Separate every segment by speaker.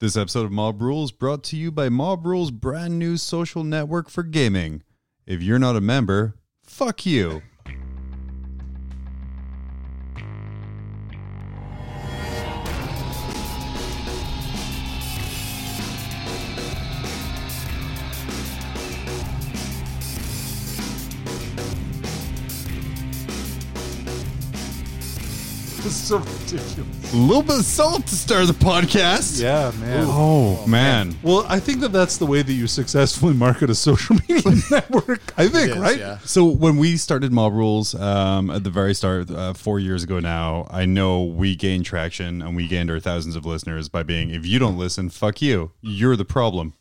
Speaker 1: This episode of Mob Rules brought to you by Mob Rules' brand new social network for gaming. If you're not a member, fuck you.
Speaker 2: This is so ridiculous.
Speaker 1: A little bit of salt to start the podcast.
Speaker 2: Yeah, man.
Speaker 1: Oh, man.
Speaker 2: Well, I think that that's the way that you successfully market a social media network. I think,
Speaker 3: is,
Speaker 2: right?
Speaker 3: yeah.
Speaker 1: So when we started Mob Rules um, at the very start, uh, four years ago now, I know we gained traction and we gained our thousands of listeners by being, if you don't listen, fuck you. You're the problem.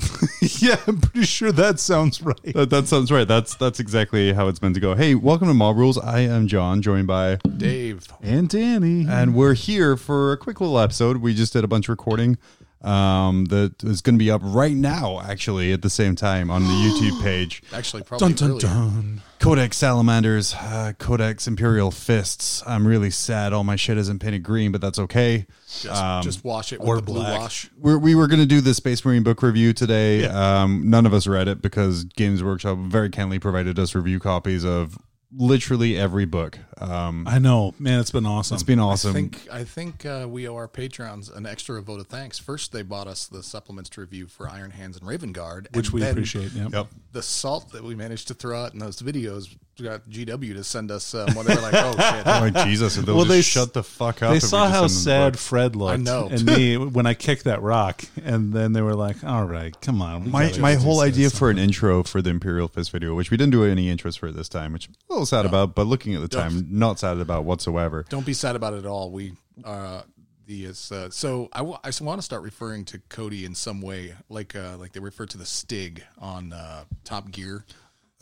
Speaker 2: Yeah, I'm pretty sure that sounds right.
Speaker 1: That, that sounds right. That's that's exactly how it's meant to go. Hey, welcome to Mob Rules. I am John, joined by,
Speaker 3: Dave.
Speaker 2: And Danny.
Speaker 1: and we're here for a quick little episode. We just did a bunch of recording um, that is going to be up right now, actually, at the same time on the YouTube page.
Speaker 3: Actually, probably dun,
Speaker 1: Codex Salamanders, uh, Codex Imperial Fists. I'm really sad. All my shit isn't painted green, but that's okay.
Speaker 3: Just, just wash it with
Speaker 1: Um, or
Speaker 3: the blue
Speaker 1: black.
Speaker 3: wash.
Speaker 1: We're, we were going to do the Space Marine book review today. Um, none of us read it because Games Workshop very kindly provided us review copies of literally every book. Um,
Speaker 2: I know, man, it's been awesome.
Speaker 1: it's been
Speaker 3: I
Speaker 1: awesome.
Speaker 3: think I think uh, we owe our patrons an extra vote of thanks. First, they bought us the supplements to review for Iron Hands and Raven Guard,
Speaker 2: which
Speaker 3: and
Speaker 2: we
Speaker 3: then
Speaker 2: appreciate. Yeah.
Speaker 1: yep.
Speaker 3: The salt that we managed to throw out in those videos got GW to send us um, one. They were like, "Oh shit,
Speaker 1: Oh, Jesus. They'll
Speaker 2: Well,
Speaker 1: just
Speaker 2: they s-
Speaker 1: shut the fuck up.
Speaker 2: They
Speaker 1: if we
Speaker 2: saw
Speaker 1: just
Speaker 2: how
Speaker 1: send them the
Speaker 2: sad
Speaker 1: book.
Speaker 2: Fred looked
Speaker 3: know.
Speaker 2: and me when I kicked that rock, and then they were like, "All right, come on." we
Speaker 1: My,
Speaker 2: gotta
Speaker 1: my
Speaker 2: do
Speaker 1: whole
Speaker 2: this."
Speaker 1: idea for an intro for the Imperial Fist video, which we didn't do any intros for this time, which I'm a little sad about, but looking at the time, not sad about whatsoever.
Speaker 3: don't be sad about it at all." We uh, the it's, uh, so I want to start referring to Cody in some way, like uh, like they refer to the Stig on uh, Top Gear.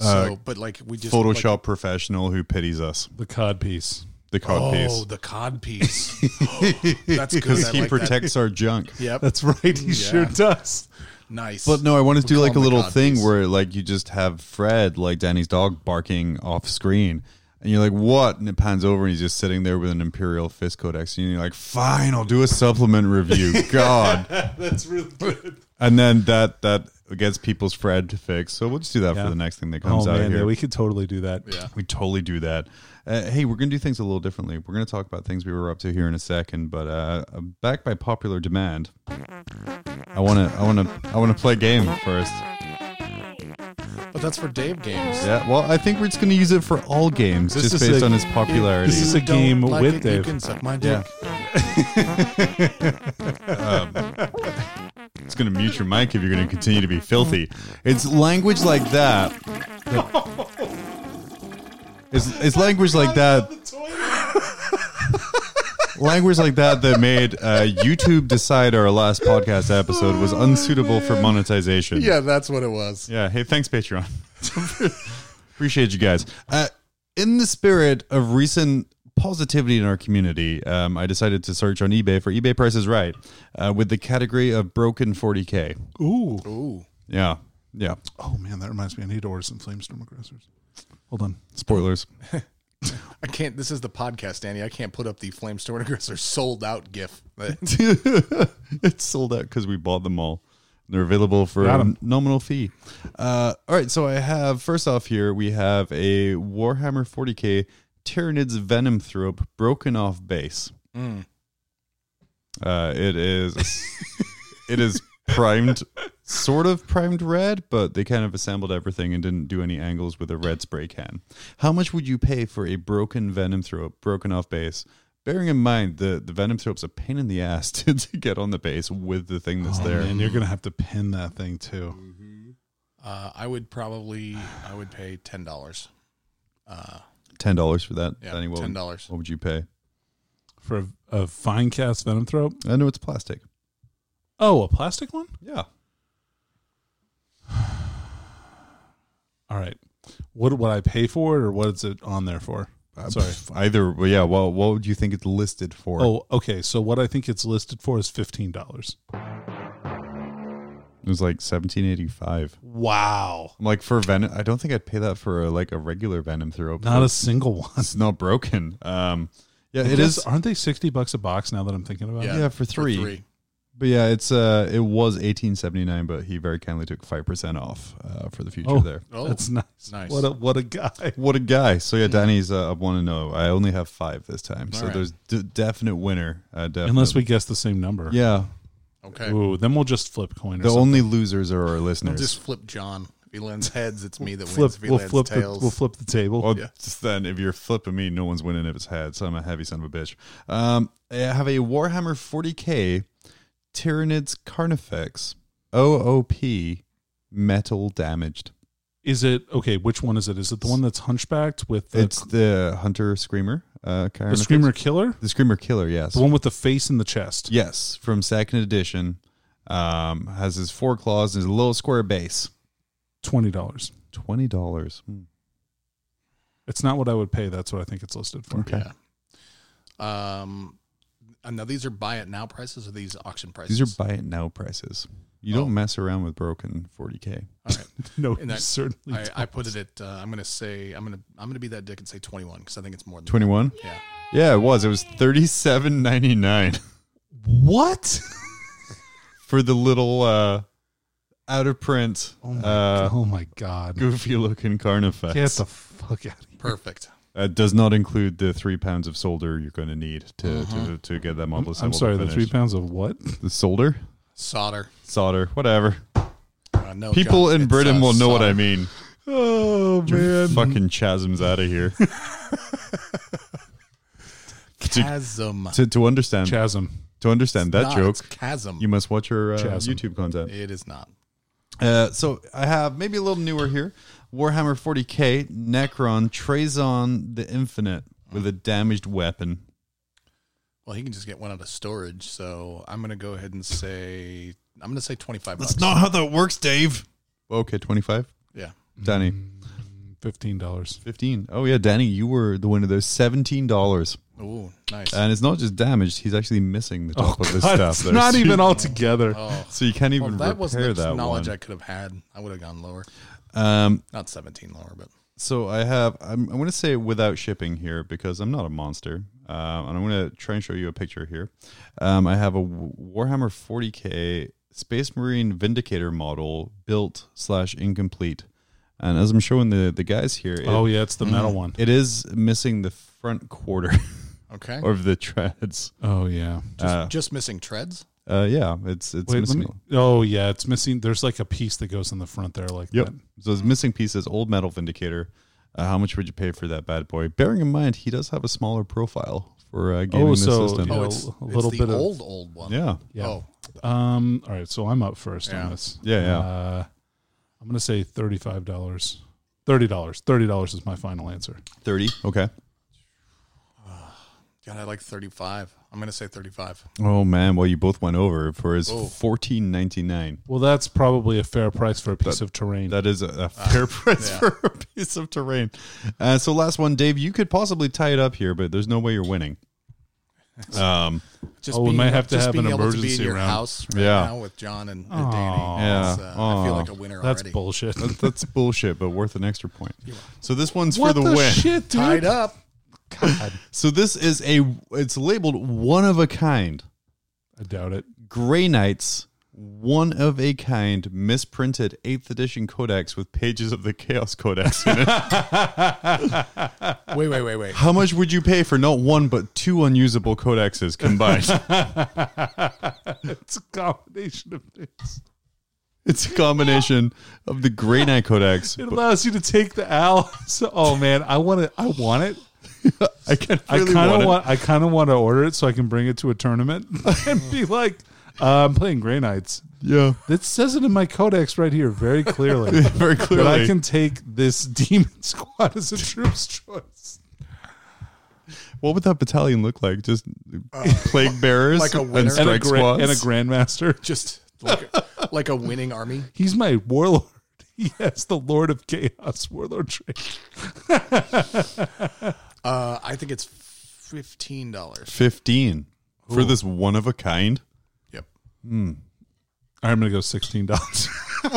Speaker 3: So, but like we just like,
Speaker 1: Photoshop professional who pities us.
Speaker 2: the cod piece.
Speaker 1: The cod
Speaker 3: Oh,
Speaker 1: piece.
Speaker 3: the cod piece. Oh, That's good.
Speaker 1: Because
Speaker 3: I
Speaker 1: he
Speaker 3: like that.
Speaker 1: protects our junk.
Speaker 3: Yep.
Speaker 2: That's right. He sure does.
Speaker 3: nice.
Speaker 1: But no, I wanted to do
Speaker 3: call
Speaker 1: like a
Speaker 3: him the
Speaker 1: little
Speaker 3: cod
Speaker 1: thing
Speaker 3: piece.
Speaker 1: where like you just have Fred, like Danny's dog, barking off screen. And you're like, what? And it pans over and he's just sitting there with an Imperial Fist Codex. And you're like, fine, I'll do a supplement review. God.
Speaker 2: That's really good.
Speaker 1: And then that that gets people's Fred to fix. So we'll just do that for the next thing that comes
Speaker 2: oh
Speaker 1: out
Speaker 2: man,
Speaker 1: of
Speaker 2: yeah,
Speaker 1: here.
Speaker 2: we could totally do that.
Speaker 3: Yeah.
Speaker 1: We totally do that. Uh, hey, we're going to do things a little differently. We're going to talk about things we were up to here in a second, but uh, back by popular demand, I want to I want to I want to play a game first.
Speaker 3: But that's for Dave games.
Speaker 1: Yeah, well, I think we're just going to use it for all games,
Speaker 2: This
Speaker 1: just
Speaker 2: is
Speaker 1: based
Speaker 2: a-
Speaker 1: on its popularity.
Speaker 2: this is-
Speaker 3: You
Speaker 2: a
Speaker 3: don't
Speaker 2: game
Speaker 3: like
Speaker 2: with
Speaker 3: it, You
Speaker 2: Dave.
Speaker 3: can suck my
Speaker 1: yeah.
Speaker 3: dick.
Speaker 1: um, it's going to mute your mic if you're going to continue to be filthy. It's language like that. It's, it's language like that language like that that made uh, YouTube decide our last podcast episode was unsuitable for monetization.
Speaker 3: Yeah, that's what it was.
Speaker 1: Yeah. Hey, thanks, Patreon. Appreciate you guys. Uh, in the spirit of recent positivity in our community, um, I decided to search on eBay for eBay prices right uh, with the category of broken 40K.
Speaker 2: Ooh.
Speaker 3: Ooh.
Speaker 1: Yeah. Yeah.
Speaker 2: Oh man, that reminds me. I need to order some flamestorm aggressors. Hold on.
Speaker 1: Spoilers.
Speaker 3: I can't. This is the podcast, Danny. I can't put up the Flame Storm Aggressor sold out GIF.
Speaker 1: it's sold out because we bought them all. They're available for
Speaker 2: Got
Speaker 1: a
Speaker 2: 'em.
Speaker 1: nominal fee. Uh, all right, so I have first off here we have a Warhammer 40k Tyranids Venom Thrope broken off base. Uh, it is it is primed, sort of primed red, but they kind of assembled everything and didn't do any angles with a red spray can. How much would you pay for a broken Venom Thrope, broken off base? Bearing in mind the the Venom Thrope's a pain in the ass to, to get on the base with the thing
Speaker 3: Oh,
Speaker 1: that's there.
Speaker 2: And you're gonna have to pin that thing too.
Speaker 3: Uh, I would probably. I would pay ten dollars.
Speaker 1: Ten dollars for that.
Speaker 3: Yeah,
Speaker 1: Danny, what,
Speaker 3: ten
Speaker 1: would,
Speaker 3: dollars.
Speaker 1: what would you pay?
Speaker 2: For a, a fine cast venom throat.
Speaker 1: I know it's plastic.
Speaker 2: Oh, a plastic one?
Speaker 1: Yeah.
Speaker 2: All right. What would I pay for it or what is it on there for? Sorry.
Speaker 1: Either well, yeah, well what would you think it's listed for?
Speaker 2: Oh, okay. So what I think it's listed for is fifteen dollars.
Speaker 1: It was like seventeen eighty five.
Speaker 2: Wow.
Speaker 1: I'm like for venom I don't think I'd pay that for a, like a regular venom throw.
Speaker 2: Not a single one.
Speaker 1: it's not broken. Um yeah,
Speaker 2: I
Speaker 1: it
Speaker 2: guess-
Speaker 1: is
Speaker 2: Aren't they sixty bucks a box now that I'm thinking about it?
Speaker 1: Oh, yeah, for three.
Speaker 3: three.
Speaker 1: But yeah, it's uh, it was 1879, but he very kindly took five percent off uh, for the future
Speaker 4: Oh.
Speaker 1: there.
Speaker 3: Oh,
Speaker 4: That's nice.
Speaker 3: nice.
Speaker 4: What a what a guy.
Speaker 1: What a guy! So yeah, Danny's uh, up one and zero. I only have five this time, so
Speaker 3: All right.
Speaker 1: there's d- definite winner. Uh, definite.
Speaker 4: Unless we guess the same number.
Speaker 1: yeah,
Speaker 3: okay.
Speaker 4: Ooh, then we'll just flip coin or
Speaker 1: the
Speaker 4: something.
Speaker 1: only losers are our
Speaker 3: We'll
Speaker 1: listeners.
Speaker 3: just flip John. If he lends heads, it's me that
Speaker 4: flip
Speaker 3: wins. If he
Speaker 4: we'll
Speaker 3: lands
Speaker 4: flip the,
Speaker 3: tails,
Speaker 4: we'll flip the table.
Speaker 1: Well,
Speaker 3: Yeah.
Speaker 1: just then, if you're flipping me, no one's winning if it's head, so I'm a heavy son of a bitch. Um, I have a Warhammer 40k Tyranids Carnifex OOP metal damaged.
Speaker 4: Is it okay? Which one is it? Is it the one that's hunchbacked with the,
Speaker 1: it's the Hunter Screamer. Uh,
Speaker 4: the
Speaker 1: Carnifex.
Speaker 4: screamer killer?
Speaker 1: The Screamer Killer, yes.
Speaker 4: The one with the face in the chest.
Speaker 1: Yes, from second edition. Um, has his four claws and his little square base.
Speaker 4: Twenty dollars.
Speaker 1: $20. Hmm.
Speaker 4: It's not what I woip pay. That's what I think it's listed for.
Speaker 1: Okay.
Speaker 3: Yeah. Um, and now these are buy it now prices or these auction prices?
Speaker 1: These are buy it now prices. You
Speaker 3: Oh.
Speaker 1: don't mess around with broken 40K.
Speaker 3: All right.
Speaker 4: No,
Speaker 3: And that-
Speaker 4: you certainly. don't.
Speaker 3: I, I put it at. Uh, I'm gonna say. I'm gonna. I'm gonna be that dick and say 21 because I think it's more than
Speaker 1: 21?
Speaker 3: That. Yeah.
Speaker 1: Yeah, it was. It was thirty-seven ninety-nine
Speaker 4: what?
Speaker 1: for the little uh, out of print,
Speaker 4: Oh my,
Speaker 1: uh,
Speaker 4: oh my god!
Speaker 1: goofy looking Carnifex.
Speaker 4: Get the fuck out of here!
Speaker 3: Perfect.
Speaker 1: That does not include the three pounds of solder you're going to need to, to to get that model
Speaker 4: Uh-huh. I'm
Speaker 1: assembled
Speaker 4: sorry.
Speaker 1: and
Speaker 4: The three
Speaker 1: finished.
Speaker 4: pounds of what?
Speaker 1: the solder,
Speaker 3: Solder.
Speaker 1: solder, whatever.
Speaker 3: Uh, no.
Speaker 1: People
Speaker 3: John,
Speaker 1: in
Speaker 3: it's,
Speaker 1: Britain
Speaker 3: uh,
Speaker 1: will know what I
Speaker 3: solder.
Speaker 1: mean.
Speaker 4: Oh man!
Speaker 1: Fucking chasms out of here.
Speaker 3: Chasm.
Speaker 1: to to understand
Speaker 4: Chasm.
Speaker 1: to understand that
Speaker 3: Not,
Speaker 1: joke,
Speaker 3: it's Chasm.
Speaker 1: you must watch her uh,
Speaker 4: Chasm.
Speaker 1: YouTube content.
Speaker 3: it is not.
Speaker 1: Uh, so I have maybe a little newer here. Warhammer 40k Necron Trazon the Infinite with a damaged weapon.
Speaker 3: Well, he can just get one out of storage. So I'm gonna go ahead and say. I'm gonna say 25.
Speaker 1: That's
Speaker 3: bucks.
Speaker 1: not how that works, Dave. Okay, 25.
Speaker 3: Yeah.
Speaker 1: Danny,
Speaker 4: Fifteen dollars.
Speaker 1: 15. Oh yeah, Danny, you were the winner there. $17.
Speaker 3: Ooh, nice.
Speaker 1: And it's not just damaged, he's actually missing the top of his stuff
Speaker 4: Oh, it's
Speaker 1: there.
Speaker 4: not
Speaker 1: so,
Speaker 4: even all together.
Speaker 3: oh.
Speaker 1: so you can't
Speaker 3: Well,
Speaker 1: even
Speaker 3: that wasn't
Speaker 1: repair
Speaker 3: the
Speaker 1: that
Speaker 3: knowledge
Speaker 1: one.
Speaker 3: I could have had. I would have gone lower.
Speaker 1: um
Speaker 3: Not 17 lower, but
Speaker 1: So I have. I'm, I'm going to say without shipping here because I'm not a monster, uh, and I'm going to try and show you a picture here. Um, I have a W- Warhammer 40k Space Marine Vindicator model built slash incomplete, and as I'm showing the the guys here, it,
Speaker 4: oh yeah, it's the metal one.
Speaker 1: it is missing the front quarter
Speaker 3: okay.
Speaker 1: of the treads.
Speaker 4: Oh yeah.
Speaker 3: just,
Speaker 1: uh,
Speaker 3: just missing treads.
Speaker 1: Uh, yeah, it's it's
Speaker 4: Wait, let
Speaker 1: missing.
Speaker 4: me, oh yeah, it's missing. There's like a piece that goes in the front there, like
Speaker 1: Yep.
Speaker 4: that.
Speaker 1: So it's missing pieces. Old metal Vindicator. Uh, how much would you pay for that bad boy? Bearing in mind, he does have a smaller profile for uh, gaming
Speaker 4: Oh,
Speaker 1: the
Speaker 4: so-
Speaker 1: system.
Speaker 4: Yeah,
Speaker 3: oh, it's,
Speaker 4: a
Speaker 3: it's
Speaker 4: little
Speaker 3: the
Speaker 4: bit of-
Speaker 3: old old one.
Speaker 1: Yeah.
Speaker 4: Yeah.
Speaker 3: Oh,
Speaker 4: Um. All right, so I'm up first
Speaker 3: Yeah.
Speaker 4: on this.
Speaker 1: Yeah, yeah.
Speaker 4: Uh, I'm gonna say thirty-five dollars. Thirty dollars. Thirty dollars is my final answer.
Speaker 1: 30. Okay.
Speaker 3: God, I like 35. I'm gonna say 35.
Speaker 1: Oh man, well you both went over for his
Speaker 3: Oh.
Speaker 1: 14.99.
Speaker 4: Well, that's probably a fair price for a piece of terrain.
Speaker 1: That is a, a fair price
Speaker 3: yeah.
Speaker 1: for a piece of terrain. Uh, so last one, Dave, you could possibly tie it up here, but there's no way you're winning. Um,
Speaker 3: Just
Speaker 4: Oh, we might have to
Speaker 3: just
Speaker 4: have an
Speaker 3: being able to be
Speaker 4: emergency
Speaker 3: in your
Speaker 4: round.
Speaker 3: house right
Speaker 1: Yeah.
Speaker 3: now with John and, and
Speaker 4: Aw.
Speaker 3: Danny.
Speaker 1: Yeah.
Speaker 3: It's, Uh, I feel
Speaker 1: Aw.
Speaker 3: like a winner
Speaker 4: that's
Speaker 3: already.
Speaker 4: bullshit.
Speaker 1: that's bullshit, but worth an extra point. So this one's
Speaker 4: what
Speaker 1: for the,
Speaker 4: the
Speaker 1: win.
Speaker 4: shit, dude?
Speaker 3: Tied up.
Speaker 4: God,
Speaker 1: So this is a it's labeled one of a kind.
Speaker 4: I doubt it.
Speaker 1: Grey Knights, one of a kind, misprinted 8th edition codex with pages of the Chaos Codex in it.
Speaker 3: Wait, wait, wait, wait.
Speaker 1: How much would you pay for not one but two unusable codexes combined?
Speaker 4: It's a combination of things.
Speaker 1: it's a combination of the Grey Knight Codex.
Speaker 4: It
Speaker 1: but
Speaker 4: allows you to take the allies. Oh man, I want it. I want it.
Speaker 1: I can't
Speaker 4: I
Speaker 1: really
Speaker 4: kind
Speaker 1: want,
Speaker 4: of
Speaker 1: it.
Speaker 4: want. I kind of want to order it so I can bring it to a tournament and be like, uh, "I'm playing Grey Knights."
Speaker 1: Yeah,
Speaker 4: It says it in my codex right here, very clearly.
Speaker 1: very
Speaker 4: But
Speaker 1: clearly.
Speaker 4: I can take this demon squad as a troop's choice.
Speaker 1: what would that battalion look like? Just plague bearers
Speaker 3: like a winner?
Speaker 1: and
Speaker 3: And a
Speaker 1: strike
Speaker 4: And Uh, a, gra-
Speaker 1: squads.
Speaker 4: and a grandmaster.
Speaker 3: Just like a, like a winning army.
Speaker 4: He's my warlord. Yes, the Lord of Chaos, Warlord Drake.
Speaker 3: Uh, I think it's fifteen dollars.
Speaker 1: Fifteen for this one of a kind.
Speaker 3: Yep.
Speaker 4: All right, I'm gonna go sixteen dollars.
Speaker 1: Son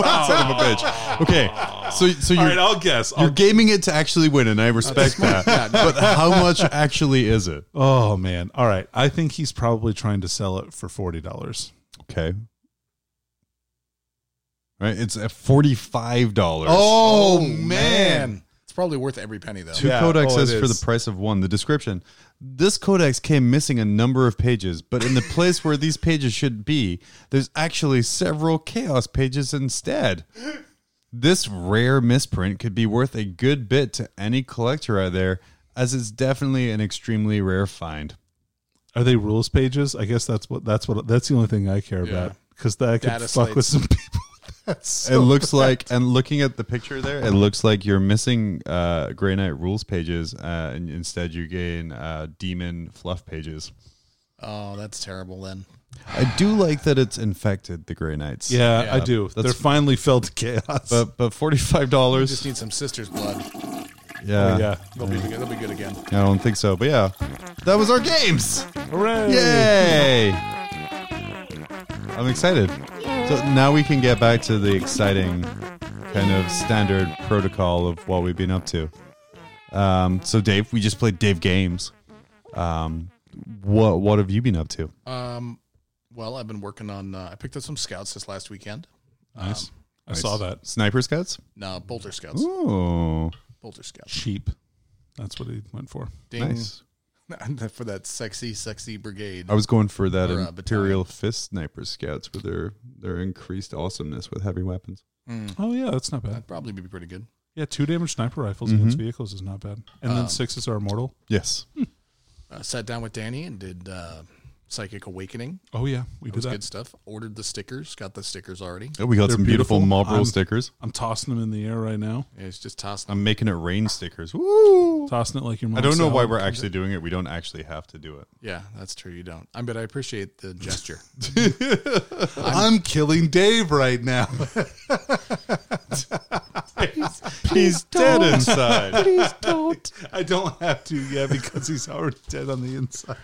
Speaker 1: of a bitch. Okay, so so
Speaker 4: All
Speaker 1: you're
Speaker 4: right, I'll guess.
Speaker 1: you're
Speaker 4: I'll,
Speaker 1: gaming it to actually win,
Speaker 5: Oh,
Speaker 1: and I respect that. But how much actually is it?
Speaker 4: oh man! All right, I think he's probably trying to sell it for forty dollars.
Speaker 1: Okay. All right, it's at forty-five dollars.
Speaker 3: Oh, man. It's probably worth every penny though.
Speaker 1: Two
Speaker 5: Yeah,
Speaker 1: codex
Speaker 5: oh, it
Speaker 1: says for the
Speaker 5: is.
Speaker 1: price of one. The description: This codex came missing a number of pages, but in the place where these pages should be, there's actually several chaos pages instead. This rare misprint could be worth a good bit to any collector out there, as it's definitely an extremely rare find.
Speaker 4: Are they rules pages? I guess that's what that's what that's the only thing I care about because I could
Speaker 3: Data
Speaker 4: fuck with some
Speaker 3: slates.
Speaker 4: people. That's so
Speaker 1: it looks like, and looking at the picture there, it looks like you're missing uh, Grey Knight rules pages, uh, and instead you gain uh, demon fluff pages.
Speaker 3: Oh, that's terrible then.
Speaker 1: I do like that it's infected the Grey Knights.
Speaker 4: yeah, I
Speaker 3: Yeah,
Speaker 4: do.
Speaker 1: that's-
Speaker 4: They're finally fell to chaos.
Speaker 1: but but forty five
Speaker 3: We
Speaker 1: dollars.
Speaker 3: just need some sister's blood.
Speaker 1: Yeah,
Speaker 4: yeah,
Speaker 3: They'll be they'll be good again.
Speaker 1: I don't think so, but yeah, that was our games.
Speaker 4: hooray!
Speaker 1: Yay! I'm excited. So now we can get back to the exciting kind of standard protocol of what we've been up to. Um, so Dave, we just played Dave games. Um, what what have you been up to?
Speaker 3: Um, well, I've been working on. Uh, I picked up some scouts this last weekend.
Speaker 4: Nice.
Speaker 3: Um,
Speaker 4: I saw that
Speaker 1: Sniper Scouts.
Speaker 3: no, bolter scouts.
Speaker 1: Ooh,
Speaker 3: Bolter scouts.
Speaker 4: sheep. That's what he went for.
Speaker 3: Ding.
Speaker 1: nice. Oh.
Speaker 3: for that sexy, sexy brigade.
Speaker 1: I was going for that
Speaker 3: Or, uh,
Speaker 1: Imperial Fist Sniper Scouts with their their increased awesomeness with heavy weapons.
Speaker 3: Mm,
Speaker 4: Oh yeah, that's not bad. Mm-hmm.
Speaker 3: that'd probably be pretty good.
Speaker 4: Yeah, two damage sniper rifles against vehicles is not bad, and then
Speaker 3: Um,
Speaker 4: sixes are immortal.
Speaker 1: Yes.
Speaker 3: Uh, sat down with Danny and did uh, psychic awakening.
Speaker 4: Oh yeah, we
Speaker 3: That
Speaker 4: did
Speaker 3: was
Speaker 4: that.
Speaker 3: good stuff. Ordered the stickers. Got the stickers already.
Speaker 1: Oh, we got
Speaker 4: They're
Speaker 1: some beautiful,
Speaker 4: beautiful.
Speaker 1: Marlboro
Speaker 4: I'm-
Speaker 1: stickers.
Speaker 4: I'm tossing them in the air right now,
Speaker 3: Yeah, it's just tossing.
Speaker 1: I'm making it rain stickers. Woo!
Speaker 4: tossing it like your mom.
Speaker 1: I don't know why we're actually doing it. We don't actually have to do it.
Speaker 3: yeah, that's true. You don't. I but I appreciate the gesture.
Speaker 4: I'm killing Dave right now.
Speaker 1: He's dead inside.
Speaker 4: Please don't. I don't have to, yeah, because he's already dead on the inside.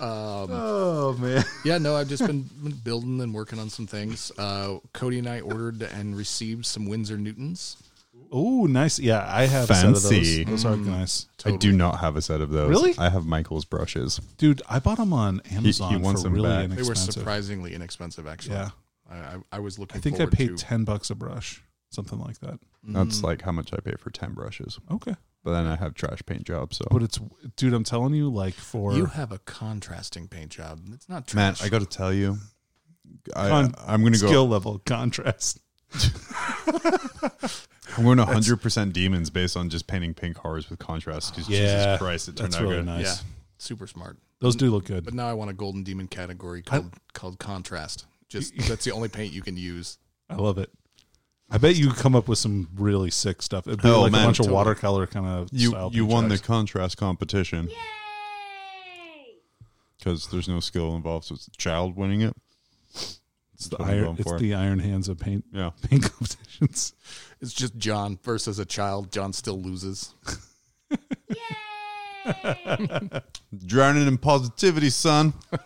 Speaker 4: oh man.
Speaker 3: yeah, no, I've just been been building and working on some things. Uh, Cody and I ordered and received some Windsor Newtons.
Speaker 4: Oh, nice. Yeah, I have a set
Speaker 1: Fancy.
Speaker 4: of those. Those are nice,
Speaker 1: I do not have a set of those.
Speaker 4: Really?
Speaker 1: I have Michael's brushes.
Speaker 4: dude. I bought them on Amazon
Speaker 1: wants
Speaker 4: for
Speaker 1: them
Speaker 4: really
Speaker 1: back.
Speaker 4: inexpensive.
Speaker 3: They were surprisingly inexpensive, actually.
Speaker 4: Yeah.
Speaker 3: I, I, I was looking.
Speaker 4: I think I
Speaker 3: forward
Speaker 4: paid
Speaker 3: to-
Speaker 4: ten bucks a brush, something like that. Mm.
Speaker 1: That's like how much I pay for ten brushes.
Speaker 4: Okay,
Speaker 1: But then I have trash paint jobs. So
Speaker 4: but it's dude. I'm telling you, like for
Speaker 3: You have a contrasting paint job. It's not
Speaker 1: man,
Speaker 3: trash.
Speaker 1: I got to tell you, I,
Speaker 4: Con-
Speaker 1: I'm going to go.
Speaker 4: skill level contrast.
Speaker 1: I'm going 100 percent demons based on just painting pink horrors with contrast. Because Jesus Christ, it turned
Speaker 4: that's
Speaker 1: out
Speaker 4: really
Speaker 1: good.
Speaker 4: nice.
Speaker 3: Yeah, super smart.
Speaker 4: Those do look good.
Speaker 3: But now I want a golden demon category called called contrast. Just that's the only paint you can use.
Speaker 4: I love it. I bet you come up with some really sick stuff. It'd be
Speaker 1: Oh,
Speaker 4: like
Speaker 1: man,
Speaker 4: a bunch
Speaker 1: totally.
Speaker 4: of watercolor kind of
Speaker 1: You
Speaker 4: style
Speaker 1: you won the
Speaker 4: paintings.
Speaker 1: contrast competition because there's no skill involved, so it's a child winning it.
Speaker 4: it's the
Speaker 1: what I'm
Speaker 4: iron,
Speaker 1: going
Speaker 4: it's
Speaker 1: for.
Speaker 4: the iron hands of paint
Speaker 1: Yeah,
Speaker 4: paint competitions.
Speaker 3: It's just John versus a child. John still loses.
Speaker 1: drowning in positivity, son.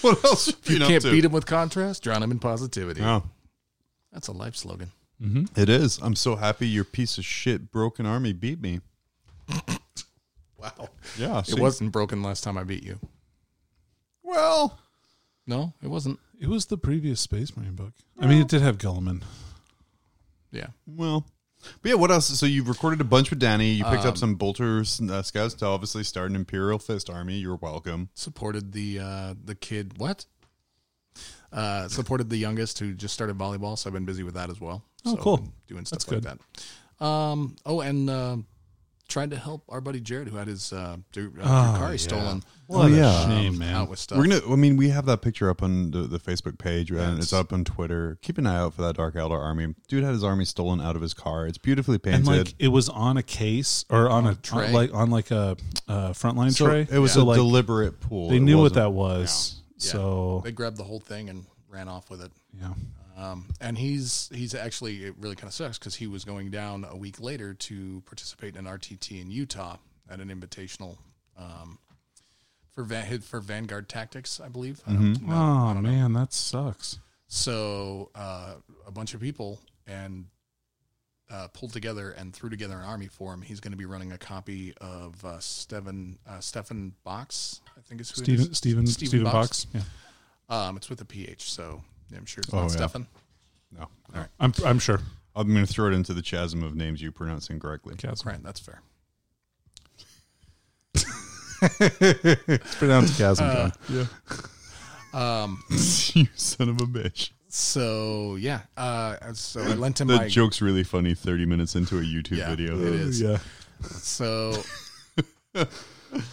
Speaker 1: what else have you
Speaker 3: You
Speaker 1: been up
Speaker 3: can't
Speaker 1: to?
Speaker 3: beat him with contrast. Drown him in positivity.
Speaker 1: Yeah,
Speaker 3: That's a life slogan.
Speaker 1: it is. I'm so happy your piece of shit broken army beat me.
Speaker 3: Wow.
Speaker 1: Yeah,
Speaker 3: It wasn't broken last time I beat you.
Speaker 1: well.
Speaker 3: No, it wasn't.
Speaker 4: It was the previous Space Marine book. I mean, it did have Gulliman.
Speaker 3: Yeah.
Speaker 1: Well, but yeah, what else? So you recorded a bunch with Danny. You
Speaker 3: Um,
Speaker 1: picked up some bolters, uh, scouts to obviously start an Imperial Fist army. You're welcome.
Speaker 3: Supported the uh the kid what? Uh supported the youngest who just started volleyball, so I've been busy with that as well.
Speaker 4: Oh,
Speaker 3: so
Speaker 4: cool.
Speaker 3: I've been Doing stuff
Speaker 4: That's
Speaker 3: like that. Um oh and uh, tried to help our buddy Jared who had his uh, du- uh, Ducati stolen.
Speaker 4: Ah, What a
Speaker 1: yeah.
Speaker 4: shame, man.
Speaker 3: Out with stuff.
Speaker 1: We're gonna. I mean, we have that picture up on the, the Facebook page, and
Speaker 3: it's-
Speaker 1: it's up on Twitter. Keep an eye out for that Dark Elder army. Dude had his army stolen out of his car. It's beautifully
Speaker 4: and
Speaker 1: painted.
Speaker 4: like it was on a case or on a
Speaker 3: tray.
Speaker 4: on, like on like a uh, frontline
Speaker 1: so
Speaker 4: tray.
Speaker 1: it was a
Speaker 4: So, like,
Speaker 1: deliberate pool.
Speaker 4: They
Speaker 1: It
Speaker 4: knew what
Speaker 1: wasn't-
Speaker 4: that was.
Speaker 3: Yeah.
Speaker 4: So
Speaker 3: They grabbed the whole thing and ran off with it.
Speaker 4: yeah,
Speaker 3: Um, and he's he's actually it really kind of sucks because he was going down a week later to participate in an RTT in Utah at an invitational um, for Van, for Vanguard Tactics, I believe. I don't know.
Speaker 4: oh man, that sucks.
Speaker 3: So uh, a bunch of people and uh, pulled together and threw together an army for him. He's going to be running a copy of uh, Stephen uh, Stephen Box, I think is who it is.
Speaker 4: Steven Steven Steven, Fox. Yeah.
Speaker 3: Um, it's with a PH, so I'm sure it's
Speaker 4: Oh,
Speaker 3: not
Speaker 4: yeah.
Speaker 3: Stefan.
Speaker 1: No. All right.
Speaker 4: I'm, I'm sure.
Speaker 1: I'm going to throw it into the chasm of names you pronounce incorrectly.
Speaker 4: Chasm.
Speaker 3: Right, that's fair.
Speaker 4: It's pronounced chasm, John.
Speaker 1: Yeah.
Speaker 3: Um,
Speaker 1: you son of a bitch.
Speaker 3: so yeah, uh, so I lent him
Speaker 1: The
Speaker 3: my
Speaker 1: joke's really funny 30 minutes into a YouTube
Speaker 3: Yeah,
Speaker 1: video.
Speaker 3: it is.
Speaker 4: Yeah.
Speaker 3: so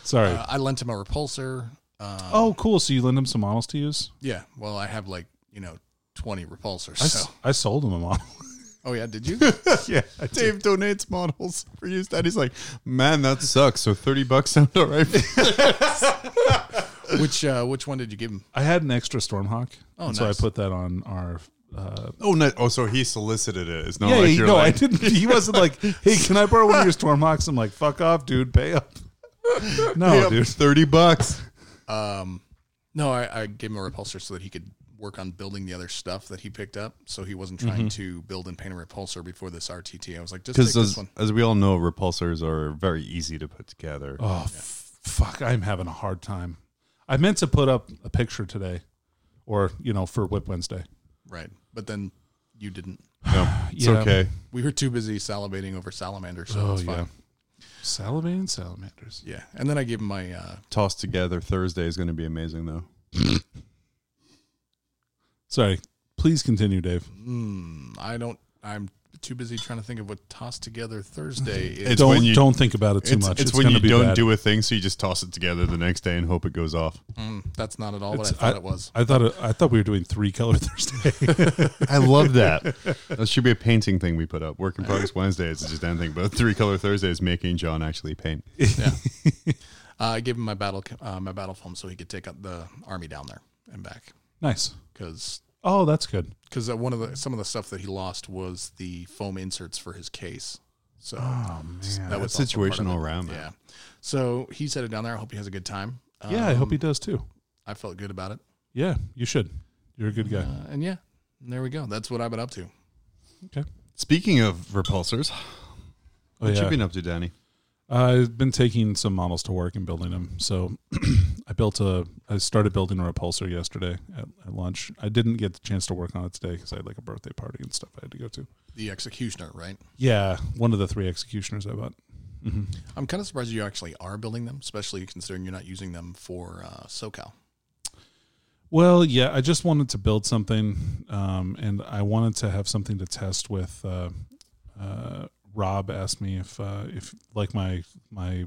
Speaker 4: Sorry.
Speaker 3: uh, I lent him a repulsor. Um,
Speaker 4: oh, cool. So you lend him some models to use?
Speaker 3: yeah. Well, I have like you know twenty repulsors.
Speaker 4: I, s-
Speaker 3: So
Speaker 4: I sold him a model.
Speaker 3: oh yeah, did you?
Speaker 1: yeah. Dave donates models for use that. He's like, man, that sucks. So 30 bucks sound all right.
Speaker 3: which uh, which one did you give him?
Speaker 4: I had an extra Stormhawk.
Speaker 3: Oh,
Speaker 4: and so I
Speaker 3: nice.
Speaker 4: put that on our. Uh,
Speaker 1: oh, no. Oh, so he solicited it. It's not
Speaker 4: yeah,
Speaker 1: like
Speaker 4: he-
Speaker 1: you're
Speaker 4: no,
Speaker 1: like,
Speaker 4: I didn't. He wasn't like, "Hey, can I borrow one of your Stormhawks?" I'm like, "Fuck off, dude. Pay up." No,
Speaker 1: "Yep,
Speaker 4: dude.
Speaker 1: 30 bucks.
Speaker 3: Um, no, I, I gave him a repulsor so that he could work on building the other stuff that he picked up. So he wasn't trying to build and paint a repulsor before this RTT. I was like, just take
Speaker 1: Because
Speaker 3: this
Speaker 1: as,
Speaker 3: one.
Speaker 1: as we all know, repulsors are very easy to put together.
Speaker 4: Oh, f- fuck. I'm having a hard time. I meant to put up a picture today, or you know, for Whip Wednesday.
Speaker 3: Right. But then you didn't.
Speaker 1: No, it's
Speaker 4: Yeah.
Speaker 1: okay.
Speaker 3: We were too busy salivating over salamander, so
Speaker 4: Oh,
Speaker 3: it's fine.
Speaker 4: yeah. Salivating salamanders.
Speaker 3: Yeah. And then I gave him my uh,
Speaker 1: Tossed together Thursday is going to be amazing, though.
Speaker 4: Sorry. Please continue, Dave.
Speaker 3: mm, I don't I'm too busy trying to think of what tossed together Thursday is.
Speaker 1: It's
Speaker 4: don't
Speaker 1: when you-
Speaker 4: don't think about it too
Speaker 1: it's,
Speaker 4: much.
Speaker 1: It's, when
Speaker 4: gonna
Speaker 1: you
Speaker 4: be
Speaker 1: don't
Speaker 4: bad.
Speaker 1: do a thing, so you just toss it together the next day and hope it goes off.
Speaker 3: Mm, that's not at all what I
Speaker 4: It's-
Speaker 3: thought it was.
Speaker 4: I thought it, I thought we were doing three color Thursday.
Speaker 1: I love that. that should be a painting thing we put up. Work in progress Wednesday is just anything, but Three Color Thursday is making John actually paint.
Speaker 3: Uh, I gave him my battle ca- uh, my battle foam so he could take out the army down there and back
Speaker 4: nice.
Speaker 3: because
Speaker 4: Oh, that's good.
Speaker 3: because one of the some of the stuff that he lost was the foam inserts for his case. So
Speaker 4: Oh,
Speaker 3: that was also part
Speaker 1: situation
Speaker 3: of it.
Speaker 1: all around. man.
Speaker 3: Yeah. So he's headed down there. I hope he has a good time.
Speaker 4: Yeah, I hope he
Speaker 3: Um,
Speaker 4: does too.
Speaker 3: I felt good about it.
Speaker 4: Yeah, you should. You're a good guy.
Speaker 3: Uh, and yeah, there we go. That's what I've been up to.
Speaker 1: Speaking of repulsors,
Speaker 4: Oh,
Speaker 1: what you
Speaker 4: yeah.
Speaker 1: been up to, Danny?
Speaker 4: I've been taking some models to work and building them. So I built a, I started building a repulsor yesterday at, at lunch. I didn't get the chance to work on it today because I had like a birthday party and stuff I had to go to.
Speaker 3: The executioner, right?
Speaker 4: Yeah, one of the three executioners I bought. hmm
Speaker 3: I'm kind of surprised you actually are building them, especially considering you're not using them for uh, SoCal.
Speaker 4: Well, yeah, I just wanted to build something, um, and I wanted to have something to test with. Uh, uh, Rob asked me if, uh, if like my my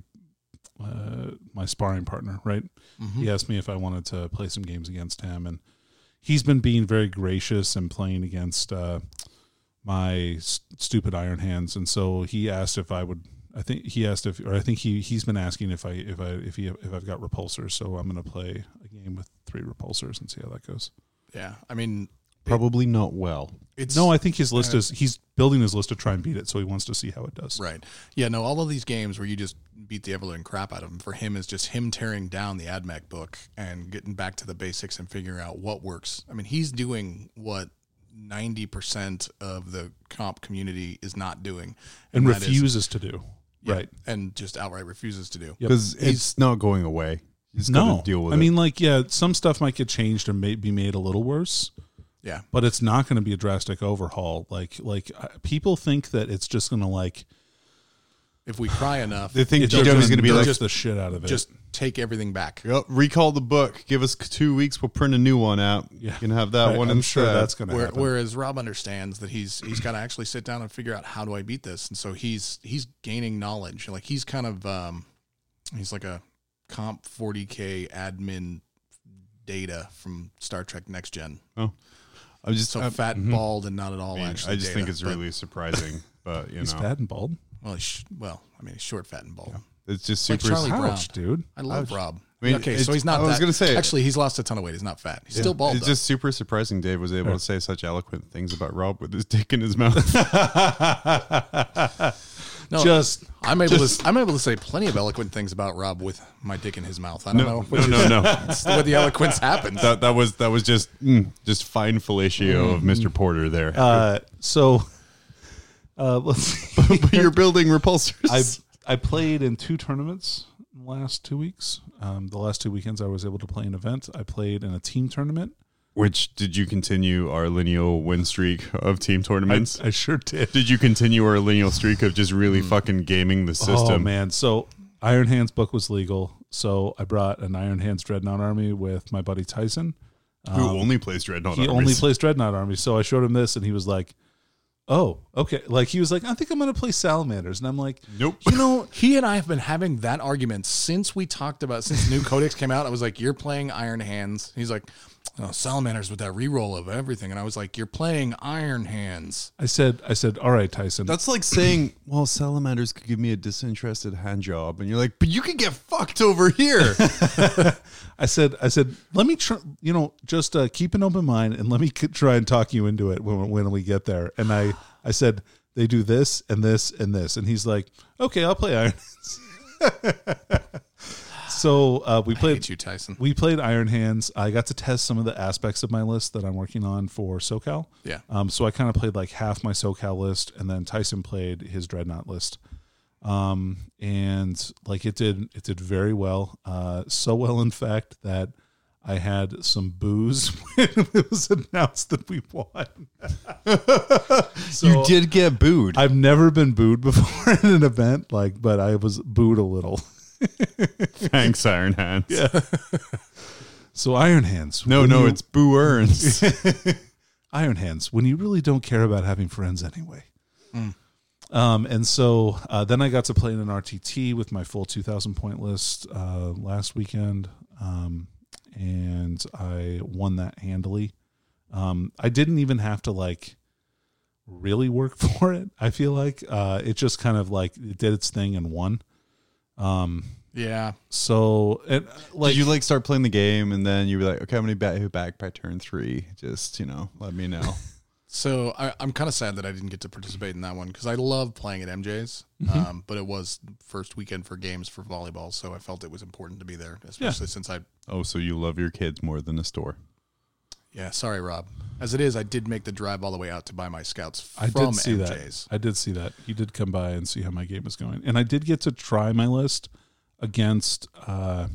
Speaker 4: uh, my sparring partner, right?
Speaker 3: Mhm.
Speaker 4: He asked me if I wanted to play some games against him, and he's been being very gracious and playing against uh, my s- stupid Iron Hands, and so he asked if I would. I think he asked if, or I think he he's been asking if I if I if he if I've got repulsors. So I'm gonna play a game with three repulsors and see how that goes.
Speaker 3: Yeah. I mean,
Speaker 1: Probably not well.
Speaker 3: it's
Speaker 4: No, I think his list is he's building his list to try and beat it, so he wants to see how it does.
Speaker 3: Right. Yeah. No, all of these games where you just beat the ever-living crap out of them for him is just him tearing down the AdMech book and getting back to the basics and figuring out what works. I mean, he's doing what 90% of the comp community is not doing
Speaker 4: And
Speaker 3: that is-
Speaker 4: refuses to do.
Speaker 3: yeah,
Speaker 4: Right.
Speaker 3: And just outright refuses to do.
Speaker 4: Yep.
Speaker 1: Because it's not going away. You just
Speaker 4: No,
Speaker 1: gotta deal with
Speaker 4: I
Speaker 1: it.
Speaker 4: mean, like, yeah, some stuff might get changed or may be made a little worse.
Speaker 3: Yeah.
Speaker 4: but it's not going to be a drastic overhaul. Like like uh, people think that it's just going to like
Speaker 3: If we cry enough,
Speaker 1: they think
Speaker 4: it's
Speaker 1: GW is going to be like,
Speaker 4: just the shit out of it.
Speaker 3: just take everything back.
Speaker 1: Yep, recall the book. Give us two weeks. We'll print a new one out.
Speaker 4: Yeah.
Speaker 1: You can have that
Speaker 4: I-
Speaker 1: one.
Speaker 4: I'm sure
Speaker 1: instead.
Speaker 4: that's going to
Speaker 3: Where,
Speaker 4: happen.
Speaker 3: whereas Rob understands that he's he's got to actually sit down and figure out how do I beat this, and so he's he's gaining knowledge. Like he's kind of um, he's like a comp 40k admin data from Star Trek Next Gen.
Speaker 1: I'm just.
Speaker 3: So
Speaker 1: I,
Speaker 3: fat,
Speaker 1: mhm.
Speaker 3: bald, and not at all.
Speaker 1: I mean,
Speaker 3: actually,
Speaker 1: I just
Speaker 3: data,
Speaker 1: think it's
Speaker 3: but-
Speaker 1: really surprising, but you
Speaker 4: He's
Speaker 1: know,
Speaker 4: fat and bald.
Speaker 3: well. he's sh- well, I mean, he's short, fat, and bald.
Speaker 1: it's just
Speaker 3: Like
Speaker 1: super.
Speaker 3: Charlie Brown.
Speaker 4: Ouch, dude.
Speaker 3: I love Rob.
Speaker 1: I mean,
Speaker 3: okay,
Speaker 1: it's-
Speaker 3: so he's not.
Speaker 1: I was
Speaker 3: that-
Speaker 1: gonna say-
Speaker 3: actually, he's lost a ton of weight. He's not fat. He's still bald.
Speaker 1: It's
Speaker 3: though.
Speaker 1: just super surprising Dave was able to say such eloquent things about Rob with his dick in his mouth.
Speaker 3: no,
Speaker 4: Just
Speaker 3: I'm able to. I'm able to say plenty of eloquent things about Rob with my dick in his mouth. I don't know
Speaker 1: no,
Speaker 3: what,
Speaker 1: no, no, no.
Speaker 3: what the eloquence happens.
Speaker 1: That, that was that was just mm, just fine fellatio of Mr. Porter there.
Speaker 4: Mm. uh, so uh, let's see.
Speaker 1: but you're building repulsors.
Speaker 4: I I played in two tournaments in the last two weeks. Um, the last two weekends I was able to play an event. I played in a team tournament
Speaker 1: Which did you continue our lineal win streak of team
Speaker 4: I,
Speaker 1: tournaments?
Speaker 4: I sure did.
Speaker 1: did you continue our lineal streak of just really fucking gaming the
Speaker 4: Oh
Speaker 1: system?
Speaker 4: man, so Iron Hands book was legal, so I brought an Iron Hands Dreadnought army with my buddy Tyson.
Speaker 1: Who Um, only plays Dreadnought?
Speaker 4: he
Speaker 1: armies.
Speaker 4: only plays Dreadnought Army. So I showed him this, and he was like, "Oh, okay." Like he was like, "I think I'm gonna play Salamanders," and I'm like,
Speaker 1: Nope.
Speaker 4: You know,
Speaker 3: He and I have been having that argument since we talked about since New Codex came out. I was like, "You're playing Iron Hands." He's like, oh, "Salamanders with that reroll of everything," and I was like, "You're playing Iron Hands."
Speaker 4: I said, I said, "All right, Tyson."
Speaker 1: That's like saying, well, salamanders could give me a disinterested hand job. And you're like, but you could get fucked over here.
Speaker 4: I said, I said, let me try. You know, just uh, keep an open mind, and let me c- try and talk you into it when when we get there. And I, I said, they do this and this and this, and he's like, "Okay, I'll play Iron." Hands." so uh, we
Speaker 3: I
Speaker 4: played.
Speaker 3: hate you, Tyson.
Speaker 4: We played Iron Hands. I got to test some of the aspects of my list that I'm working on for SoCal.
Speaker 3: Yeah.
Speaker 4: Um, so I kind of played like half my SoCal list, and then Tyson played his Dreadnought list. Um, and like it did, it did very well. Uh, so well, in fact, that I had some booze when it was announced that we won.
Speaker 1: you did get booed.
Speaker 4: I've never been booed before in an event, like, but I was booed a little.
Speaker 1: Thanks, Iron Hands.
Speaker 4: So Iron Hands.
Speaker 1: No,
Speaker 4: when
Speaker 1: no,
Speaker 4: you-
Speaker 1: it's Boo Earns.
Speaker 4: Iron Hands when you really don't care about having friends anyway.
Speaker 1: Mm.
Speaker 4: Um, and so uh, then I got to play in an RTT with my full 2,000 point list uh, last weekend, um, and I won that handily. Um, I didn't even have to like really work for it. I feel like uh, it just kind of like it did its thing and won.
Speaker 3: Yeah,
Speaker 4: So and uh, like
Speaker 1: Did you like start playing the game and then you were like, okay, I'm going to bat you back by turn three. Just, you know, let me know.
Speaker 3: So I, I'm kind of sad that I didn't get to participate in that one because I love playing at MJ's,
Speaker 4: Mm-hmm.
Speaker 3: um, but it was first weekend for games for volleyball, so I felt it was important to be there, especially since I.
Speaker 1: oh, so you love your kids more than a store.
Speaker 3: Yeah, sorry, Rob. As it is, I did make the drive all the way out to buy my scouts from
Speaker 4: I did see
Speaker 3: MJ's.
Speaker 4: that. I did see that. He did come by and see how my game was going, and I did get to try my list against uh,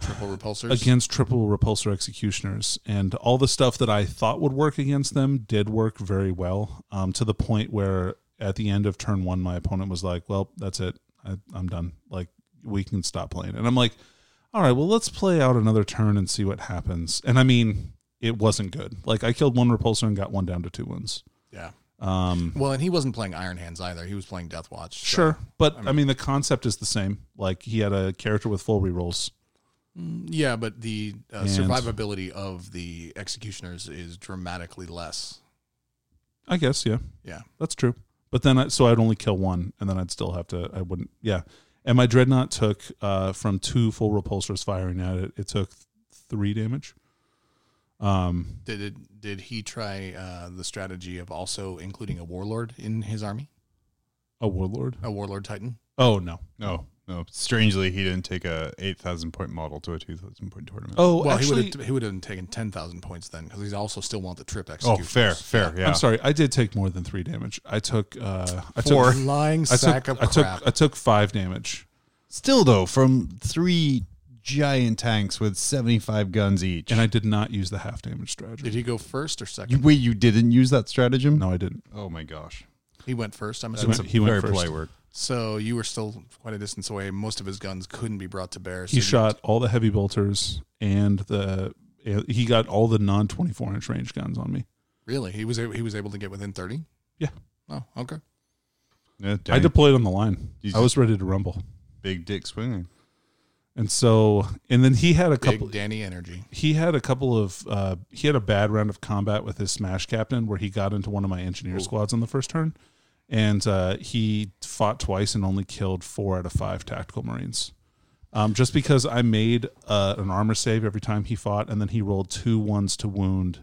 Speaker 3: Triple repulsors.
Speaker 4: against triple repulsor executioners, and all the stuff that I thought would work against them did work very well. Um, to the point where at the end of turn one, my opponent was like, "Well, that's it. I, I'm done. Like we can stop playing." And I'm like, "All right, well, let's play out another turn and see what happens." And I mean, it wasn't good. Like I killed one repulsor and got one down to two wounds.
Speaker 3: Yeah.
Speaker 4: Um,
Speaker 3: Well, and he wasn't playing Iron Hands either. He was playing Death Watch. so-
Speaker 4: Sure, but I mean, the concept is the same. Like he had a character with full rerolls.
Speaker 3: Mm, Yeah, but the uh,
Speaker 4: And-
Speaker 3: survivability of the executioners is dramatically less.
Speaker 4: I guess, yeah,
Speaker 3: Yeah.
Speaker 4: that's true. But then, I, so I'd only kill one, and then I'd still have to. I wouldn't. Yeah, and my dreadnought took uh, from two full repulsors firing at it. It took th- three damage. Um,
Speaker 3: Did it, did he try uh, the strategy of also including a warlord in his army?
Speaker 4: a warlord.
Speaker 3: A warlord titan?
Speaker 4: Oh no.
Speaker 1: No, no. Strangely, he didn't take a 8,000 point model to a 2,000 point tournament.
Speaker 4: Oh,
Speaker 3: Well,
Speaker 4: actually,
Speaker 3: he would have he would have taken ten thousand points then because he's also still want the trip
Speaker 1: oh
Speaker 3: execution.
Speaker 1: fair, fair. Yeah.
Speaker 4: I'm sorry. I did take more than three damage. I took. Uh, I
Speaker 1: Four.
Speaker 4: took.
Speaker 3: lying
Speaker 4: I
Speaker 3: sack
Speaker 4: took. I
Speaker 3: of
Speaker 4: took.
Speaker 3: crap.
Speaker 4: I took five damage.
Speaker 1: Still, though, from three giant tanks with 75 guns each.
Speaker 4: And I did not use the half damage strategy.
Speaker 3: Did he go first or second?
Speaker 1: You- wait, you didn't use that stratagem?
Speaker 4: No, I didn't.
Speaker 1: Oh my gosh.
Speaker 3: he went first. I'm
Speaker 4: He
Speaker 3: assuming.
Speaker 4: went, he went
Speaker 1: Very
Speaker 4: first.
Speaker 1: polite work.
Speaker 3: So you were still quite a distance away. Most of his guns couldn't be brought to bear. So
Speaker 4: he
Speaker 3: you-
Speaker 4: shot all the heavy bolters and the he got all the non 24 inch range guns on me
Speaker 3: Really, he was a- he was able to get within thirty.
Speaker 4: yeah
Speaker 3: Oh, okay.
Speaker 1: Yeah,
Speaker 4: i
Speaker 1: Danny,
Speaker 4: deployed on the line
Speaker 1: Jesus.
Speaker 4: i was ready to rumble
Speaker 1: big dick swinging.
Speaker 4: and so and then he had a
Speaker 3: Big
Speaker 4: couple
Speaker 3: Danny energy.
Speaker 4: he had a couple of uh, he had a bad round of combat with his smash captain where he got into one of my engineer squads on the first turn and uh, he fought twice and only killed four out of five tactical marines um, just because i made uh, an armor save every time he fought and then he rolled two ones to wound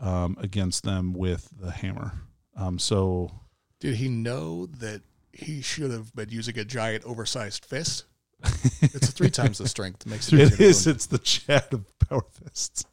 Speaker 4: um, against them with the hammer um, so
Speaker 3: Did he know that he should have been using a giant oversized fist? it's three times the strength. Makes it, easier
Speaker 4: it
Speaker 3: to
Speaker 4: is
Speaker 3: wound.
Speaker 4: it's the chat of power fists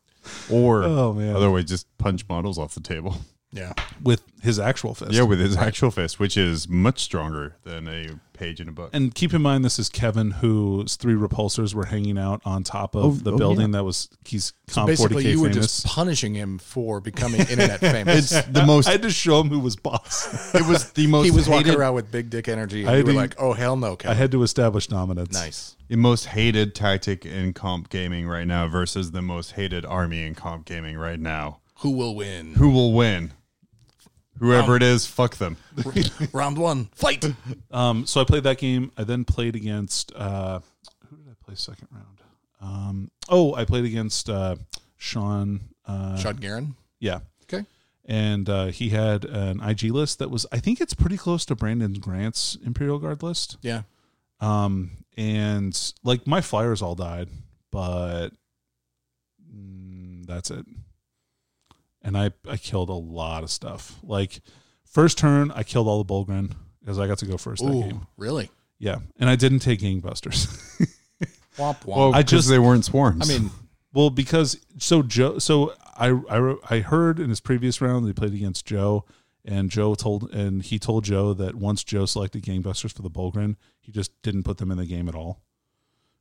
Speaker 1: Or
Speaker 4: oh man
Speaker 1: otherwise, just punch models off the table.
Speaker 3: Yeah.
Speaker 4: with his actual fist.
Speaker 1: Yeah, with his actual fist, which is much stronger than a page in a book.
Speaker 4: And keep in mind, this is Kevin, whose three repulsors were hanging out on top of
Speaker 1: Oh,
Speaker 4: the
Speaker 1: oh,
Speaker 4: building that was he's Comp
Speaker 3: Basically,
Speaker 4: 40K
Speaker 3: you were
Speaker 4: famous.
Speaker 3: just punishing him for becoming internet famous.
Speaker 1: the most.
Speaker 4: I had to show him who was boss.
Speaker 1: it was the most.
Speaker 3: he was walking
Speaker 1: hated,
Speaker 3: around with big dick energy, and
Speaker 4: I
Speaker 3: you were
Speaker 4: didn't-
Speaker 3: like, "Oh hell no,
Speaker 4: I
Speaker 3: Kevin."
Speaker 4: had to establish dominance.
Speaker 3: nice.
Speaker 1: the most hated tactic in comp gaming right now versus the most hated army in comp gaming right now.
Speaker 3: Who will win?
Speaker 1: Who will win? Whoever
Speaker 3: Um,
Speaker 1: it is, fuck them.
Speaker 3: Round one, fight.
Speaker 4: Um, so I played that game. I then played against uh, who did I play second round? Um, oh, I played against uh, Sean. Uh,
Speaker 3: Shot Garin.
Speaker 4: Yeah,
Speaker 3: Okay.
Speaker 4: and uh, he had an IG list that was I think it's pretty close to Brandon Grant's Imperial Guard list.
Speaker 3: Yeah.
Speaker 4: Um, and like my flyers all died, but mm, that's it. And I I killed a lot of stuff. Like first turn, I killed all the Bulgren because I got to go first that game.
Speaker 3: Ooh, really?
Speaker 4: Yeah, and I didn't take gangbusters.
Speaker 3: Womp womp.
Speaker 1: Well,
Speaker 4: I
Speaker 1: I
Speaker 4: just-
Speaker 1: just they weren't swarms.
Speaker 3: I mean,
Speaker 4: well, because so Joe, so I, I re- I heard in his previous round they played against Joe, and Joe told and he told Joe that once Joe selected gangbusters for the Bulgren, he just didn't put them in the game at all.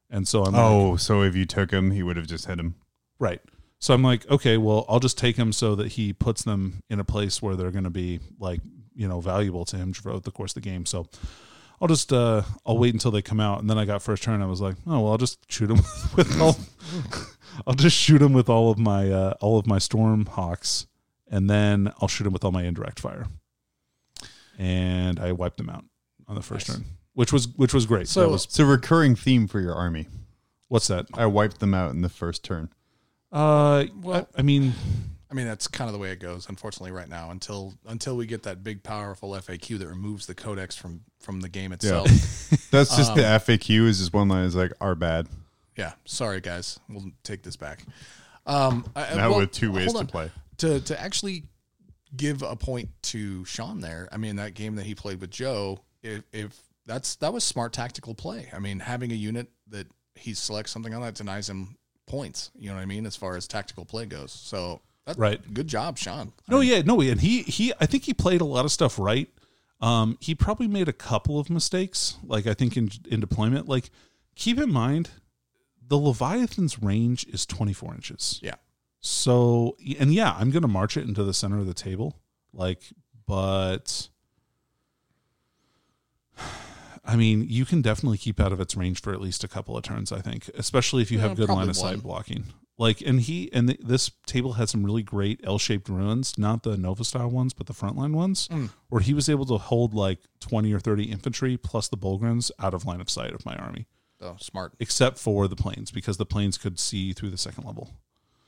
Speaker 4: And so I'm like,
Speaker 1: oh, so if you took him, he would have just hit him.
Speaker 4: right. So I'm like, okay, well, I'll just take him so that he puts them in a place where they're going to be like you know valuable to him throughout the course of the game. So. I'll just uh, I'll wait until they come out, and then I got first turn. I was like, oh well, I'll just shoot him with all. I'll just shoot him with all of my uh, all of my storm hawks, and then I'll shoot him with all my indirect fire. And I wiped them out on the first
Speaker 3: Nice.
Speaker 4: turn, which was which was great.
Speaker 3: So-
Speaker 4: That was-
Speaker 1: It's a recurring theme for your army.
Speaker 4: what's that?
Speaker 1: I wiped them out in the first turn.
Speaker 4: Uh,
Speaker 3: Well-
Speaker 4: I, I mean,
Speaker 3: I mean, that's kind of the way it goes, unfortunately, right now. Until until we get that big, powerful FAQ that removes the codex from from the game itself. Yeah.
Speaker 1: That's just
Speaker 3: Um,
Speaker 1: the FAQ. Is just one line is like, "Our bad."
Speaker 3: sorry, guys. We'll take this back. Um, I,
Speaker 1: Now
Speaker 3: well,
Speaker 1: with two ways
Speaker 3: hold
Speaker 1: to
Speaker 3: on.
Speaker 1: play.
Speaker 3: to to actually give a point to Sean there. I mean, that game that he played with Joe, if if that's that was smart tactical play. I mean, having a unit that he selects something on that denies him points. You know what I mean, as far as tactical play goes. So that's
Speaker 4: Right.
Speaker 3: Good job, Sean.
Speaker 4: no, yeah, no, and he he I think he played a lot of stuff right. Um, he probably made a couple of mistakes, like I think in in deployment. Like, keep in mind, the Leviathan's range is twenty four inches.
Speaker 3: Yeah.
Speaker 4: So and yeah, I'm gonna march it into the center of the table. Like, but I mean, you can definitely keep out of its range for at least a couple of turns. I think, especially if you
Speaker 3: Yeah,
Speaker 4: have good line
Speaker 3: probably
Speaker 4: of sight
Speaker 3: one.
Speaker 4: blocking. Like, and he and th this table had some really great L-shaped ruins, not the Nova style ones, but the frontline ones,
Speaker 3: Mm.
Speaker 4: where he was able to hold like twenty or thirty infantry plus the Bulgrins out of line of sight of my army,
Speaker 3: So smart.
Speaker 4: except for the planes because the planes could see through the second level.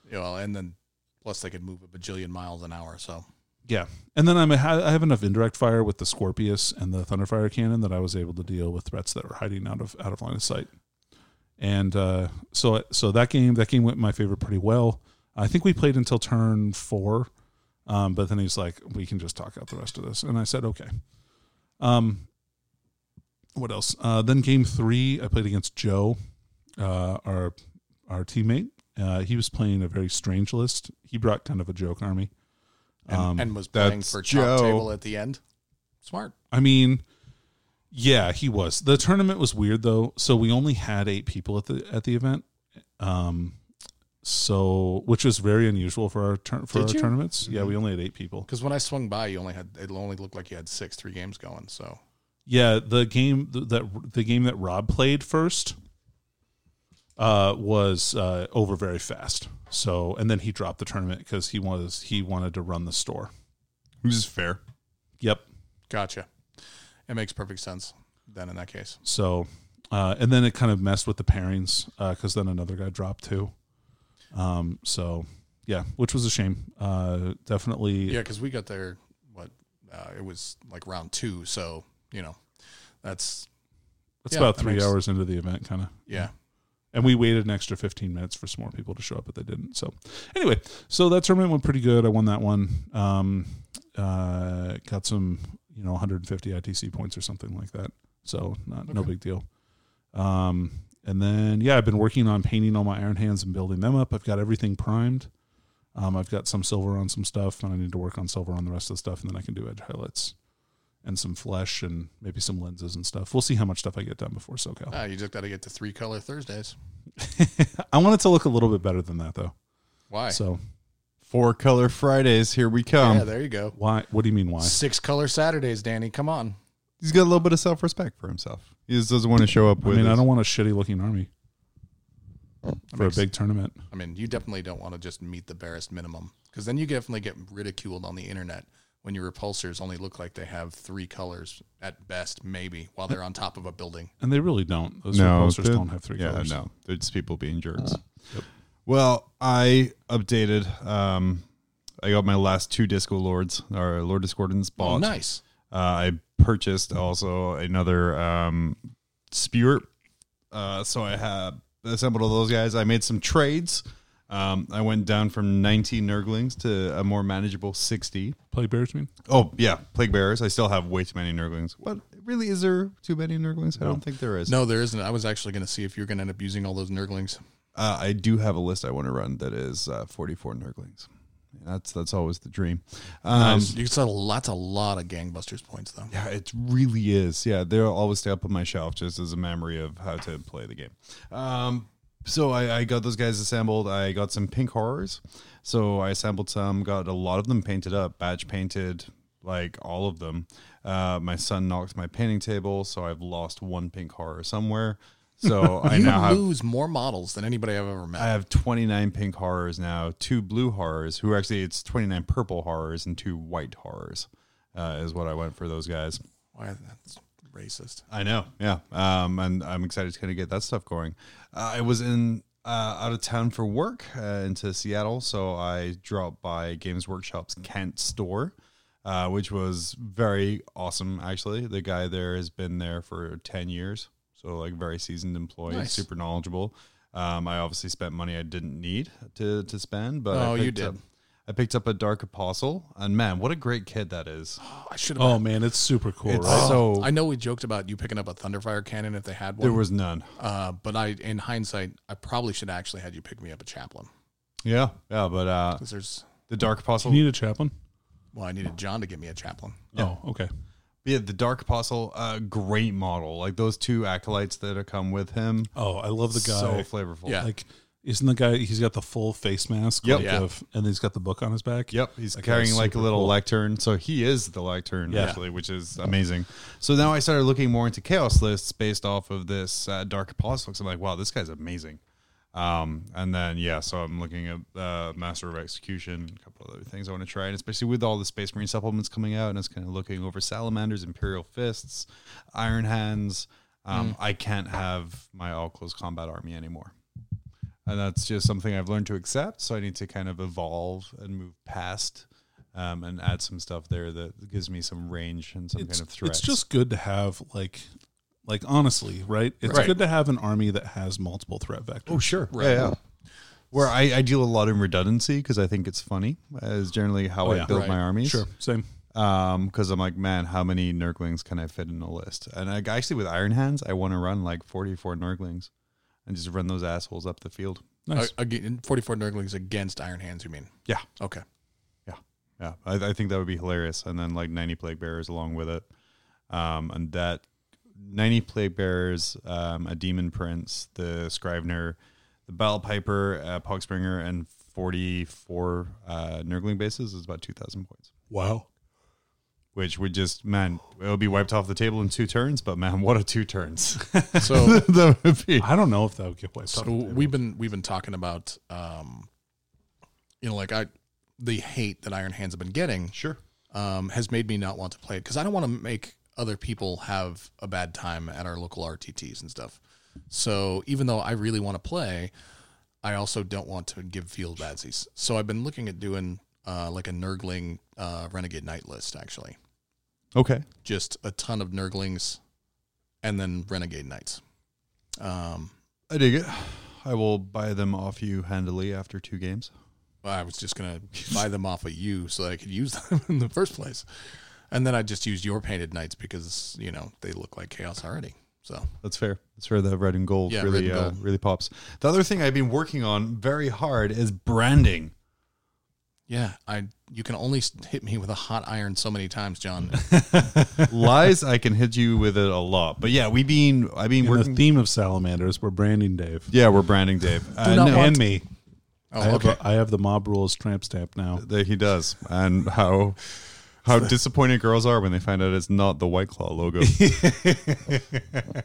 Speaker 3: You know, and then plus they could move a bajillion miles an hour. So
Speaker 4: Yeah, and then I'm a, I have enough indirect fire with the Scorpius and the Thunderfire cannon that I was able to deal with threats that were hiding out of out of line of sight. And uh, so so that game that game went in my favor pretty well. I think we played until turn four, um, but then he's like, "We can just talk out the rest of this," and I said, "Okay." Um, what else? Uh, then game three, I played against Joe, uh, our our teammate. Uh, he was playing a very strange list. He brought kind of a joke army.
Speaker 3: and,
Speaker 4: Um,
Speaker 3: and was playing
Speaker 1: that's
Speaker 3: for
Speaker 1: Joe.
Speaker 3: top table at the end. Smart.
Speaker 4: I mean, yeah, he was. The tournament was weird though, so we only had eight people at the at the event, um, so which was very unusual for our turn for
Speaker 3: Did
Speaker 4: our
Speaker 3: you? Mm-hmm.
Speaker 4: tournaments. Yeah, we only had eight people.
Speaker 3: Because when I swung by, you only had it only looked like you had six three games going. So
Speaker 4: Yeah, the game th- that the game that Rob played first uh, was uh, over very fast. So and then he dropped the tournament because he was he wanted to run the store.
Speaker 1: Which is fair.
Speaker 4: Yep.
Speaker 3: Gotcha. It makes perfect sense then in that case.
Speaker 4: So uh, and then it kind of messed with the pairings because then another guy dropped too. Um, so yeah, which was a shame. Uh, definitely.
Speaker 3: Yeah, because we got there, what, uh, it was like round two. So, you know, that's,
Speaker 4: It's
Speaker 3: Yeah,
Speaker 4: about
Speaker 3: that
Speaker 4: three
Speaker 3: makes-
Speaker 4: hours into the event, kind of.
Speaker 3: yeah.
Speaker 4: And we waited an extra 15 minutes for some more people to show up, but they didn't. So, anyway, so that tournament went pretty good. I won that one. Um, uh, got some, you know, 150 ITC points or something like that. So, not no
Speaker 3: Okay.
Speaker 4: big deal. Um, and then, yeah, I've been working on painting all my iron hands and building them up. I've got everything primed.
Speaker 2: Um, I've got some silver on some stuff, and I need to work on silver on the rest of the stuff, and then I can do edge highlights and some flesh and maybe some lenses and stuff. We'll see how much stuff I get done before SoCal.
Speaker 3: Ah, you just got to get to three color Thursdays.
Speaker 2: I want it to look a little bit better than that, though.
Speaker 3: Why?
Speaker 2: So
Speaker 1: Four color Fridays, here we come.
Speaker 3: yeah, there you go.
Speaker 2: why? What do you mean why?
Speaker 3: Six color Saturdays, Danny. Come on.
Speaker 1: He's got a little bit of self respect for himself. He just doesn't want to show up
Speaker 2: I
Speaker 1: with.
Speaker 2: mean, I
Speaker 1: his-
Speaker 2: don't want a shitty looking army for a
Speaker 3: makes-
Speaker 2: big tournament.
Speaker 3: I mean, you definitely don't want to just meet the barest minimum because then you definitely get ridiculed on the internet when your repulsors only look like they have three colors at best, maybe, while they're on top of a building.
Speaker 2: And they really don't. Those
Speaker 1: no,
Speaker 2: repulsors
Speaker 1: they're-
Speaker 2: don't have three
Speaker 1: yeah,
Speaker 2: colors. Uh,
Speaker 1: no, they're just people being jerks. Well, I updated. Um, I got my last two Disco Lords, or Lord Discordance bought.
Speaker 3: Oh, nice.
Speaker 1: Uh, I purchased also another um, spewer. Uh, so I have assembled all those guys. I made some trades. Um, I went down from 19 Nurglings to a more manageable 60.
Speaker 2: Play bears mean?
Speaker 1: Oh, yeah, Plague Bearers. I still have way too many Nurglings. What? Really? Is there too many Nurglings? I don't think there is.
Speaker 3: No, there isn't. I was actually going to see if you're going to end up using all those Nurglings.
Speaker 1: Uh, I do have a list I want to run that is uh, 44 Nurglings. That's that's always the dream. Um,
Speaker 3: you can sell lots, a lot of gangbusters points though.
Speaker 1: Yeah, it really is. Yeah, they'll always stay up on my shelf just as a memory of how to play the game. Um, so I, I got those guys assembled. I got some pink horrors. So I assembled some, got a lot of them painted up, batch painted, like all of them. Uh, my son knocked my painting table, so I've lost one pink horror somewhere. So I
Speaker 3: you
Speaker 1: now have
Speaker 3: lose more models than anybody I've ever met.
Speaker 1: I have 29 pink horrors now, two blue horrors, who actually it's 29 purple horrors and two white horrors, uh, is what I went for those guys.
Speaker 3: Why? That's racist.
Speaker 1: I know. Yeah. Um, and I'm excited to kind of get that stuff going. Uh, I was in uh, out of town for work uh, into Seattle, so I dropped by Games Workshop's Kent store, uh, which was very awesome. Actually, the guy there has been there for ten years, so like very seasoned employee,
Speaker 3: Nice.
Speaker 1: super knowledgeable. Um, I obviously spent money I didn't need to to spend, but I
Speaker 3: Oh, you
Speaker 1: picked
Speaker 3: did.
Speaker 1: up- I picked up a Dark Apostle, and man, what a great kid that is!
Speaker 3: Oh, I should have.
Speaker 2: Oh man, it's super cool,
Speaker 1: It's
Speaker 2: right?
Speaker 1: so
Speaker 3: Oh, I know we joked about you picking up a Thunderfire cannon if they had one.
Speaker 1: there was none.
Speaker 3: uh, but I, in hindsight, I probably should have actually had you pick me up a chaplain
Speaker 1: Yeah, yeah, but uh,
Speaker 3: because there's.
Speaker 1: the Dark Apostle
Speaker 2: You need a chaplain?
Speaker 3: Well, I needed John to get me a chaplain.
Speaker 2: Oh, okay.
Speaker 1: Yeah, the Dark Apostle, uh, great model. Like those two acolytes that have come with him,
Speaker 2: Oh, I love the guy.
Speaker 1: so flavorful.
Speaker 3: Yeah.
Speaker 2: like, isn't the guy? He's got the full face mask.
Speaker 1: Yep.
Speaker 2: like,
Speaker 3: Yeah.
Speaker 2: of- and he's got the book on his back.
Speaker 1: Yep, he's
Speaker 2: That guy's
Speaker 1: carrying like a
Speaker 2: super
Speaker 1: little
Speaker 2: cool.
Speaker 1: lectern, so he is the lectern
Speaker 2: Yeah.
Speaker 1: actually, which is amazing. So now I started looking more into chaos lists based off of this uh, Dark Apostle. 'cause I'm like, wow, this guy's amazing. Um, and then yeah, so I'm looking at uh, Master of Execution, a couple other things I want to try, and especially with all the Space Marine supplements coming out, and it's kind of looking over Salamanders, Imperial Fists, Iron Hands. Um,
Speaker 2: Mm.
Speaker 1: I can't have my all close combat army anymore and that's just something I've learned to accept. So I need to kind of evolve and move past, um, and add some stuff there that gives me some range and some
Speaker 2: It's,
Speaker 1: kind of threats.
Speaker 2: it's just good to have like, like honestly, right? It's
Speaker 1: Right.
Speaker 2: good to have an army that has multiple threat vectors.
Speaker 1: oh sure,
Speaker 3: Right.
Speaker 1: yeah, yeah. Where I, I deal a lot in redundancy because I think it's funny is generally how
Speaker 2: Oh,
Speaker 1: I
Speaker 2: yeah.
Speaker 1: build
Speaker 3: Right.
Speaker 1: my armies.
Speaker 2: sure, same.
Speaker 1: Um, because I'm like, man, how many Nurglings can I fit in a list? And I actually with Iron Hands, I want to run like 44 Nurglings, and just run those assholes up the field.
Speaker 2: Nice.
Speaker 3: A- again, 44 Nurglings against Iron Hands, you mean?
Speaker 1: Yeah.
Speaker 3: Okay.
Speaker 1: Yeah, I, I think that would be hilarious, and then like ninety plague bearers along with it, um, and that ninety plague bearers, um, a demon prince, the scrivener, the battle piper, uh, pogspringer, and forty four uh, nurgling bases is about two thousand points,
Speaker 2: wow.
Speaker 1: which would just man, it would be wiped off the table in two turns. But man, what a two turns
Speaker 3: So,
Speaker 1: that would be!
Speaker 2: I don't know if that would get wiped.
Speaker 3: so
Speaker 2: off.
Speaker 3: we've been we've been talking about, um, you know, like I, the hate that Iron Hands have been getting
Speaker 1: Sure,
Speaker 3: um, has made me not want to play it because I don't want to make other people have a bad time at our local RTTs and stuff. So even though I really want to play, I also don't want to give field badsies. So I've been looking at doing uh, like a Nurgling uh, Renegade Knight list actually,
Speaker 1: okay,
Speaker 3: just a ton of Nurglings, and then Renegade Knights. Um,
Speaker 1: I dig it. I will buy them off you handily after two games.
Speaker 3: I was just gonna buy them off of you so that I could use them in the first place, and then I just used your painted knights because you know they look like chaos already. So
Speaker 1: That's fair. That's fair. The red and gold
Speaker 3: Yeah,
Speaker 1: really
Speaker 3: red and
Speaker 1: uh,
Speaker 3: gold.
Speaker 1: really pops. The other thing I've been working on very hard is branding.
Speaker 3: Yeah, I. You can only s- hit me with a hot iron so many times, John. Oh,
Speaker 1: Lies, I can hit you with it a lot. But yeah, we been I mean
Speaker 4: And
Speaker 1: we're
Speaker 4: the theme of salamanders, we're branding Dave
Speaker 1: yeah we're branding Dave. Uh,
Speaker 4: and,
Speaker 3: not want-
Speaker 4: and me. I,
Speaker 3: Oh,
Speaker 4: have a-
Speaker 3: okay.
Speaker 4: I have the mob rules tramp stamp now.
Speaker 1: there he does, and how how disappointed girls are when they find out it's not the White Claw logo.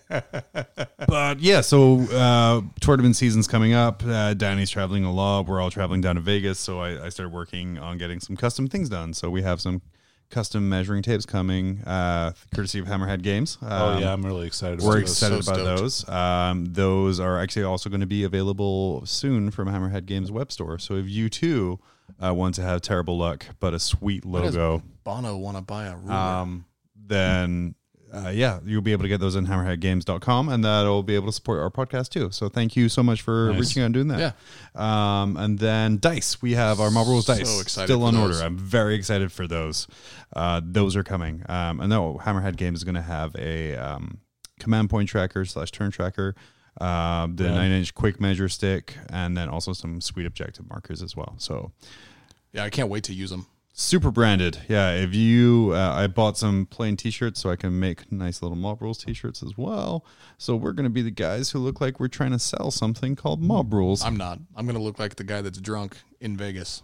Speaker 1: but yeah, so uh, tournament season's coming up. Uh, Danny's traveling a lot. We're all traveling down to Vegas, so I, I started working on getting some custom things done. So we have some custom measuring tapes coming, uh, courtesy of Hammerhead Games.
Speaker 4: Oh
Speaker 1: Um,
Speaker 4: yeah, I'm really excited.
Speaker 1: We're
Speaker 4: about this.
Speaker 1: excited
Speaker 3: so
Speaker 1: about
Speaker 3: stoked.
Speaker 1: those. Um, those are actually also going to be available soon from Hammerhead Games web store. So if you too uh, want to have terrible luck but a sweet
Speaker 3: does
Speaker 1: logo,
Speaker 3: Bono want to buy a ruler.
Speaker 1: um, then uh, yeah, you'll be able to get those in hammerheadgames.com and that'll be able to support our podcast too. So thank you so much for
Speaker 4: Nice.
Speaker 1: reaching out and doing that. Yeah. Um, and then dice, we have our Marble Rules
Speaker 3: So
Speaker 1: dice
Speaker 3: excited
Speaker 1: still
Speaker 3: for
Speaker 1: on
Speaker 3: those.
Speaker 1: order. I'm very excited for those. Uh, those are coming. Um, and no, Hammerhead Games is going to have a um, command point tracker slash turn tracker, uh, the
Speaker 4: Yeah.
Speaker 1: nine inch quick measure stick, and then also some sweet objective markers as well. So
Speaker 3: yeah, I can't wait to use them.
Speaker 1: super branded yeah if you uh, i bought some plain t-shirts so i can make nice little mob rules t-shirts as well so we're going to be the guys who look like we're trying to sell something called mob rules i
Speaker 3: I'm not. I'm gonna look like the guy that's drunk in Vegas.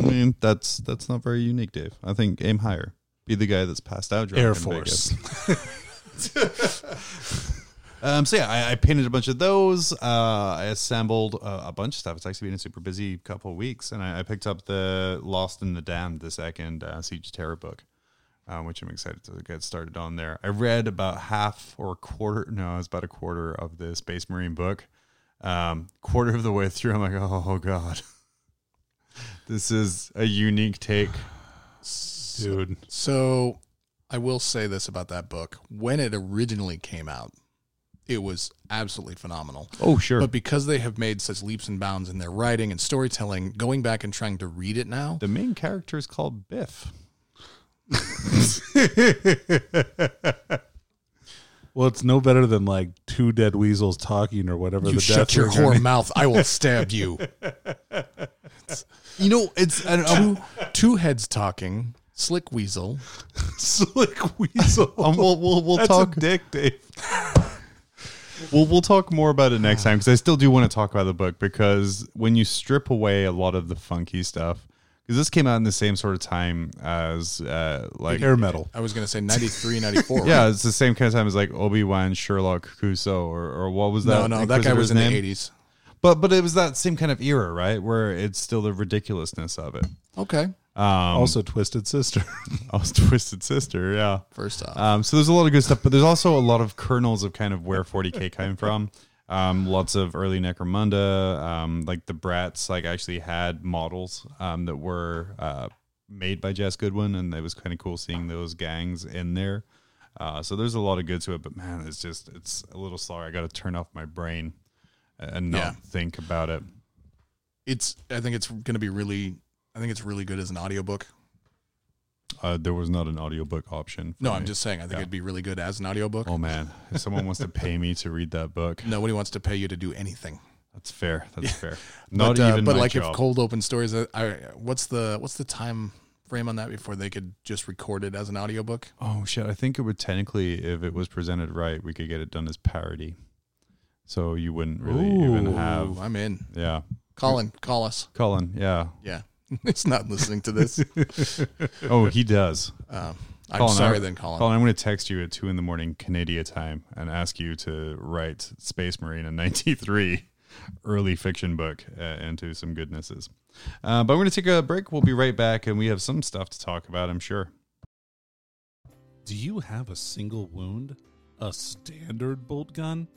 Speaker 1: mean that's that's not very unique dave i think aim higher be the guy that's passed out drunk
Speaker 4: Air
Speaker 1: in
Speaker 4: Force.
Speaker 1: Vegas. um so yeah I, I painted a bunch of those uh i assembled uh, a bunch of stuff it's actually been a super busy couple of weeks and i, I picked up the lost in the damned the second uh, siege of terror book um, which I'm excited to get started on there. I read about half or a quarter, no, it's about a quarter of the Space Marine book. Um, quarter of the way through, I'm like, oh god, this is a unique take.
Speaker 4: dude.
Speaker 3: So I will say this about that book: when it originally came out, it was absolutely phenomenal.
Speaker 1: Oh sure,
Speaker 3: But because they have made such leaps and bounds in their writing and storytelling, going back and trying to read it now,
Speaker 1: the main character is called Biff.
Speaker 4: Well, it's no better than like two dead weasels talking or whatever.
Speaker 3: you
Speaker 4: the
Speaker 3: shut
Speaker 4: death
Speaker 3: your
Speaker 4: ring-
Speaker 3: whore mouth. I will stab you.
Speaker 1: You know, it's and
Speaker 3: two, two heads talking. Slick Weasel.
Speaker 4: slick weasel.
Speaker 1: um, we'll we'll, we'll
Speaker 4: That's
Speaker 1: talk.
Speaker 4: a dick, Dave.
Speaker 1: We'll, we'll talk more about it next time because I still do want to talk about the book because when you strip away a lot of the funky stuff, because this came out in the same sort of time as uh, like
Speaker 4: Air metal.
Speaker 3: I was going to say 93, 94.
Speaker 1: Yeah,
Speaker 3: right?
Speaker 1: it's the same kind of time as like Obi Wan, Sherlock, Crusoe, or, or what was
Speaker 3: No,
Speaker 1: that?
Speaker 3: no, that guy
Speaker 1: Inquisitor's
Speaker 3: was in
Speaker 1: name?
Speaker 3: the 80s.
Speaker 1: But but it was that same kind of era, right? Where it's still the ridiculousness of it.
Speaker 3: Okay. Um,
Speaker 4: also, Twisted Sister.
Speaker 1: I was Twisted Sister, yeah.
Speaker 3: First off,
Speaker 1: Um, so there's a lot of good stuff, but there's also a lot of kernels of kind of where 40k came from. Um, lots of early Necromunda, um, like the Brats, like actually had models um, that were uh, made by Jess Goodwin, and it was kind of cool seeing those gangs in there. Uh, so there's a lot of good to it, but man, it's just it's a little slower. I got to turn off my brain and not
Speaker 3: Yeah.
Speaker 1: think about it.
Speaker 3: it's I think it's going to be really I think it's really good as an audiobook.
Speaker 1: Uh, there was not an audiobook option. for
Speaker 3: No,
Speaker 1: me.
Speaker 3: I'm just saying I think it'd be really good as an audiobook.
Speaker 1: Oh man, if someone wants to pay me to read that book,
Speaker 3: Nobody wants to pay you to do anything.
Speaker 1: That's fair. That's fair. Not
Speaker 3: but, uh,
Speaker 1: even
Speaker 3: but
Speaker 1: my
Speaker 3: like
Speaker 1: job.
Speaker 3: if cold open stories I, I, what's the what's the time frame on that before they could just record it as an audiobook?
Speaker 1: oh shit! I think it would technically, if it was presented right, we could get it done as parody. So you wouldn't really even
Speaker 3: Ooh,
Speaker 1: have.
Speaker 3: I'm in.
Speaker 1: Yeah,
Speaker 3: Colin, call us.
Speaker 1: Colin. Yeah.
Speaker 3: Yeah. He's not listening to this.
Speaker 1: Oh, he does.
Speaker 3: Uh, I'm
Speaker 1: Colin,
Speaker 3: sorry
Speaker 1: I-
Speaker 3: then, Colin.
Speaker 1: Colin, I'm going to text you at two in the morning Canada time and ask you to write Space Marine in '93 early fiction book uh, into some goodnesses. Uh, but we're going to take a break. We'll be right back, and we have some stuff to talk about. I'm sure.
Speaker 4: Do you have a single wound? A standard bolt gun?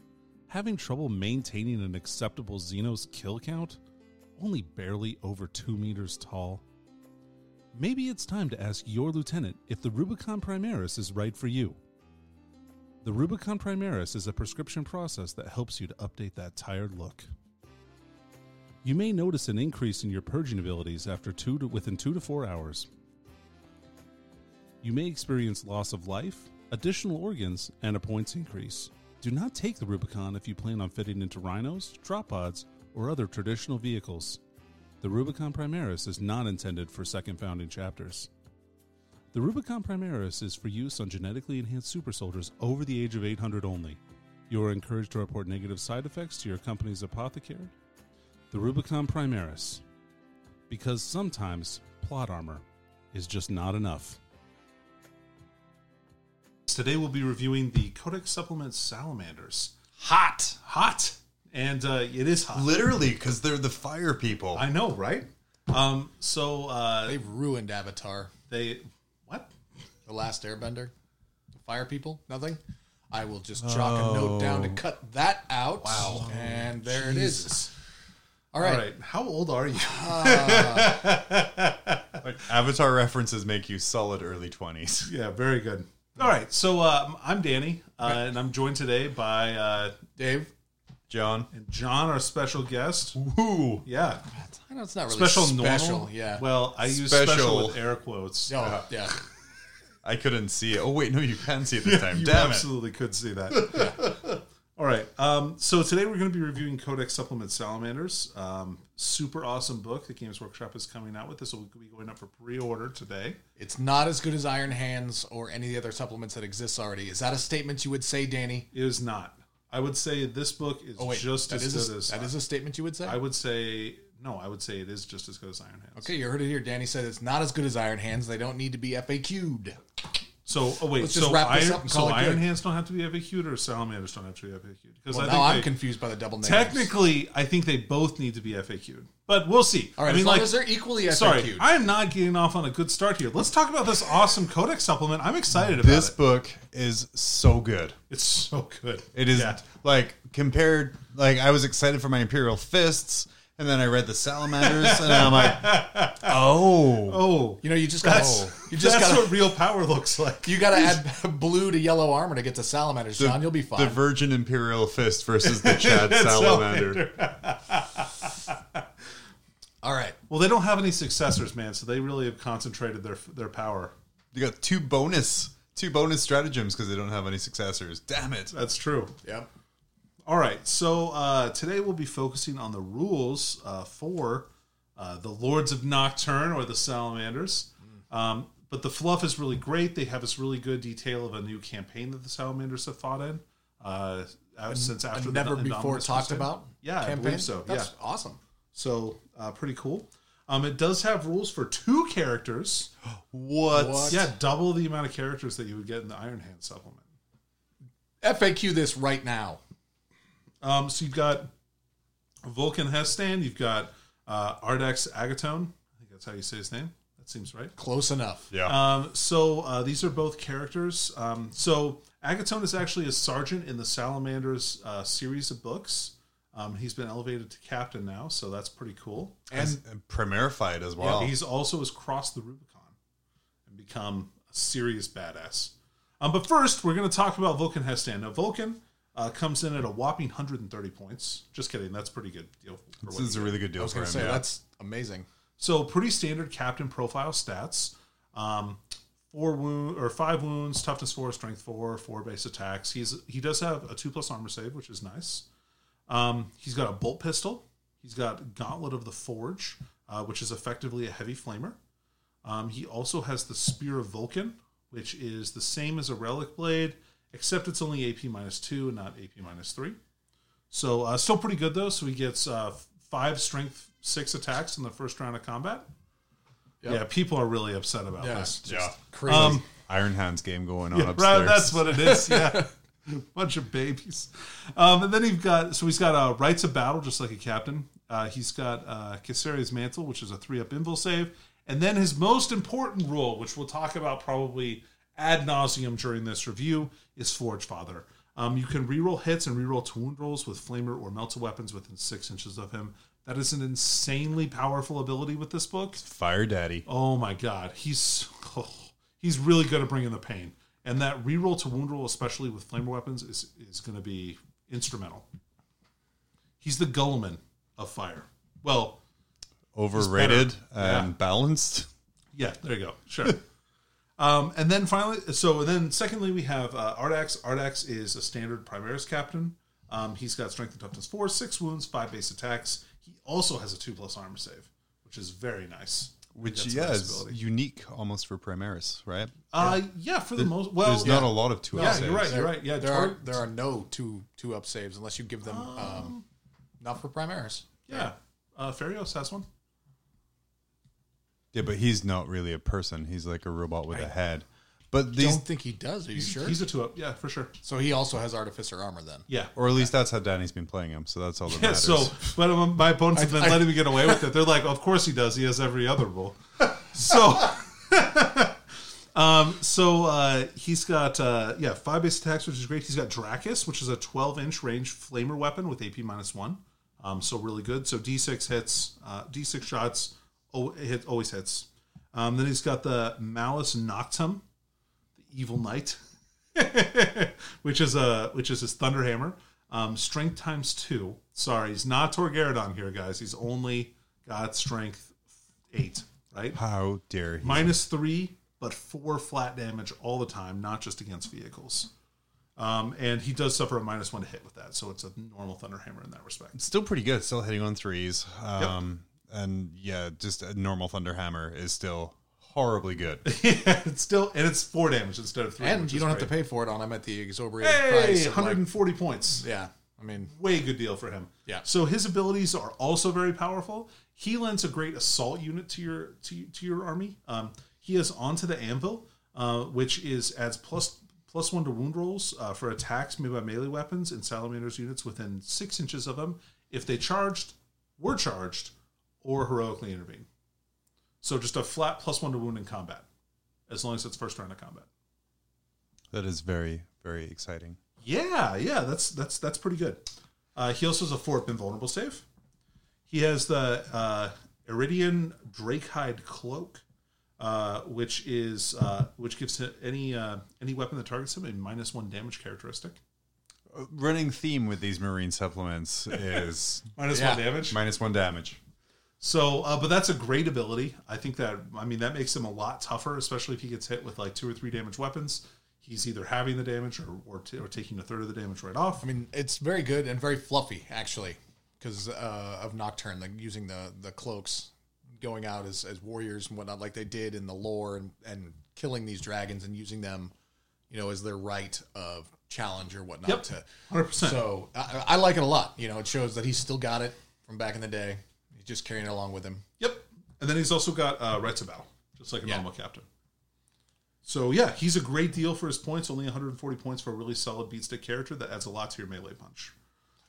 Speaker 4: Having trouble maintaining an acceptable Xeno's kill count? Only barely over 2 meters tall? Maybe it's time to ask your lieutenant if the Rubicon Primaris is right for you. The Rubicon Primaris is a prescription process that helps you to update that tired look. You may notice an increase in your purging abilities after two to, within 2 to 4 hours. You may experience loss of life, additional organs, and a points increase. Do not take the Rubicon if you plan on fitting into rhinos, drop pods, or other traditional vehicles. The Rubicon Primaris is not intended for second founding chapters. The Rubicon Primaris is for use on genetically enhanced super soldiers over the age of 800 only. You are encouraged to report negative side effects to your company's apothecary. The Rubicon Primaris. Because sometimes plot armor is just not enough. Today we'll be reviewing the Codex Supplement Salamanders.
Speaker 6: Hot.
Speaker 4: Hot! And uh, it is hot.
Speaker 6: Literally, because they're the fire people.
Speaker 4: I know, right? Um, so uh,
Speaker 3: They've ruined Avatar,
Speaker 4: they. What?
Speaker 3: The Last Airbender, the Fire People. Nothing. I will just chalk a note down
Speaker 1: Oh.
Speaker 3: to cut that out. Wow. And there it is. All right.
Speaker 4: All right. How old are you?
Speaker 1: Avatar references make you solid early 20s.
Speaker 4: Yeah, very good. All right, so um, I'm Danny, uh, and I'm joined today by uh,
Speaker 3: Dave.
Speaker 1: John.
Speaker 4: John, our special guest.
Speaker 1: Woo!
Speaker 4: Yeah,
Speaker 3: I know it's not really
Speaker 4: special,
Speaker 3: special.
Speaker 4: normal.
Speaker 3: Yeah.
Speaker 4: Well, I use
Speaker 1: Special.
Speaker 4: special with air quotes.
Speaker 3: No, yeah.
Speaker 1: I couldn't see it. Oh, wait, no, you can see it this time.
Speaker 4: you
Speaker 1: Damn it.
Speaker 4: absolutely could see that. All right. Um, so today we're going to be reviewing Codex Supplement Salamanders. Um, super awesome book that Games Workshop is coming out with. This will be going up for pre-order today.
Speaker 3: It's not as good as Iron Hands or any of the other supplements that exists already. Is that a statement you would say, Danny?
Speaker 4: It is not. I would say this book is
Speaker 3: Oh wait,
Speaker 4: just
Speaker 3: that
Speaker 4: as
Speaker 3: is
Speaker 4: good
Speaker 3: a,
Speaker 4: as
Speaker 3: that is a statement you would say.
Speaker 4: I would say no. I would say it is just as good as Iron Hands.
Speaker 3: okay, you heard it here. Danny said it's not as good as Iron Hands. They don't need to be FAQ'd.
Speaker 4: So oh wait,
Speaker 3: Let's
Speaker 4: so
Speaker 3: just wrap
Speaker 4: iron,
Speaker 3: this up and
Speaker 4: so
Speaker 3: call it
Speaker 4: iron
Speaker 3: good.
Speaker 4: hands don't have to be FAQ'd or salamanders don't have to be FAQ'd because
Speaker 3: Well,
Speaker 4: I
Speaker 3: now
Speaker 4: think
Speaker 3: I'm
Speaker 4: they,
Speaker 3: confused by the double negatives.
Speaker 4: technically I think they both need to be FAQ'd, but we'll see.
Speaker 3: all right.
Speaker 4: I mean
Speaker 3: as long
Speaker 4: like
Speaker 3: as they're equally FAQ'd.
Speaker 4: sorry, I'm not getting off on a good start here. Let's talk about this awesome codex supplement. I'm excited about
Speaker 1: This
Speaker 4: it.
Speaker 1: book is so good.
Speaker 4: It's so good.
Speaker 1: It is
Speaker 4: Yeah.
Speaker 1: like compared, like I was excited for my Imperial Fists, and then I read the Salamanders, and I'm like, oh.
Speaker 4: Oh,
Speaker 3: you know, you just got
Speaker 4: that's
Speaker 3: you just
Speaker 4: that's
Speaker 3: got
Speaker 4: what real power looks like.
Speaker 3: you got to add blue to yellow armor to get to salamanders, John. You'll be fine.
Speaker 1: The Virgin Imperial Fist versus the Chad Salamander.
Speaker 3: all right.
Speaker 4: Well, they don't have any successors, man, so they really have concentrated their their power.
Speaker 1: You got two bonus, two bonus stratagems because they don't have any successors. Damn it.
Speaker 4: That's true.
Speaker 3: Yep.
Speaker 4: All right, so uh, today we'll be focusing on the rules uh, for uh, the Lords of Nocturne or the Salamanders.
Speaker 3: Mm.
Speaker 4: Um, but the fluff is really great. They have this really good detail of a new campaign that the Salamanders have fought in uh, out- since
Speaker 3: A
Speaker 4: after
Speaker 3: never
Speaker 4: the
Speaker 3: before
Speaker 4: Indominus
Speaker 3: talked
Speaker 4: Crusade.
Speaker 3: about.
Speaker 4: Yeah, I
Speaker 3: campaign.
Speaker 4: believe so.
Speaker 3: That's
Speaker 4: yeah,
Speaker 3: awesome.
Speaker 4: so uh, pretty cool. Um, it does have rules for two characters.
Speaker 1: What?
Speaker 3: What?
Speaker 4: Yeah, double the amount of characters that you would get in the Iron Hand supplement.
Speaker 3: FAQ this right now.
Speaker 4: Um, so you've got Vulcan Hestan, you've got uh, Ardax Agatone. I think that's how you say his name. That seems right.
Speaker 3: Close enough.
Speaker 1: Yeah.
Speaker 4: Um, so uh, these are both characters. Um, so Agatone is actually a sergeant in the Salamanders uh, series of books. Um, he's been elevated to captain now, so that's pretty cool.
Speaker 1: and, and primerified as well.
Speaker 4: He's also has crossed the Rubicon and become a serious badass. Um, but first, we're going to talk about Vulcan Hestan. Now, Vulcan uh, comes in at a whopping 130 points. Just kidding. That's a pretty good deal. For what
Speaker 1: this
Speaker 4: he
Speaker 1: is a really good deal
Speaker 3: I was
Speaker 1: for
Speaker 3: going
Speaker 1: him.
Speaker 3: to say
Speaker 1: yeah.
Speaker 3: that's amazing.
Speaker 4: So pretty standard captain profile stats. Um, four wound or five wounds, toughness four, strength four, four base attacks. He's he does have a two plus armor save, which is nice. Um, he's got a bolt pistol. He's got gauntlet of the forge, uh, which is effectively a heavy flamer. Um, he also has the spear of Vulcan, which is the same as a relic blade, except it's only AP minus two and not AP minus three. So uh, still pretty good though. So he gets uh, f- five strength, six attacks in the first round of combat. Yeah, people are really upset about
Speaker 3: Yeah.
Speaker 4: this.
Speaker 1: yeah.
Speaker 3: Crazy.
Speaker 4: Um,
Speaker 1: Iron Hands game going on
Speaker 4: Yeah,
Speaker 1: upstairs.
Speaker 4: right, that's what it is. Yeah, bunch of babies. Um, and then he's got so he's got uh, rights of battle, just like a captain. Uh, he's got uh, Kasseri's mantle, which is a three up invul save, and then his most important rule, which we'll talk about probably ad nauseum during this review, is Forge Father. Um, you can reroll hits and reroll to wound rolls with flamer or melted weapons within six inches of him. That is an insanely powerful ability with this book.
Speaker 1: Fire Daddy.
Speaker 4: Oh my god, he's he's really good at bringing the pain, and that reroll to wound roll, especially with flamer weapons, is is going to be instrumental. He's the Gulliman of fire. Well,
Speaker 1: Overrated
Speaker 4: Yeah.
Speaker 1: and balanced.
Speaker 4: yeah, there you go. Sure. um, and then finally, so then secondly, we have uh, Ardax. Ardax is a standard Primaris captain. Um, he's got strength and toughness four, six wounds, five base attacks. He also has a two plus armor save, which is very nice.
Speaker 1: Which
Speaker 3: That's a
Speaker 1: yeah, is
Speaker 3: possibility.
Speaker 1: unique almost for Primaris, right?
Speaker 4: Uh, yeah, for the most well,
Speaker 1: There's
Speaker 4: Oh, yeah.
Speaker 1: not a lot of two.
Speaker 4: Yeah, you're right. You're right. Yeah, Oh.
Speaker 3: there
Speaker 4: Tor-
Speaker 3: are there are no two two up saves unless you give them um, not for Primaris.
Speaker 4: Yeah, uh, Ferios has one.
Speaker 1: Yeah, but he's not really a person. He's like a robot with a head. But
Speaker 3: I
Speaker 1: these,
Speaker 3: don't think he does. Are you sure?
Speaker 4: He's a two up. Yeah, for sure.
Speaker 3: so he also has Artificer armor then.
Speaker 4: Yeah.
Speaker 1: or at least that's how Danny's been playing him. So that's all that
Speaker 4: Yeah,
Speaker 1: matters.
Speaker 4: so but um, my opponents have been
Speaker 3: I-
Speaker 4: letting me get away with it. They're like, of course he does. He has every other rule. So, um, so uh, he's got uh, yeah five base attacks, which is great. He's got Dracus, which is a twelve inch range flamer weapon with AP minus one. Um, so really good. So D six hits, uh, D six shots. Oh, it hit, always hits. Um, then he's got the Malus Noctum, the Evil Knight, which is a which is his thunder hammer. Um, strength times two. Sorry, he's not Torgaridon here, guys. He's only got strength eight, right?
Speaker 1: how dare he?
Speaker 4: Minus three, but four flat damage all the time, not just against vehicles. Um, and he does suffer a minus one to hit with that, so it's a normal thunder hammer in that respect.
Speaker 1: Still pretty good. Still hitting on threes. Um, and yeah, just a normal thunder hammer is still horribly good.
Speaker 4: yeah, it's still and it's four damage instead of three.
Speaker 3: And
Speaker 4: which
Speaker 3: you
Speaker 4: is
Speaker 3: don't have to
Speaker 4: great.
Speaker 3: pay for it on him at the exorbitant
Speaker 4: Hey,
Speaker 3: price. of, like-
Speaker 4: 140 points.
Speaker 3: yeah, I mean,
Speaker 4: way good deal for him.
Speaker 3: Yeah.
Speaker 4: So his abilities are also very powerful. He lends a great assault unit to your to, to your army. Um, he is onto the anvil, uh, which is adds plus plus one to wound rolls uh, for attacks made by melee weapons and salamanders units within six inches of him if they charged, were charged, or heroically intervene. So just a flat plus one to wound in combat, as long as it's first round of combat.
Speaker 1: that is very, very exciting.
Speaker 4: Yeah, yeah, that's that's that's pretty good. Uh, he also has a four up invulnerable save. He has the uh, Iridian Drakehide cloak, uh, which is uh, which gives him any uh, any weapon that targets him a minus one damage characteristic.
Speaker 1: Uh, Running theme with these marine supplements is
Speaker 4: Minus
Speaker 3: Yeah.
Speaker 4: one damage.
Speaker 1: minus one damage.
Speaker 4: So, uh, but that's a great ability. I think that I mean that makes him a lot tougher, especially if he gets hit with like two or three damage weapons. He's either having the damage or or, t- or taking a third of the damage right off.
Speaker 3: I mean, it's very good and very fluffy actually, because uh, of Nocturne, like using the the cloaks, going out as, as warriors and whatnot, like they did in the lore, and and killing these dragons and using them, you know, as their right of challenge or whatnot.
Speaker 4: Yep.
Speaker 3: To
Speaker 4: 100%.
Speaker 3: so I, I like it a lot. You know, it shows that he's still got it from back in the day. He's just carrying it along with him.
Speaker 4: Yep. And then he's also got uh, rights of battle, just like a
Speaker 3: Yeah.
Speaker 4: normal captain. So yeah, he's a great deal for his points. Only 140 points for a really solid beatstick character that adds a lot to your melee punch.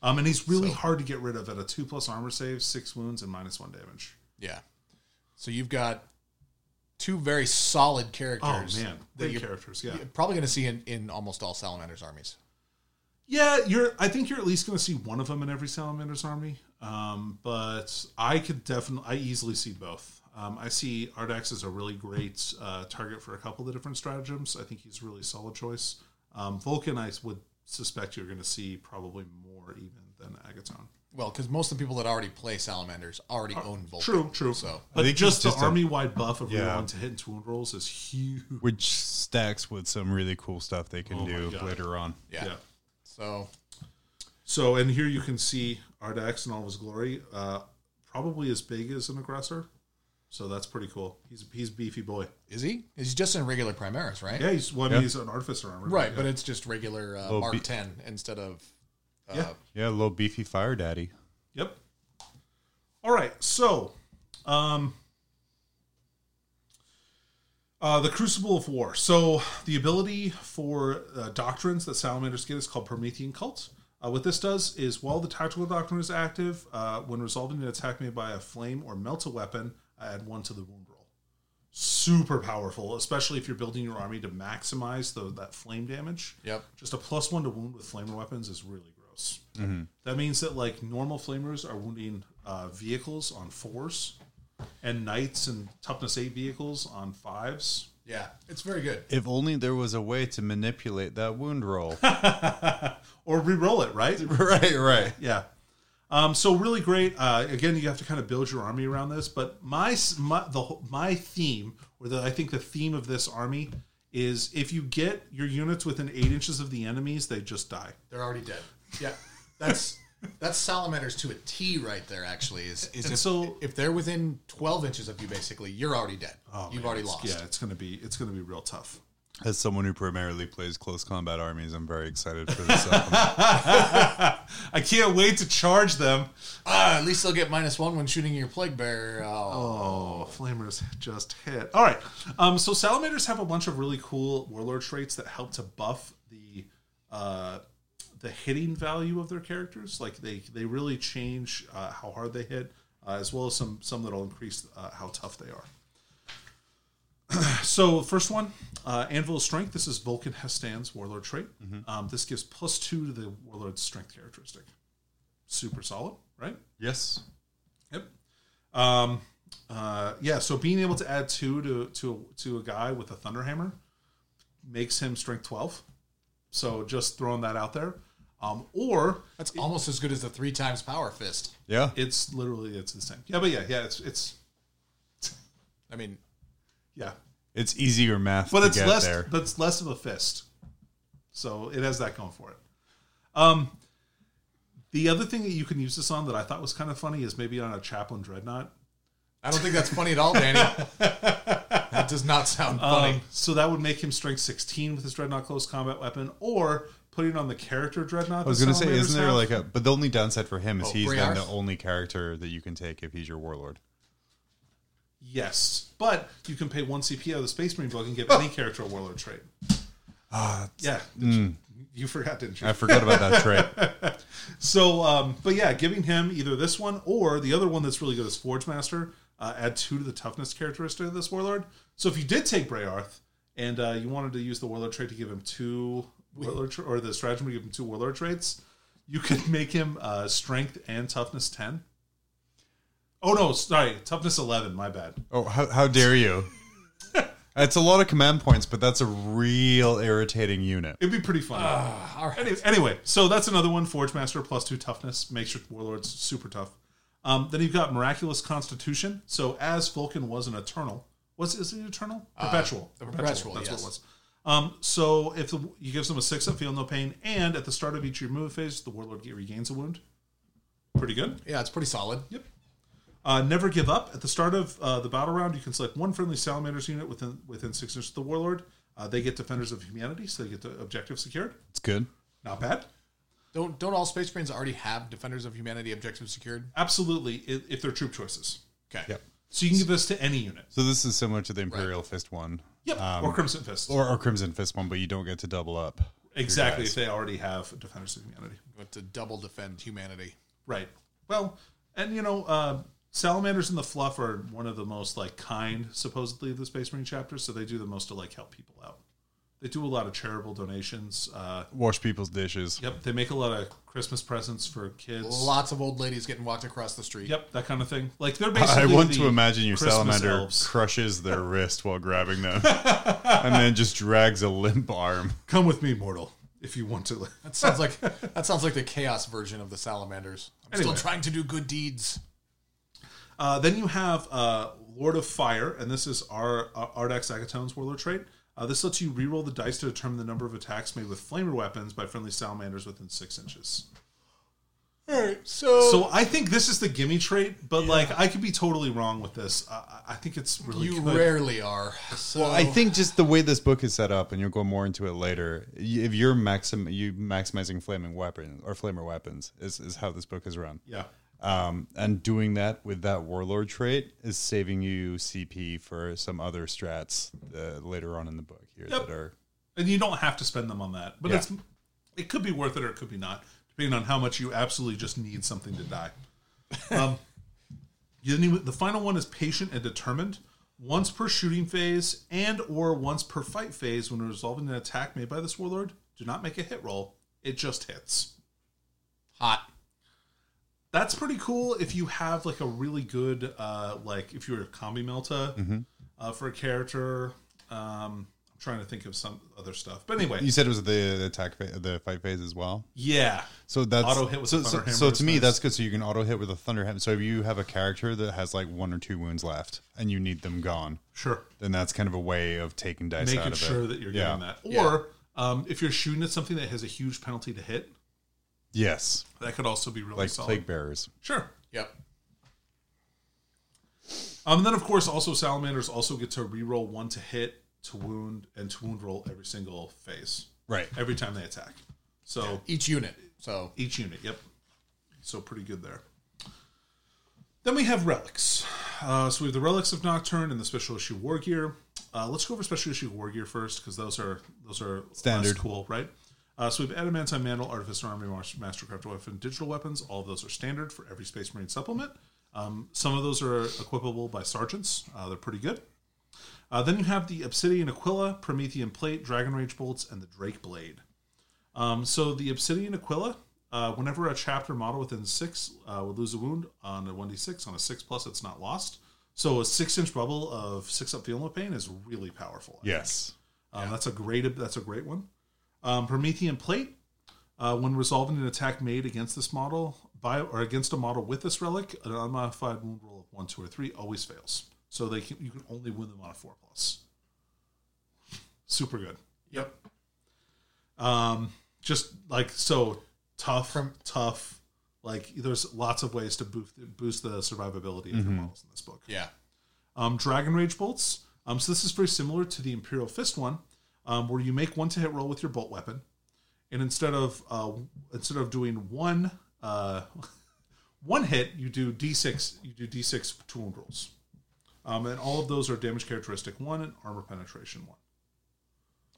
Speaker 4: Um, and he's really hard to get rid of at a two plus armor save, six wounds, and minus one damage.
Speaker 3: Yeah. So you've got two very solid
Speaker 4: Oh
Speaker 3: characters.
Speaker 4: man,
Speaker 3: that
Speaker 4: great
Speaker 3: you're
Speaker 4: characters. Yeah,
Speaker 3: probably going to see in, in almost all Salamander's armies.
Speaker 4: yeah. You're. I think you're at least going to see one of them in every Salamander's army. Um, but I could definitely, I easily see both. Um, I see Ardax as a really great uh, target for a couple of the different stratagems. I think he's a really solid choice. Um, Vulcan, I would suspect you're going to see probably more even than Agaton.
Speaker 3: Well, because most of the people that already play Salamanders already own Vulcan.
Speaker 4: Oh, True, true.
Speaker 3: So
Speaker 4: but
Speaker 1: think he's
Speaker 4: just the
Speaker 1: just a-
Speaker 4: army wide buff of
Speaker 1: Yeah.
Speaker 4: yeah. to hit and to wound rolls is huge.
Speaker 1: Which stacks with some really cool stuff they can do
Speaker 4: Oh God.
Speaker 1: later on.
Speaker 3: yeah.
Speaker 4: yeah.
Speaker 3: So
Speaker 4: So, and here you can see Ardax in all of his glory, uh, probably as big as an aggressor. So that's pretty cool. He's he's a beefy boy.
Speaker 3: is he? Is he just in regular Primaris, right?
Speaker 4: Yeah, he's well, I mean,
Speaker 1: Yeah.
Speaker 4: he's an artificer armor,
Speaker 3: Right, but it's just regular uh,
Speaker 1: Oh,
Speaker 3: Mark
Speaker 1: be-
Speaker 3: Ten instead of uh,
Speaker 4: Yeah.
Speaker 1: Yeah, a little beefy fire daddy.
Speaker 4: Yep. All right. So, um, uh, the Crucible of War. So, the ability for uh, doctrines that salamanders get is called Promethean Cult. Uh, what this does is while the tactical doctrine is active, uh, when resolving an attack made by a flame or melt a weapon, add one to the wound roll. Super powerful, especially if you're building your army to maximize the, that flame damage.
Speaker 3: Yep.
Speaker 4: Just a plus one to wound with flamer weapons is really gross. That means that like normal flamers are wounding uh, vehicles on fours, and knights and toughness eight vehicles on fives.
Speaker 3: Yeah, it's very good.
Speaker 1: If only there was a way to manipulate that wound roll.
Speaker 4: Or re-roll it, right?
Speaker 1: right, right.
Speaker 4: Yeah. Um, so really great. Uh, again, you have to kind of build your army around this. But my s- my the whole- my theme, or the I think the theme of this army is if you get your units within eight inches of the enemies, they just die.
Speaker 3: They're already dead. Yeah, that's That's salamanders to a T right there. Actually, is is
Speaker 4: And
Speaker 3: if,
Speaker 4: so-
Speaker 3: if they're within twelve inches of you, basically, you're already dead. You've already lost.
Speaker 4: Yeah, Oh, it's gonna be it's gonna be real tough.
Speaker 1: As someone who primarily plays close combat armies, I'm very excited for this um, album.
Speaker 4: I can't wait to charge them.
Speaker 3: Ah, at least they'll get minus one when shooting your plague bear. Oh,
Speaker 4: Oh, flammers just hit. All right. Um, so salamanders have a bunch of really cool warlord traits that help to buff the uh, the hitting value of their characters. Like they they really change uh, how hard they hit, uh, as well as some some that'll increase uh, how tough they are. So first one, uh, Anvil of Strength. This is Vulcan Hestan's Warlord trait. Um, this gives plus two to the Warlord's Strength characteristic. Super solid, right?
Speaker 1: yes.
Speaker 4: Yep. Um, uh, yeah. So being able to add two to to to a guy with a thunder hammer makes him strength twelve. So just throwing that out there. Um, or
Speaker 3: that's almost as good as the three times power fist.
Speaker 1: Yeah.
Speaker 4: it's literally it's the same. Yeah, but yeah, yeah. It's it's
Speaker 3: I mean,
Speaker 4: yeah,
Speaker 1: It's easier math
Speaker 4: but
Speaker 1: to
Speaker 4: it's
Speaker 1: get
Speaker 4: less
Speaker 1: there.
Speaker 4: but it's less of a fist. So it has that going for it. Um, the other thing that you can use this on that I thought was kind of funny is maybe on a chaplain dreadnought.
Speaker 3: I don't think that's funny at all, Danny. that does not sound funny.
Speaker 4: Um, so that would make him strength 16 with his dreadnought close combat weapon, or putting on the character dreadnought.
Speaker 1: I was going to say, isn't there like a. But the only downside for him is
Speaker 3: Oh,
Speaker 1: he's
Speaker 3: three
Speaker 1: then
Speaker 3: hours?
Speaker 1: the only character that you can take if he's your warlord.
Speaker 4: yes, but you can pay one CP out of the Space Marine book and
Speaker 1: Oh.
Speaker 4: give any character a warlord trait. Ah, yeah, Did
Speaker 1: mm.
Speaker 4: you, you forgot, didn't you?
Speaker 1: I forgot about that trait.
Speaker 4: So, um, but yeah, giving him either this one or the other one that's really good is Forge Master. Uh, add two to the toughness characteristic of this warlord. So if you did take Brayarth and uh, you wanted to use the warlord trait to give him two warlord tra- or the stratagem to give him two warlord traits, you could make him uh, strength and toughness ten. Oh no, sorry, toughness eleven. My bad.
Speaker 1: Oh, how, how dare you? It's a lot of command points, but that's a real irritating unit.
Speaker 4: It'd be pretty funny.
Speaker 3: Ah, all right.
Speaker 4: Any- Anyway, so that's another one. Forge Master plus two toughness makes your warlords super tough. Um, then you've got Miraculous Constitution. So as Vulcan was an eternal, was is it eternal? Perpetual.
Speaker 3: Uh, perpetual,
Speaker 4: That's what
Speaker 3: yes.
Speaker 4: it was. Um, so if the, you gives them a six up, feel no pain, and at the start of each remove phase, the warlord get- regains a wound. Pretty good.
Speaker 3: Yeah, it's pretty solid.
Speaker 4: Yep. Uh, never give up. At the start of uh, the battle round, you can select one friendly salamanders unit within within six inches of the warlord. Uh, they get Defenders of Humanity, so they get the objective secured.
Speaker 1: It's good.
Speaker 4: Not bad.
Speaker 3: Don't don't all space marines already have defenders of humanity objective secured?
Speaker 4: Absolutely, if, if they're troop choices.
Speaker 3: Okay.
Speaker 4: So you can give this to any unit.
Speaker 1: So this is similar to the Imperial Fist one.
Speaker 4: Yep. or Crimson Fist.
Speaker 1: Or, or Crimson Fist one, but you don't get to double up.
Speaker 4: exactly, if they already have Defenders of Humanity.
Speaker 3: But to double defend humanity.
Speaker 4: Right. Well, and you know, uh, Salamanders in the Fluff are one of the most like kind, supposedly, of the Space Marine chapters. So they do the most to like help people out. They do a lot of charitable donations. Uh,
Speaker 1: Wash people's dishes.
Speaker 4: yep. They make a lot of Christmas presents for kids.
Speaker 3: Lots of old ladies getting walked across the street.
Speaker 4: Yep, that kind of thing. Like they're
Speaker 1: I
Speaker 4: basically.
Speaker 1: want
Speaker 4: the
Speaker 1: to imagine your
Speaker 4: Christmas
Speaker 1: salamander
Speaker 4: elves.
Speaker 1: crushes their wrist while grabbing them and then just drags a limp arm.
Speaker 4: Come with me, mortal, if you want to. live.
Speaker 3: That sounds like that sounds like the chaos version of the salamanders. I'm
Speaker 4: Anyway.
Speaker 3: still trying to do good deeds.
Speaker 4: Uh, then you have uh, Lord of Fire, and this is our uh, Ardax Agatone's warlord trait. Uh, this lets you reroll the dice to determine the number of attacks made with flamer weapons by friendly salamanders within six inches.
Speaker 3: All right. So,
Speaker 4: So I think this is the gimme trait, but like I could be totally wrong with this. Uh, I think it's really
Speaker 3: you
Speaker 4: good.
Speaker 3: rarely are. So
Speaker 1: I think just the way this book is set up, and you'll go more into it later. y- If you're maxim, you maximizing flaming weapon or flamer weapons is, is how this book is run.
Speaker 4: yeah,
Speaker 1: Um, and doing that with that warlord trait is saving you CP for some other strats uh, later on in the book here
Speaker 4: Yep.
Speaker 1: that are
Speaker 4: and you don't have to spend them on that, but
Speaker 1: Yeah.
Speaker 4: it's it could be worth it or it could be not, depending on how much you absolutely just need something to die. Um, you then you- the final one is patient and determined. Once per shooting phase and or once per fight phase when resolving an attack made by this warlord, do not make a hit roll. It just hits.
Speaker 3: hot.
Speaker 4: That's pretty cool if you have like a really good uh like if you're a combi melta uh, for a character. Um I'm trying to think of some other stuff. But anyway,
Speaker 1: You said it was the attack, fa- the fight phase as well.
Speaker 4: yeah.
Speaker 1: So that's
Speaker 4: Auto hit with
Speaker 1: so,
Speaker 4: a thunder
Speaker 1: so,
Speaker 4: hammer
Speaker 1: so
Speaker 4: is
Speaker 1: to me,
Speaker 4: nice.
Speaker 1: that's good. So you can auto hit with a thunder hammer. So if you have a character that has like one or two wounds left, and you need them gone,
Speaker 4: Sure.
Speaker 1: then that's kind of a way of taking dice out
Speaker 4: making
Speaker 1: of
Speaker 4: sure
Speaker 1: it.
Speaker 4: that you're
Speaker 1: Yeah.
Speaker 4: getting that. Or um, if you're shooting at something that has a huge penalty to hit,
Speaker 1: Yes,
Speaker 4: That could also be really
Speaker 1: like
Speaker 4: solid.
Speaker 1: plague bearers.
Speaker 4: Sure.
Speaker 3: Yep.
Speaker 4: Um, and then of course also salamanders also get to reroll one to hit, to wound, and to wound roll every single phase.
Speaker 1: Right.
Speaker 4: Every time they attack. So
Speaker 3: Each unit. So
Speaker 4: each unit, yep. So pretty good there. Then we have relics. Uh, so we have the relics of Nocturne and the special issue war gear. Uh, let's go over special issue war gear first because those are those are less
Speaker 1: Standard.
Speaker 4: cool, right? Uh, so we have adamantine mantle, artificer army, mar- mastercraft weapon, digital weapons. All of those are standard for every Space Marine supplement. Um, some of those are equipable by sergeants. Uh, they're pretty good. Uh, then you have the obsidian aquila, promethean plate, dragon rage bolts, and the drake blade. Um, so the Obsidian Aquila, uh, whenever a chapter model within six uh, would lose a wound on a 1d6, on a 6 plus, it's not lost. So a 6 inch bubble of 6 up Fiona Pain is really powerful.
Speaker 1: Yes.
Speaker 4: Um, That's a great that's a great one. Um, Promethean Plate, uh, when resolving an attack made against this model by or against a model with this relic, an unmodified wound roll of 1, 2, or 3 always fails. So they can, you can only win them on a 4 plus. Super good.
Speaker 3: yep.
Speaker 4: um just like so tough tough like there's lots of ways to boost boost the survivability of your models in this book
Speaker 3: Yeah.
Speaker 4: um dragon rage bolts um so this is very similar to the imperial fist one um where you make one to hit roll with your bolt weapon and instead of uh instead of doing one uh one hit you do d6 you do d6 to wound rolls um and all of those are damage characteristic one and armor penetration one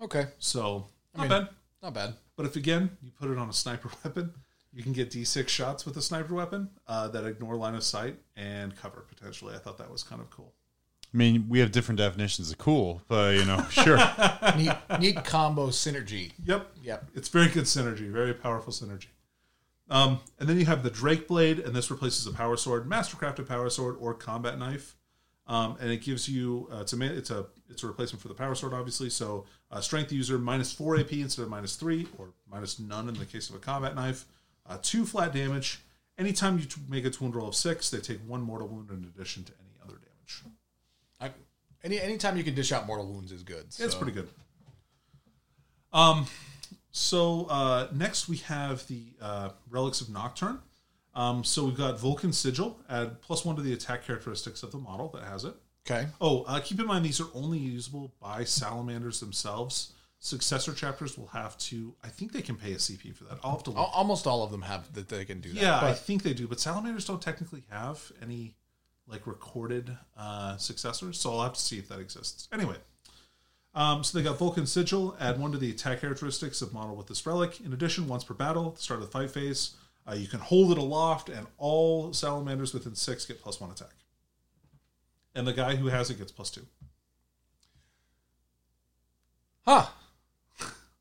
Speaker 3: Okay.
Speaker 4: so
Speaker 3: I
Speaker 4: not
Speaker 3: mean-
Speaker 4: bad
Speaker 3: Not bad.
Speaker 4: but if again you put it on a sniper weapon, you can get D6 shots with a sniper weapon uh, that ignore line of sight and cover potentially. I thought that was kind of cool.
Speaker 1: I mean, we have different definitions of cool, but you know, sure.
Speaker 3: neat, neat combo synergy.
Speaker 4: Yep,
Speaker 3: Yep.
Speaker 4: it's very good synergy, very powerful synergy. Um, and then you have the Drake Blade, and this replaces a power sword, mastercrafted power sword, or combat knife. Um, and it gives you uh, it's a ma- it's a it's a replacement for the power sword, obviously. So uh, strength user minus four AP instead of minus three, or minus none in the case of a combat knife. Uh, two flat damage. Anytime you t- make a wound roll of six, they take one mortal wound in addition to any other damage.
Speaker 3: I, any anytime you can dish out mortal wounds is good.
Speaker 4: It's
Speaker 3: so.
Speaker 4: pretty good. Um, so uh, next we have the uh, relics of Nocturne. Um, so we've got Vulcan Sigil, add plus one to the attack characteristics of the model that has it.
Speaker 3: Okay.
Speaker 4: Oh, uh, keep in mind these are only usable by salamanders themselves. Successor chapters will have to. I think they can pay a CP for that. I'll have to look.
Speaker 3: Al- almost all of them have that they can do that.
Speaker 4: yeah, I
Speaker 3: But
Speaker 4: think they do, but salamanders don't technically have any like recorded uh, successors, so I'll have to see if that exists. Anyway, um, so they got Vulcan Sigil. Add one to the attack characteristics of model with this relic. In addition, once per battle, at the start of the fight phase, uh, you can hold it aloft, and all salamanders within six get plus one attack. And the guy who has it gets plus two.
Speaker 3: huh.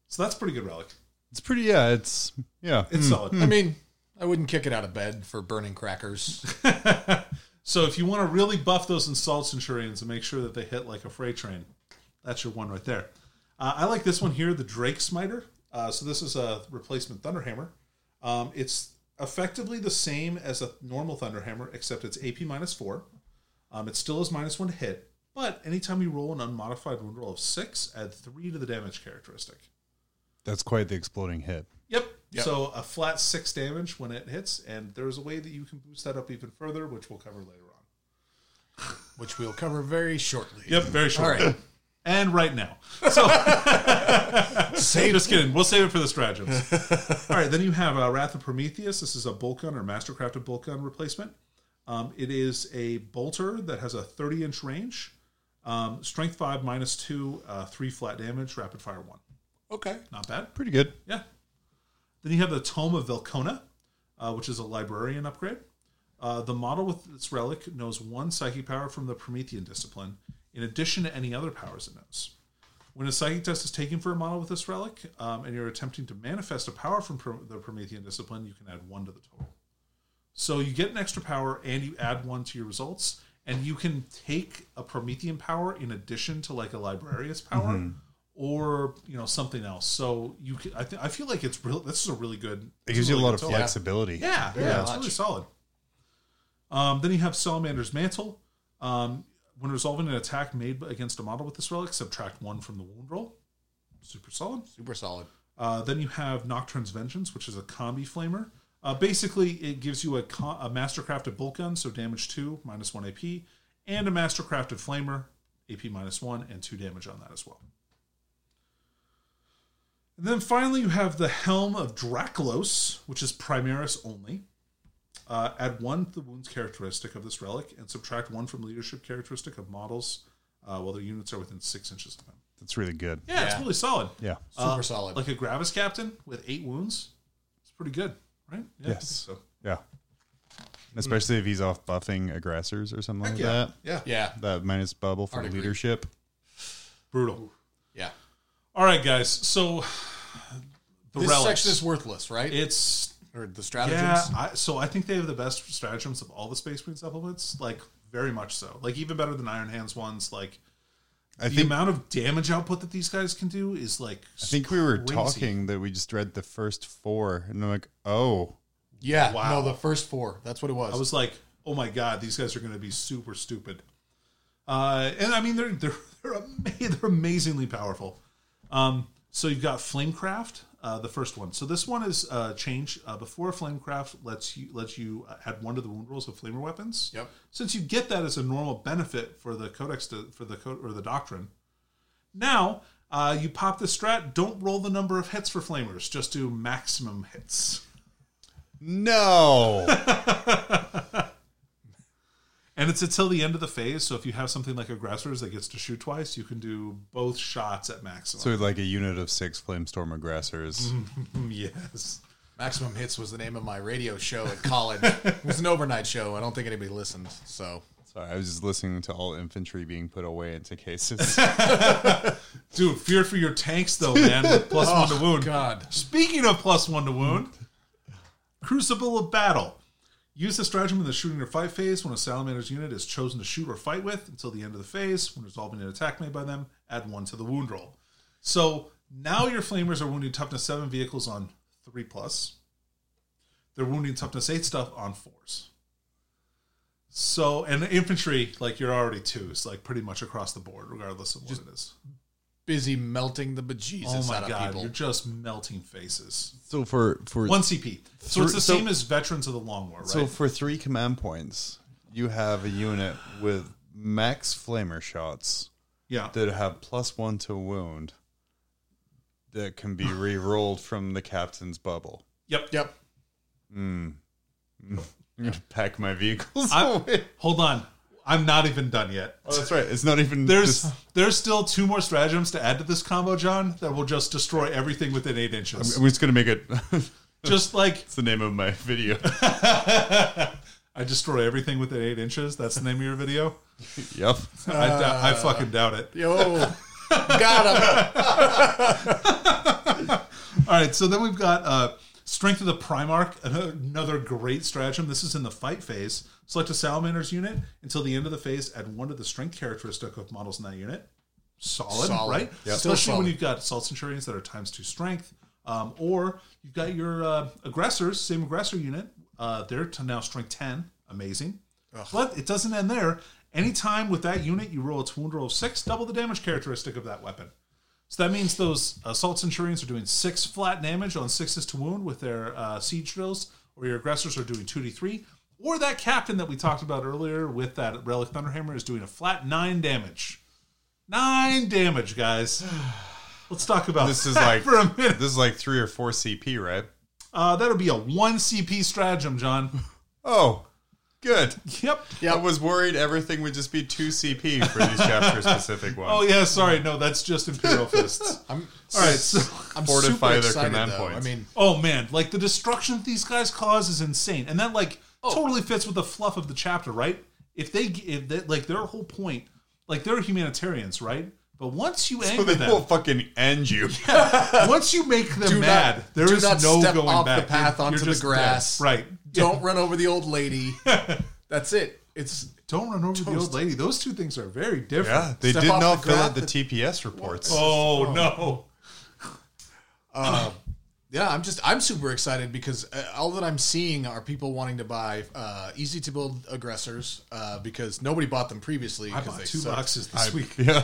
Speaker 4: So that's a pretty good relic.
Speaker 1: It's pretty. Yeah. It's yeah.
Speaker 4: It's solid.
Speaker 3: I mean, I wouldn't kick it out of bed for burning crackers.
Speaker 4: So if you want to really buff those installed Centurions and make sure that they hit like a freight train, that's your one right there. Uh, I like this one here, the Drake Smiter. Uh, so this is a replacement Thunderhammer. Um, it's effectively the same as a normal Thunderhammer, except it's AP minus four. Um, it still is minus one to hit, but anytime you roll an unmodified wound roll of six, add three to the damage characteristic.
Speaker 1: That's quite the exploding hit.
Speaker 4: Yep. So a flat six damage when it hits, and there's a way that you can boost that up even further, which we'll cover later on.
Speaker 3: which we'll cover very shortly.
Speaker 4: Yep, very
Speaker 3: All
Speaker 4: short.
Speaker 3: right.
Speaker 4: and right now. So, just kidding. We'll save it for the stratagems. All right, then you have uh, Wrath of Prometheus. This is a bolt gun or mastercrafted bolt gun replacement. Um, it is a bolter that has a 30 inch range, um, strength 5, minus 2, uh, 3 flat damage, rapid fire 1.
Speaker 3: Okay.
Speaker 4: Not bad.
Speaker 1: Pretty good.
Speaker 4: Yeah. Then you have the Tome of Velcona, uh, which is a librarian upgrade. Uh, the model with its relic knows one psychic power from the Promethean discipline, in addition to any other powers it knows. When a psychic test is taken for a model with this relic, um, and you're attempting to manifest a power from Pro- the Promethean discipline, you can add one to the total. So you get an extra power, and you add one to your results, and you can take a Promethean power in addition to like a Librarius power,
Speaker 1: Mm-hmm.
Speaker 4: or you know something else. So you, can, I, th- I feel like it's real. This is a really good.
Speaker 1: It gives you a lot
Speaker 4: really good
Speaker 1: of
Speaker 4: tool.
Speaker 1: flexibility.
Speaker 4: Yeah, yeah, it's really solid. Um, then you have Salamander's Mantle. Um, when resolving an attack made against a model with this relic, subtract one from the wound roll. Super solid.
Speaker 3: Super solid.
Speaker 4: Uh, then you have Nocturne's Vengeance, which is a combi flamer. Uh, basically, it gives you a, co- a Mastercraft of Bolt Gun, so damage 2, minus 1 AP, and a Mastercraft of Flamer, AP minus 1, and 2 damage on that as well. And then finally, you have the Helm of Draclos, which is Primaris only. Uh, add one to the wounds characteristic of this relic and subtract one from leadership characteristic of models uh, while their units are within six inches of them.
Speaker 1: That's really good.
Speaker 4: Yeah, it's
Speaker 3: Yeah.
Speaker 4: really solid.
Speaker 1: Yeah.
Speaker 3: Super
Speaker 4: Uh,
Speaker 3: solid.
Speaker 4: Like a Gravis captain with eight wounds, it's pretty good, right? Yeah, I think
Speaker 1: Yes.
Speaker 4: So.
Speaker 1: Yeah. Especially if he's off buffing aggressors or something like
Speaker 4: yeah.
Speaker 1: that.
Speaker 4: Yeah.
Speaker 3: yeah,
Speaker 1: That minus bubble for
Speaker 3: I'd agree.
Speaker 1: leadership.
Speaker 4: Brutal.
Speaker 3: yeah.
Speaker 4: All right, guys. So the
Speaker 3: this
Speaker 4: relics.
Speaker 3: section is worthless, right?
Speaker 4: it's
Speaker 3: or the stratagems.
Speaker 4: yeah. I, so I think they have the best stratagems of all the Space Marine supplements. Like very much so. Like even better than Iron Hands ones. Like
Speaker 1: I
Speaker 4: the
Speaker 1: think
Speaker 4: amount of damage output that these guys can do is like.
Speaker 1: I think we were
Speaker 4: crazy.
Speaker 1: talking that we just read the first four and I'm like, oh,
Speaker 3: Yeah,
Speaker 4: Wow.
Speaker 3: no, the first four. That's what it was.
Speaker 4: I was like, oh my god, these guys are going to be super stupid. Uh, and I mean, they're they're they're, ama- they're amazingly powerful. Um, so you've got Flamecraft, uh, the first one. So this one is uh, change uh, before Flamecraft lets you lets you uh, add one to the wound rolls of flamer weapons.
Speaker 3: Yep.
Speaker 4: Since you get that as a normal benefit for the codex to, for the code or the doctrine, now uh, you pop the strat. Don't roll the number of hits for flamers. Just do maximum hits.
Speaker 1: no.
Speaker 4: And it's until the end of the phase. So if you have something like aggressors that gets to shoot twice, you can do both shots at maximum.
Speaker 1: so like a unit of six flamestorm aggressors.
Speaker 4: yes.
Speaker 3: Maximum Hits was the name of my radio show at college. it was an overnight show. I don't think anybody listened. So
Speaker 1: Sorry, I was just listening to all infantry being put away into cases.
Speaker 4: Dude, fear for your tanks though, man. with plus one to wound.
Speaker 3: God,
Speaker 4: Speaking of plus one to wound, Crucible of Battle. Use the stratagem in the shooting or fight phase when a salamander's unit is chosen to shoot or fight with until the end of the phase. When resolving an attack made by them, add one to the wound roll. So now your flamers are wounding toughness seven vehicles on three plus. They're wounding toughness eight stuff on fours. So and the infantry, like you're already twos, like pretty much across the board, regardless of what it is.
Speaker 3: busy melting the bejesus
Speaker 4: Oh my
Speaker 3: out of
Speaker 4: god,
Speaker 3: people.
Speaker 4: you're just melting faces.
Speaker 1: so for for
Speaker 4: One CP. So
Speaker 1: Thr-
Speaker 4: it's the
Speaker 1: so-
Speaker 4: same as Veterans of the Long War, right?
Speaker 1: so for three command points, you have a unit with max flamer shots
Speaker 4: yeah.
Speaker 1: that have plus one to wound that can be re-rolled from the captain's bubble.
Speaker 4: yep.
Speaker 3: Yep.
Speaker 1: I'm gonna pack my vehicles
Speaker 4: I'm-
Speaker 1: away.
Speaker 4: Hold on. I'm not even done yet.
Speaker 1: Oh, that's right. It's not even
Speaker 4: There's
Speaker 1: this-
Speaker 4: there's still two more stratagems to add to this combo, John, that will just destroy everything within eight inches.
Speaker 1: I'm just gonna make it.
Speaker 4: just like
Speaker 1: it's the name of my video.
Speaker 4: I destroy everything within eight inches. That's the name of your video.
Speaker 1: yep.
Speaker 4: I, dou- I fucking doubt it.
Speaker 3: Yo, got him.
Speaker 4: All right, so then we've got uh, Strength of the Primarch, another great stratagem. This is in the fight phase. Select a Salamander's unit until the end of the phase. Add one to the strength characteristic of models in that unit. Solid,
Speaker 3: Solid.
Speaker 4: right?
Speaker 3: Yep. Still
Speaker 4: Especially when
Speaker 3: solid.
Speaker 4: you've got Assault Centurions that are times two strength, um, or you've got your uh, aggressors, same aggressor unit. Uh, they're to now strength 10. Amazing. But it doesn't end there. Anytime with that unit, you roll its wound roll of six, double the damage characteristic of that weapon. So that means those assault centurions are doing six flat damage on sixes to wound with their uh, siege drills, or your aggressors are doing two d three, or that captain that we talked about earlier with that relic thunderhammer is doing a flat nine damage. Nine damage, guys. Let's talk about
Speaker 1: This is
Speaker 4: that
Speaker 1: like
Speaker 4: for a minute.
Speaker 1: this is like three or four CP, right?
Speaker 4: Uh, that'll be a one CP stratagem, John.
Speaker 1: Oh, good.
Speaker 4: Yep.
Speaker 1: I was worried everything would just be two CP for these chapter specific ones.
Speaker 4: Oh yeah, sorry. No, that's just Imperial Fists.
Speaker 3: I'm,
Speaker 4: All right. So,
Speaker 3: I'm
Speaker 1: Fortify
Speaker 3: super
Speaker 1: their
Speaker 3: excited,
Speaker 1: command
Speaker 3: though.
Speaker 1: points.
Speaker 3: I mean,
Speaker 4: oh man, like the destruction that these guys cause is insane, and that like
Speaker 3: Oh.
Speaker 4: totally fits with the fluff of the chapter, right? If they, if they, like their whole point, like they're humanitarians, right? But once you
Speaker 1: So
Speaker 4: anger
Speaker 1: they will
Speaker 4: them,
Speaker 1: fucking end you.
Speaker 4: once you make them
Speaker 3: Do not-
Speaker 4: mad, there
Speaker 3: do
Speaker 4: is
Speaker 3: not
Speaker 4: no
Speaker 3: step
Speaker 4: going
Speaker 3: off the
Speaker 4: back.
Speaker 3: path onto the
Speaker 4: just dead.
Speaker 3: grass.
Speaker 4: right?
Speaker 3: don't run over the old lady. That's it. It's
Speaker 4: Don't run over the old lady. Those two things are very different.
Speaker 1: Yeah, they
Speaker 3: Step
Speaker 1: did
Speaker 3: off
Speaker 1: not
Speaker 3: the
Speaker 1: fill
Speaker 3: graph
Speaker 1: out the
Speaker 3: and-
Speaker 1: TPS reports.
Speaker 4: Oh, no!
Speaker 3: yeah. I'm just I'm super excited because uh, all that I'm seeing are people wanting to buy uh, easy to build aggressors uh, because nobody bought them previously.
Speaker 4: I
Speaker 3: 'cause
Speaker 4: bought
Speaker 3: they
Speaker 4: two
Speaker 3: sucked.
Speaker 4: boxes this week.
Speaker 1: Yeah,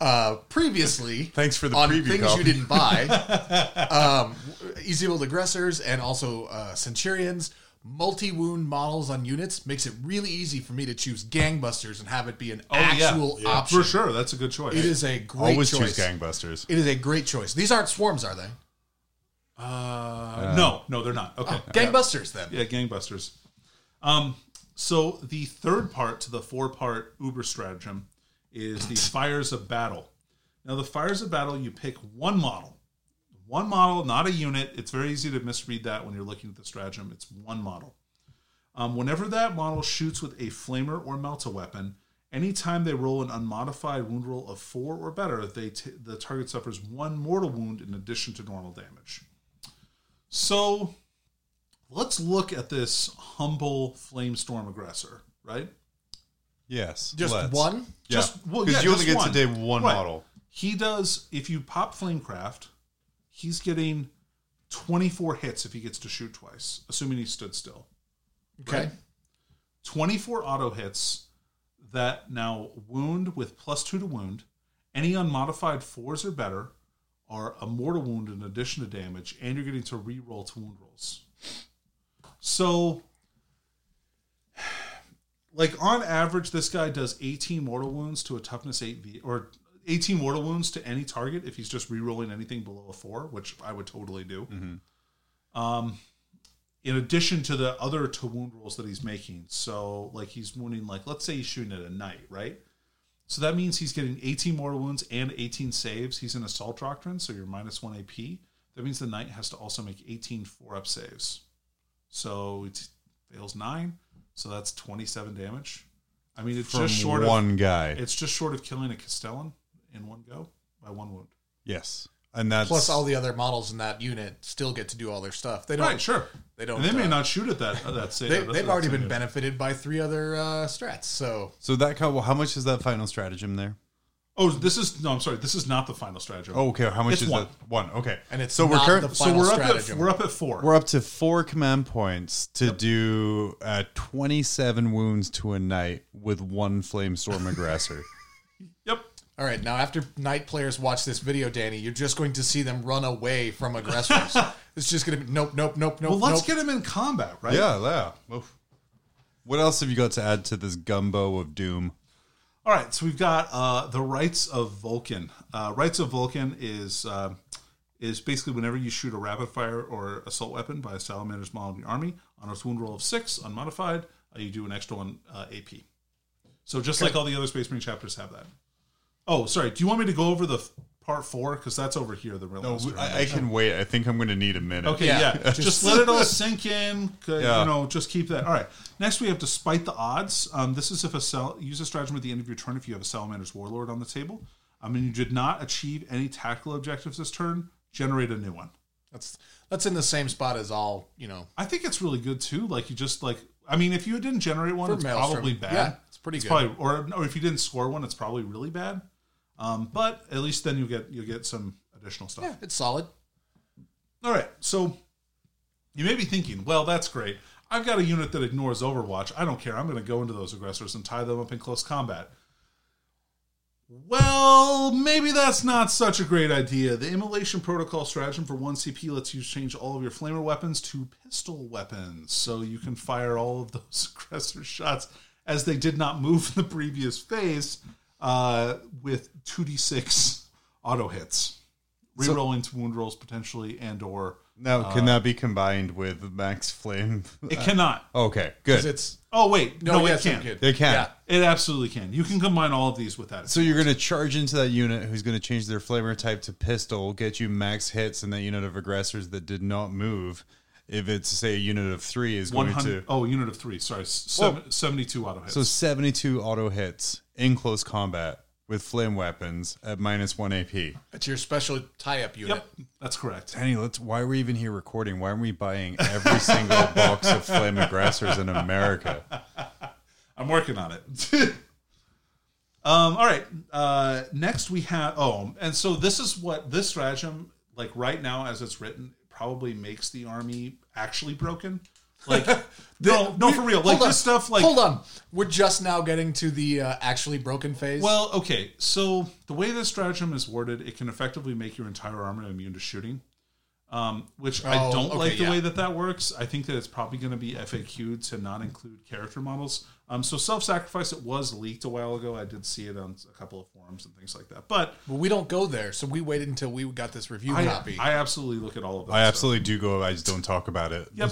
Speaker 3: Uh, previously,
Speaker 7: Thanks for the
Speaker 3: on
Speaker 7: preview,
Speaker 3: things
Speaker 7: Kyle.
Speaker 3: you didn't buy, um, Ezeold aggressors and also uh, centurions. Multi wound models on units makes it really easy for me to choose gangbusters and have it be an
Speaker 4: Oh, yeah.
Speaker 3: actual
Speaker 4: Yeah.
Speaker 3: option.
Speaker 4: For sure, that's a good choice.
Speaker 3: It is a great
Speaker 7: Always
Speaker 3: choice.
Speaker 7: choose gangbusters.
Speaker 3: It is a great choice. These aren't swarms, are they?
Speaker 4: Uh, no, no, they're not. Okay.
Speaker 3: Gangbusters, then.
Speaker 4: Yeah, gangbusters. Um, so the third part to the four part Uber stratagem is the fires of battle. Now, the fires of battle, you pick one model, one model, not a unit. It's very easy to misread that when you're looking at the stratagem. It's one model. Um, whenever that model shoots with a flamer or melta weapon, anytime they roll an unmodified wound roll of four or better, they t- the target suffers one mortal wound in addition to normal damage. So let's look at this humble flamestorm aggressor, right?
Speaker 1: Yes.
Speaker 3: Just
Speaker 1: let's.
Speaker 3: one?
Speaker 1: Yeah.
Speaker 4: Just- well,
Speaker 1: Because
Speaker 4: yeah,
Speaker 1: you only get
Speaker 4: just
Speaker 1: to
Speaker 4: one.
Speaker 1: day one
Speaker 4: Right.
Speaker 1: model.
Speaker 4: He does, if you pop Flamecraft, he's getting 24 hits if he gets to shoot twice, assuming he stood still.
Speaker 3: Okay.
Speaker 4: 24 auto hits that now wound with plus two to wound. Any unmodified fours or better are a mortal wound in addition to damage, and you're getting to re-roll to wound rolls. So, like on average, this guy does 18 mortal wounds to a toughness 8 V or 18 mortal wounds to any target if he's just re-rolling anything below a four, which I would totally do in addition to the other two wound rolls that he's making. So, like, he's wounding, like, let's say he's shooting at a knight, right? So that means he's getting 18 mortal wounds and 18 saves. He's in assault doctrine, so you're minus one AP. That means the knight has to also make 18 four up saves. So it fails nine, so that's 27 damage. I mean, it's
Speaker 1: From
Speaker 4: just short of
Speaker 1: one guy.
Speaker 4: it's just short of killing a Castellan in one go by one wound.
Speaker 1: yes. And that's
Speaker 3: Plus, all the other models in that unit still get to do all their stuff. They don't.
Speaker 4: Right, sure.
Speaker 3: They don't.
Speaker 4: And they may
Speaker 3: uh,
Speaker 4: not shoot at that. Uh, that save.
Speaker 3: They,
Speaker 4: that-
Speaker 3: they've
Speaker 4: that
Speaker 3: already
Speaker 4: save.
Speaker 3: been benefited by three other uh, strats. So
Speaker 1: so that kind of, how much is that final stratagem there?
Speaker 4: Oh, this is no. I'm sorry. This is not the final stratagem.
Speaker 1: Oh, okay. How much
Speaker 4: It's
Speaker 1: is
Speaker 4: one.
Speaker 1: that? One. Okay.
Speaker 3: And it's
Speaker 1: so we're
Speaker 3: not
Speaker 1: current,
Speaker 3: the
Speaker 4: so
Speaker 3: final
Speaker 4: we're up at
Speaker 3: stratagem.
Speaker 4: we're up at 4
Speaker 1: we're up to four command points to do uh, 27 wounds to a knight with one flame storm aggressor. Oh,
Speaker 4: yep.
Speaker 3: All right, now after night players watch this video, Danny, you're just going to see them run away from aggressors. it's just going to be nope, nope, nope, nope.
Speaker 4: Well, let's
Speaker 3: nope.
Speaker 4: get him in combat, right?
Speaker 1: yeah, yeah. Oof. What else have you got to add to this gumbo of doom?
Speaker 4: All right. So we've got uh, the rights of Vulcan. Uh, rights of Vulcan is uh, is basically whenever you shoot a rapid fire or assault weapon by a salamander's model in your army on its wound roll of six, unmodified, uh, you do an extra one uh, AP. So just like all the other Space Marine chapters have that. Oh, sorry. Do you want me to go over the f- part four because that's over here? The real
Speaker 1: No,
Speaker 4: master.
Speaker 1: I, I can wait. I think I'm going to need a minute.
Speaker 4: Okay, yeah.
Speaker 3: Yeah.
Speaker 4: Just, let it all sink in. 'cause,
Speaker 1: Yeah.
Speaker 4: You know, just keep that. All right. Next, we have despite the odds. Um, this is if a sal- use a stratagem at the end of your turn if you have a Salamander's Warlord on the table. I mean, you did not achieve any tactical objectives this turn. Generate a new one.
Speaker 3: that's that's in the same spot as all you know.
Speaker 4: I think it's really good too. Like you just like. I mean, if you didn't generate one,
Speaker 3: For
Speaker 4: it's
Speaker 3: Maelstrom.
Speaker 4: probably bad.
Speaker 3: Yeah, it's pretty good.
Speaker 4: Probably, or, or if you didn't score one, it's probably really bad. Um, but at least then you get you get some additional stuff.
Speaker 3: Yeah, it's solid.
Speaker 4: All right, so you may be thinking, well, that's great. I've got a unit that ignores Overwatch. I don't care. I'm going to go into those aggressors and tie them up in close combat. Well, maybe that's not such a great idea. The Immolation Protocol stratagem for 1 CP lets you change all of your flamer weapons to pistol weapons, so you can fire all of those aggressor shots as they did not move in the previous phase uh, with 2d6 auto hits. Rerolling to wound rolls potentially and or
Speaker 3: Uh,
Speaker 1: Now, can that be combined with max flame?
Speaker 4: it cannot.
Speaker 1: okay, good.
Speaker 3: 'Cause It's
Speaker 4: Oh wait,
Speaker 3: no,
Speaker 4: no,
Speaker 3: yeah,
Speaker 4: it
Speaker 3: it's not
Speaker 4: can.
Speaker 3: good.
Speaker 1: they can.
Speaker 3: Yeah.
Speaker 4: It absolutely can. You can combine all of these with that.
Speaker 1: So you're going to charge into that unit who's going to change their flamer type to pistol, get you max hits, and that unit of aggressors that did not move, if it's say a unit of three, is
Speaker 4: one
Speaker 1: going to
Speaker 4: hundred. Oh, unit of three. Sorry, s- seven, seventy-two auto hits.
Speaker 1: so 72 auto hits in close combat with flame weapons at minus one AP.
Speaker 3: It's your special tie-up unit.
Speaker 4: yep, that's correct.
Speaker 1: Danny, let's. Why are we even here recording? Why aren't we buying every single box of flame aggressors in America?
Speaker 4: I'm working on it. um, all right. Uh, next we have oh, and so this is what this stratagem like right now as it's written probably makes the army actually broken. Like, no, no, for real. Like
Speaker 3: Hold on.
Speaker 4: this stuff. Like,
Speaker 3: hold on, we're just now getting to the uh, actually broken phase.
Speaker 4: well, okay. So the way this stratagem is worded, it can effectively make your entire armor immune to shooting. Um, which I
Speaker 3: Oh,
Speaker 4: don't
Speaker 3: okay,
Speaker 4: like the
Speaker 3: yeah.
Speaker 4: way that that works. I think that it's probably going to be FAQ to not include character models. Um, so self-sacrifice, it was leaked a while ago. I did see it on a couple of forums and things like that. But
Speaker 3: but we don't go there, so we waited until we got this review
Speaker 4: I,
Speaker 3: copy.
Speaker 4: I absolutely look at all of that.
Speaker 7: I
Speaker 4: stuff.
Speaker 7: absolutely do go. I just don't talk about it.
Speaker 4: Yep.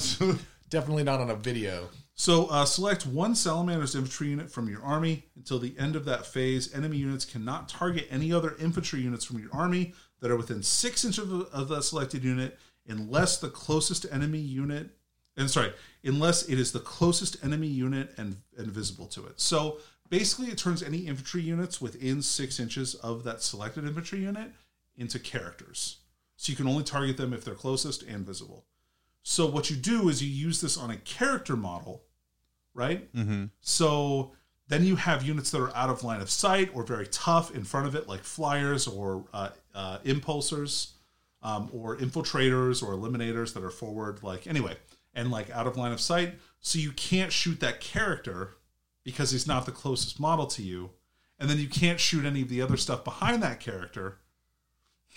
Speaker 3: Definitely not on a video.
Speaker 4: So uh, select one Salamander's infantry unit from your army until the end of that phase. Enemy units cannot target any other infantry units from your army that are within six inches of, of that selected unit, unless the closest enemy unit, and sorry, unless it is the closest enemy unit and, and visible to it. So basically, it turns any infantry units within six inches of that selected infantry unit into characters. So you can only target them if they're closest and visible. So what you do is you use this on a character model, right?
Speaker 3: Mm-hmm.
Speaker 1: Mhm.
Speaker 4: So then you have units that are out of line of sight or very tough in front of it, like flyers or uh, uh, impulsors, um, or infiltrators or eliminators that are forward, like anyway, and like out of line of sight. So you can't shoot that character because he's not the closest model to you, and then you can't shoot any of the other stuff behind that character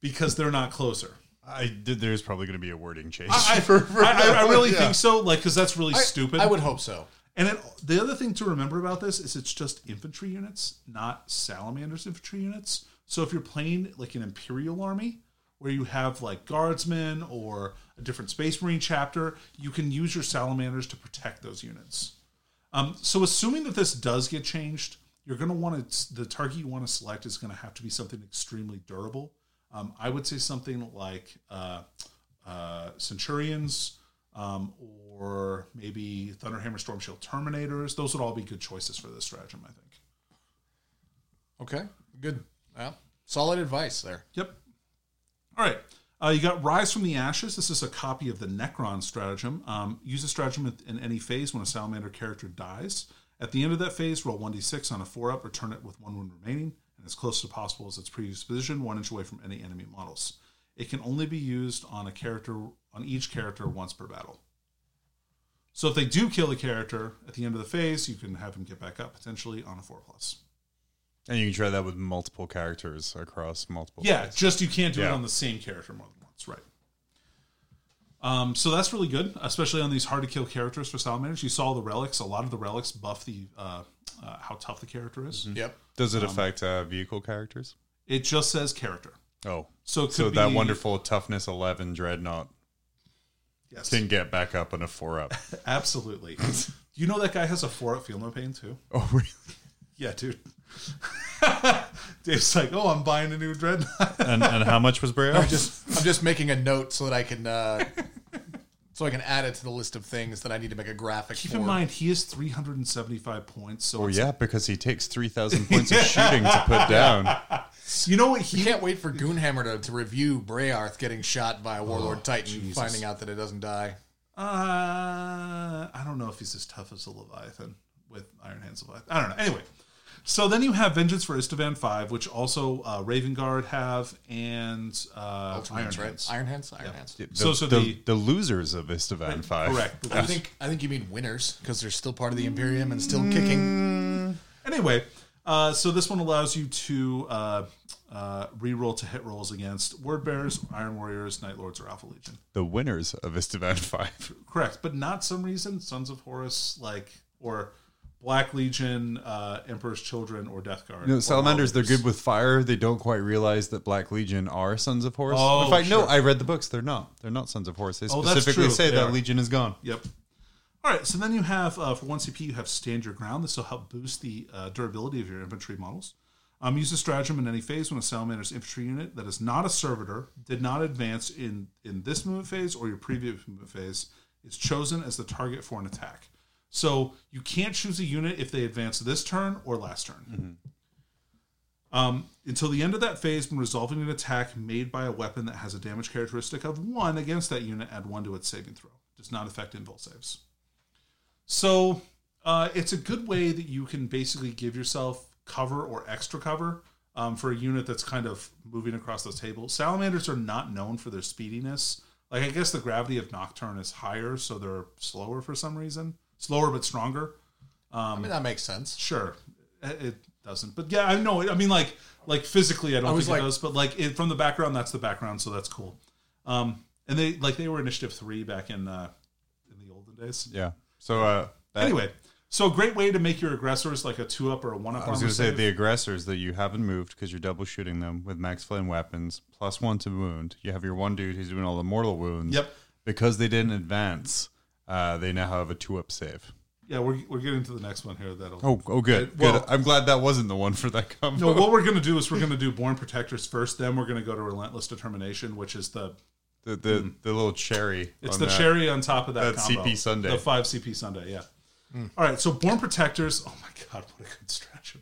Speaker 4: because they're not closer.
Speaker 7: I did, there's probably going to be a wording change.
Speaker 4: I, I, I, I really think so, like, because that's really
Speaker 3: I-
Speaker 4: stupid.
Speaker 3: I would hope so.
Speaker 4: and it, the other thing to remember about this is it's just infantry units, not salamanders infantry units. So if you're playing like an imperial army where you have like guardsmen or a different space marine chapter, you can use your salamanders to protect those units. Um, so assuming that this does get changed, you're going to want to the target you want to select is going to have to be something extremely durable. Um, I would say something like uh, uh, Centurions um, or maybe Thunderhammer, Storm Shield, Terminators. Those would all be good choices for this stratagem, I think.
Speaker 3: Okay, good. Well, solid advice there.
Speaker 4: Yep. All right. Uh, you got Rise from the Ashes. This is a copy of the Necron stratagem. Um, use a stratagem in- in any phase when a Salamander character dies. At the end of that phase, roll 1d6 on a 4 up, return it with 1 wound remaining, and as close as possible as its previous position, 1 inch away from any enemy models. It can only be used on a character on each character once per battle. So if they do kill a character at the end of the phase, you can have him get back up potentially on a 4 plus.
Speaker 1: And you can try that with multiple characters across multiple.
Speaker 4: Yeah, just you can't do it
Speaker 1: Yeah.
Speaker 4: on the same character more than once, right? Um, so that's really good, especially on these hard to kill characters for salamanders. You saw the relics; a lot of the relics buff the uh, uh, how tough the character is.
Speaker 1: Mm-hmm.
Speaker 3: Yep.
Speaker 1: Does it affect uh, vehicle characters?
Speaker 4: It just says character,
Speaker 1: Oh,
Speaker 4: so it could
Speaker 1: so that
Speaker 4: be-
Speaker 1: wonderful toughness eleven dreadnought
Speaker 4: yes,
Speaker 1: can get back up and a four up.
Speaker 4: absolutely. Do you know that guy has a four up feel no pain too?
Speaker 1: oh, really?
Speaker 4: Yeah, dude. Dave's like, oh, I'm buying a new dreadnought.
Speaker 1: And and how much was Bray?
Speaker 3: Just I'm just making a note so that I can uh, so I can add it to the list of things that I need to make a graphic.
Speaker 4: Keep
Speaker 3: for.
Speaker 4: in mind, he is 375 points. So
Speaker 1: Oh
Speaker 4: it's-
Speaker 1: yeah, because he takes three thousand points of shooting to put down.
Speaker 4: you know what
Speaker 3: You
Speaker 4: he
Speaker 3: can't wait for Goonhammer to, to review Brayarth getting shot by a Warlord Titan, finding out that it doesn't die.
Speaker 4: Uh, I don't know if he's as tough as a Leviathan with Iron Hands Leviathan. I don't know. Anyway, so then you have Vengeance for Istvan 5, which also uh, Raven Guard have, and uh, Iron
Speaker 3: Ultramarines,
Speaker 4: Hands.
Speaker 3: Iron Hands, Iron Hands.
Speaker 1: The,
Speaker 4: So- so
Speaker 1: the,
Speaker 4: the-
Speaker 1: the losers of Istvan Five.
Speaker 4: Correct.
Speaker 3: I think I think you mean winners because they're still part of the Imperium and still kicking.
Speaker 4: Anyway, uh, so this one allows you to uh, uh, reroll to hit rolls against Word Bearers, Iron Warriors, Night Lords, or Alpha Legion.
Speaker 1: The winners of Istvan Five.
Speaker 4: Correct, but not some reason Sons of Horus, like, or Black Legion, uh, Emperor's Children, or Death Guard.
Speaker 1: No,
Speaker 4: or
Speaker 1: salamanders, they're
Speaker 4: Marauders.
Speaker 1: good with fire. They don't quite realize that Black Legion are Sons of Horus.
Speaker 4: Oh,
Speaker 1: In fact, no,
Speaker 4: sure.
Speaker 1: I read the books. They're not. They're not Sons of Horus. They
Speaker 4: Oh, that's
Speaker 1: specifically
Speaker 4: true.
Speaker 1: say
Speaker 4: They
Speaker 1: that
Speaker 4: are.
Speaker 1: Legion is gone.
Speaker 4: Yep. All right. So then you have uh, for one CP, you have stand your ground. This will help boost the uh, durability of your infantry models. Um, use a stratagem in any phase when a salamander's infantry unit that is not a servitor did not advance in in this movement phase or your previous movement phase is chosen as the target for an attack. So you can't choose a unit if they advance this turn or last turn. Um, until the end of that phase, when resolving an attack made by a weapon that has a damage characteristic of one against that unit, add one to its saving throw. Does not affect invul saves. So uh, it's a good way that you can basically give yourself cover or extra cover um, for a unit that's kind of moving across those tables. Salamanders are not known for their speediness, Like I guess the gravity of Nocturne is higher, so they're slower for some reason. Slower but stronger.
Speaker 3: I mean, that makes sense.
Speaker 4: Sure, it it doesn't. But yeah, I know. it- I mean, like like physically, I don't
Speaker 3: I was
Speaker 4: think it
Speaker 3: like-
Speaker 4: does. But like it, from the background, that's the background, so that's cool. Um, and they like they were Initiative Three back in uh, in the olden days.
Speaker 8: Yeah.
Speaker 1: So uh, that,
Speaker 4: Anyway, so a great way to make your aggressors like a two up or a one up.
Speaker 1: I was going to say the aggressors that you haven't moved because you're double shooting them with max flame weapons plus one to wound. You have your one dude who's doing all the mortal wounds.
Speaker 4: Yep.
Speaker 1: Because they didn't advance, uh, they now have a two up save.
Speaker 4: yeah, we're, we're getting to the next one here. That'll
Speaker 1: Oh, oh, good,
Speaker 4: well-
Speaker 1: good. I'm glad that wasn't the one for that combo.
Speaker 4: no. What we're gonna do is we're gonna do Born Protectors first. Then we're gonna go to Relentless Determination, which is the
Speaker 1: the, the the little cherry.
Speaker 4: it's
Speaker 1: on
Speaker 4: the
Speaker 1: that.
Speaker 4: cherry on top of that
Speaker 1: that
Speaker 4: combo.
Speaker 1: CP Sunday. Hmm.
Speaker 4: the five CP Sunday. Yeah. All right, so Born Protectors. Oh my God, what a good stretch!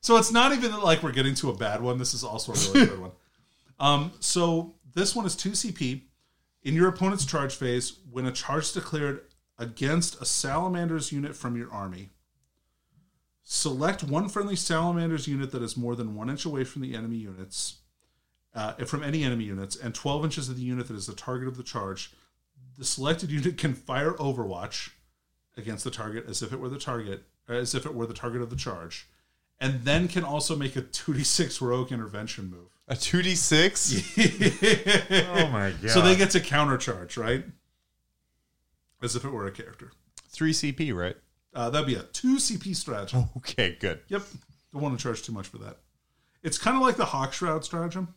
Speaker 4: So it's not even like we're getting to a bad one. This is also a really good one. Um, so this one is two CP. In your opponent's charge phase, when a charge declared against a salamander's unit from your army, select one friendly salamander's unit that is more than one inch away from the enemy units, uh, from any enemy units, and 12 inches of the unit that is the target of the charge. The selected unit can fire Overwatch against the target as if it were the target, as if it were the target of the charge, and then can also make a 2d6 rogue intervention move.
Speaker 1: A two d six. Oh my god.
Speaker 4: So they get to countercharge, right? As if it were a character.
Speaker 1: three CP, right?
Speaker 4: Uh, that'd be a two CP
Speaker 1: Oh.
Speaker 4: stratagem.
Speaker 1: Okay, good.
Speaker 4: Yep. Don't want to charge too much for that. It's kind of like the Hawk Shroud stratagem.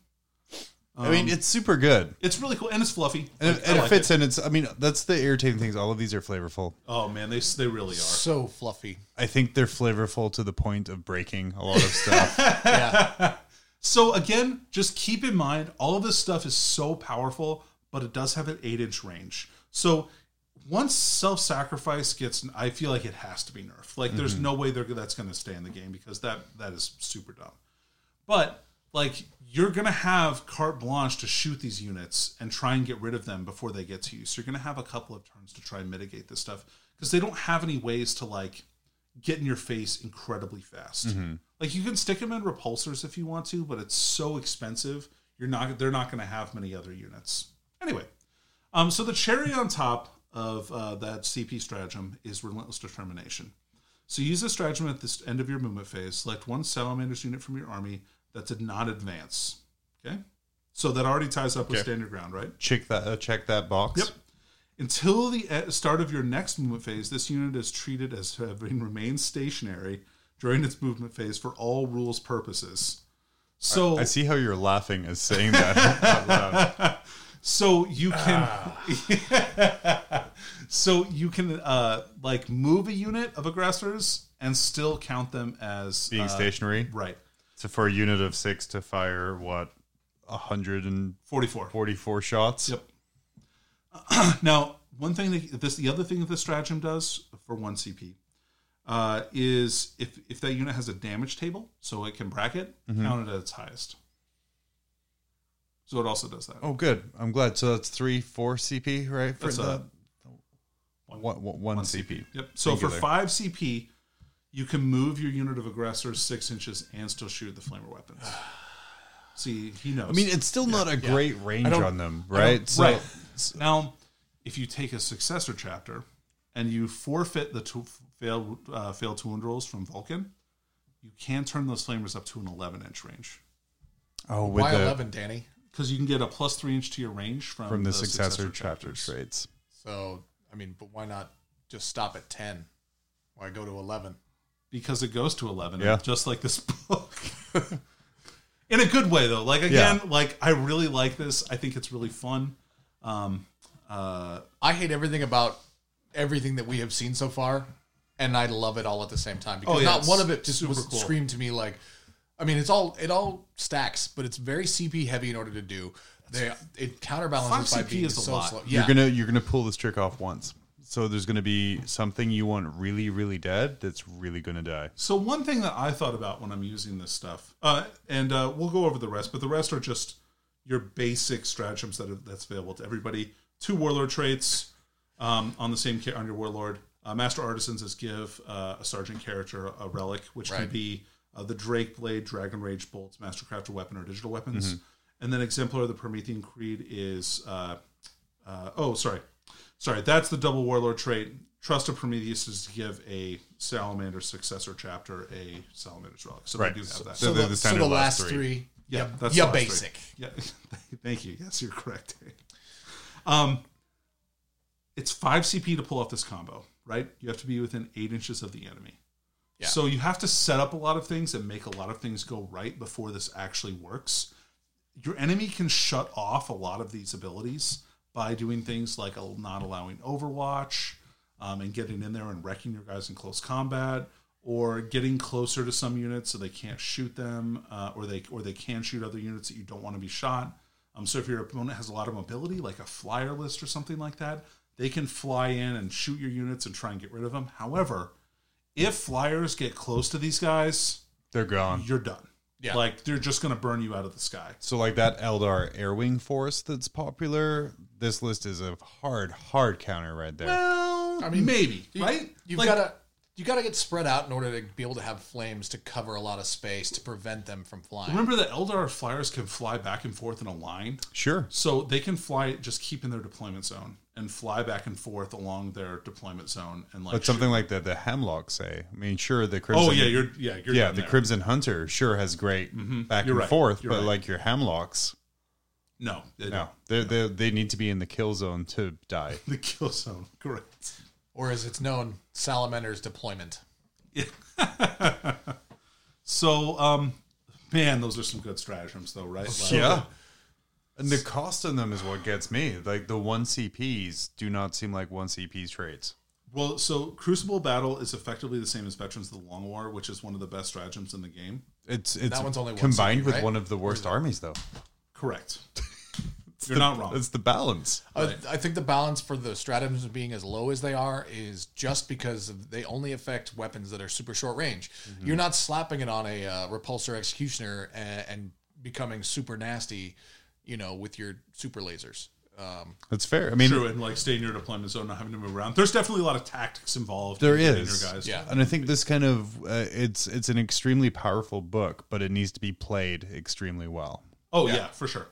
Speaker 1: I mean, it's super good.
Speaker 4: It's really cool and it's fluffy.
Speaker 1: And,
Speaker 4: Like,
Speaker 1: it-
Speaker 4: Um, I
Speaker 1: and it
Speaker 4: like
Speaker 1: fits in. It's. I mean, that's the irritating things. All of these are flavorful.
Speaker 4: Oh man, they s- they really are.
Speaker 3: So fluffy.
Speaker 1: I think they're flavorful to the point of breaking a lot of stuff.
Speaker 4: So again, just keep in mind all of this stuff is so powerful, but it does have an eight inch range. So once self sacrifice gets, I feel like it has to be nerfed. Like there's no way they're, that's going to stay in the game because that that is super dumb. But like you're going to have carte blanche to shoot these units and try and get rid of them before they get to you. So you're going to have a couple of turns to try and mitigate this stuff because they don't have any ways to like get in your face incredibly fast. Like you can stick them in repulsors if you want to, but it's so expensive. You're not they're not going to have many other units. Anyway, um, so the cherry on top of uh, that CP stratagem is relentless determination. So use this stratagem at the end of your movement phase. Select one salamander's unit from your army that did not advance. Okay, so that already ties up with
Speaker 1: Okay.
Speaker 4: stand your ground, right?
Speaker 1: check that. Uh, check that box.
Speaker 4: Yep. Until the e- start of your next movement phase, this unit is treated as having remained stationary during its movement phase for all rules purposes. So,
Speaker 1: I see how you're laughing as saying that. out loud.
Speaker 4: so you can,
Speaker 1: Ah.
Speaker 4: so you can uh, like move a unit of aggressors and still count them as
Speaker 1: Being
Speaker 4: uh,
Speaker 1: stationary.
Speaker 4: Right,
Speaker 1: So for a unit of six to fire what hundred and
Speaker 4: forty-four.
Speaker 1: forty-four shots.
Speaker 4: Yep. now, one thing that this the other thing that the stratagem does for one CP uh, is if if that unit has a damage table, so it can bracket,
Speaker 1: Mm-hmm.
Speaker 4: count it at its highest. So it also does that.
Speaker 1: Oh, good. I'm glad. So that's three, four CP, right? For
Speaker 4: That's
Speaker 1: the
Speaker 4: a-
Speaker 1: one, one, one CP.
Speaker 4: Yep. So for
Speaker 1: Singular.
Speaker 4: five CP, you can move your unit of aggressors six inches and still shoot the flamer weapons. See, he knows.
Speaker 1: I mean, it's still not a great range
Speaker 3: don't-
Speaker 1: on them, right? So
Speaker 4: right. Now, if you take a successor chapter and you forfeit the two, fail, uh, fail to wound rolls from Vulcan, you can turn those flamers up to an 11 inch range
Speaker 1: oh, with
Speaker 3: Why
Speaker 1: the,
Speaker 3: eleven, Danny?
Speaker 4: because you can get a plus three inch to your range from,
Speaker 1: from the, successor, chapter
Speaker 4: chapters.
Speaker 1: traits.
Speaker 3: So I mean, but why not just stop at ten? Why go to eleven?
Speaker 4: because it goes to 11
Speaker 1: Yeah.
Speaker 4: just like this book in a good way though like again like i really like this i think it's really fun um uh
Speaker 3: I hate everything about everything that we have seen so far, and I love it all at the same time because
Speaker 4: Oh, yeah,
Speaker 3: not
Speaker 4: it's
Speaker 3: one of it just was
Speaker 4: super cool.
Speaker 3: screamed to me like, I mean, it's all it all stacks, but it's very CP heavy in order to do. They it counterbalances by
Speaker 4: Five CP
Speaker 3: being
Speaker 4: is a
Speaker 3: so
Speaker 4: lot.
Speaker 3: slow. Yeah,
Speaker 1: You're gonna you're gonna pull this trick off once. So there's gonna be something you want really, really dead that's really gonna die.
Speaker 4: So one thing that I thought about when I'm using this stuff, uh, and uh, we'll go over the rest, but the rest are just your basic stratagems that are, that's available to everybody. Two warlord traits um, on the same ca- on your warlord. Uh, Master artisans is give uh, a sergeant character a relic, which can
Speaker 3: Right.
Speaker 4: be uh, the Drake Blade, Dragon Rage bolts,
Speaker 1: Mm-hmm.
Speaker 4: Mastercraft or weapon or digital weapons. And then exemplar of the Promethean Creed is uh, Uh, oh, sorry, sorry. That's the double warlord trait. Trust of Prometheus is to give a salamander successor chapter a salamander's relic. So
Speaker 1: Right.
Speaker 4: they do have that.
Speaker 1: So they're the standard last three.
Speaker 4: Yeah,
Speaker 3: yeah,
Speaker 4: that's
Speaker 3: yeah,
Speaker 4: the last three.
Speaker 3: basic.
Speaker 4: Yeah, thank you. Yes, you're correct. um, it's five CP to pull off this combo, right? You have to be within eight inches of the enemy.
Speaker 3: Yeah.
Speaker 4: So you have to set up a lot of things and make a lot of things go right before this actually works. Your enemy can shut off a lot of these abilities by doing things like al- not allowing Overwatch um, and getting in there and wrecking your guys in close combat, or getting closer to some units so they can't shoot them, uh, or they or they can shoot other units that you don't want to be shot. Um, so if your opponent has a lot of mobility, like a flyer list or something like that, they can fly in and shoot your units and try and get rid of them. However, if flyers get close to these guys,
Speaker 1: They're gone.
Speaker 4: you're done.
Speaker 3: Yeah.
Speaker 4: Like they're just going to burn you out of the sky.
Speaker 1: So like that Eldar Air Wing force that's popular. This list is a hard, hard counter right there.
Speaker 4: Well, I mean,
Speaker 3: mean,
Speaker 4: maybe
Speaker 3: You,
Speaker 4: right.
Speaker 3: You've
Speaker 4: Like,
Speaker 3: got to you got to get spread out in order to be able to have flames to cover a lot of space to prevent them from flying.
Speaker 4: remember that Eldar flyers can fly back and forth in a line.
Speaker 1: sure.
Speaker 4: So they can fly, just keep in their deployment zone and fly back and forth along their deployment zone and like
Speaker 1: But something like the the Hemlock say. I mean, sure the
Speaker 4: shoot-
Speaker 1: Crimson.
Speaker 4: Oh yeah, you're yeah you're
Speaker 1: yeah,
Speaker 4: done
Speaker 1: the
Speaker 4: there. Mm-hmm.
Speaker 1: Crimson Hunter sure has great back
Speaker 4: You're
Speaker 1: and
Speaker 4: right.
Speaker 1: forth,
Speaker 4: You're
Speaker 1: but
Speaker 4: right.
Speaker 1: like your Hemlocks,
Speaker 4: No, they-
Speaker 1: no, they they they need to be in the kill zone to die.
Speaker 4: the kill zone. Correct.
Speaker 3: or as it's known, Salamander's deployment.
Speaker 4: So, um, man, those are some good stratagems, though, right? Like,
Speaker 1: Yeah. And the cost on them is what gets me. Like the one CPs do not seem like one CP traits.
Speaker 4: Well, so Crucible Battle is effectively the same as Veterans of the Long War, which is one of the best stratagems in the game.
Speaker 1: It's it's
Speaker 3: one's only one
Speaker 1: combined
Speaker 3: CP,
Speaker 1: with
Speaker 3: right?
Speaker 1: one of the worst armies though.
Speaker 4: Correct. You're not wrong.
Speaker 1: It's the balance.
Speaker 3: Uh, I think the balance for the stratagems being as low as they are is just because of, they only affect weapons that are super short range.
Speaker 4: Mm-hmm.
Speaker 3: You're not slapping it on a uh, repulsor executioner and, and becoming super nasty, you know, with your super lasers. Um,
Speaker 1: That's fair. I mean,
Speaker 4: True, and like stay in your deployment zone, not having to move around. There's definitely a lot of tactics involved.
Speaker 1: There
Speaker 4: in getting
Speaker 1: is.
Speaker 4: your guys.
Speaker 3: yeah,
Speaker 1: and I think this kind of uh, it's it's an extremely powerful book, but it needs to be played extremely well.
Speaker 4: Oh yeah, for sure.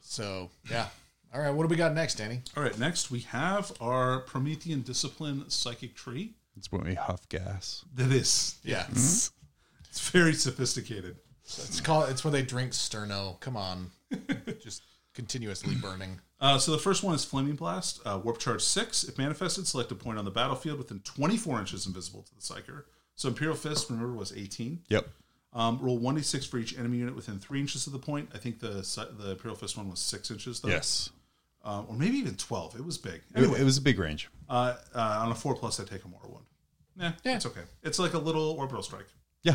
Speaker 3: So yeah. All right, what do we got next, Danny?
Speaker 4: All right, next we have our Promethean Discipline Psychic Tree.
Speaker 1: It's when we huff gas.
Speaker 4: That is,
Speaker 3: Yeah, Mm-hmm.
Speaker 4: it's very sophisticated.
Speaker 3: it's called. It's where they drink sterno. Come on, just continuously burning.
Speaker 4: Uh, so the first one is Flaming Blast, uh, Warp Charge 6. If manifested, select a point on the battlefield within 24 inches invisible to the Psyker. So Imperial Fist, remember, was 18.
Speaker 1: Yep.
Speaker 4: Um, roll 1d6 for each enemy unit within 3 inches of the point. I think the Psy- the Imperial Fist one was 6 inches, though.
Speaker 1: Yes.
Speaker 4: Uh, or maybe even 12. It was big.
Speaker 1: It, it was a big range.
Speaker 4: Uh, uh, on a 4 plus, I take a mortal wound. Yeah, it's okay. It's like a little orbital strike.
Speaker 3: Yeah,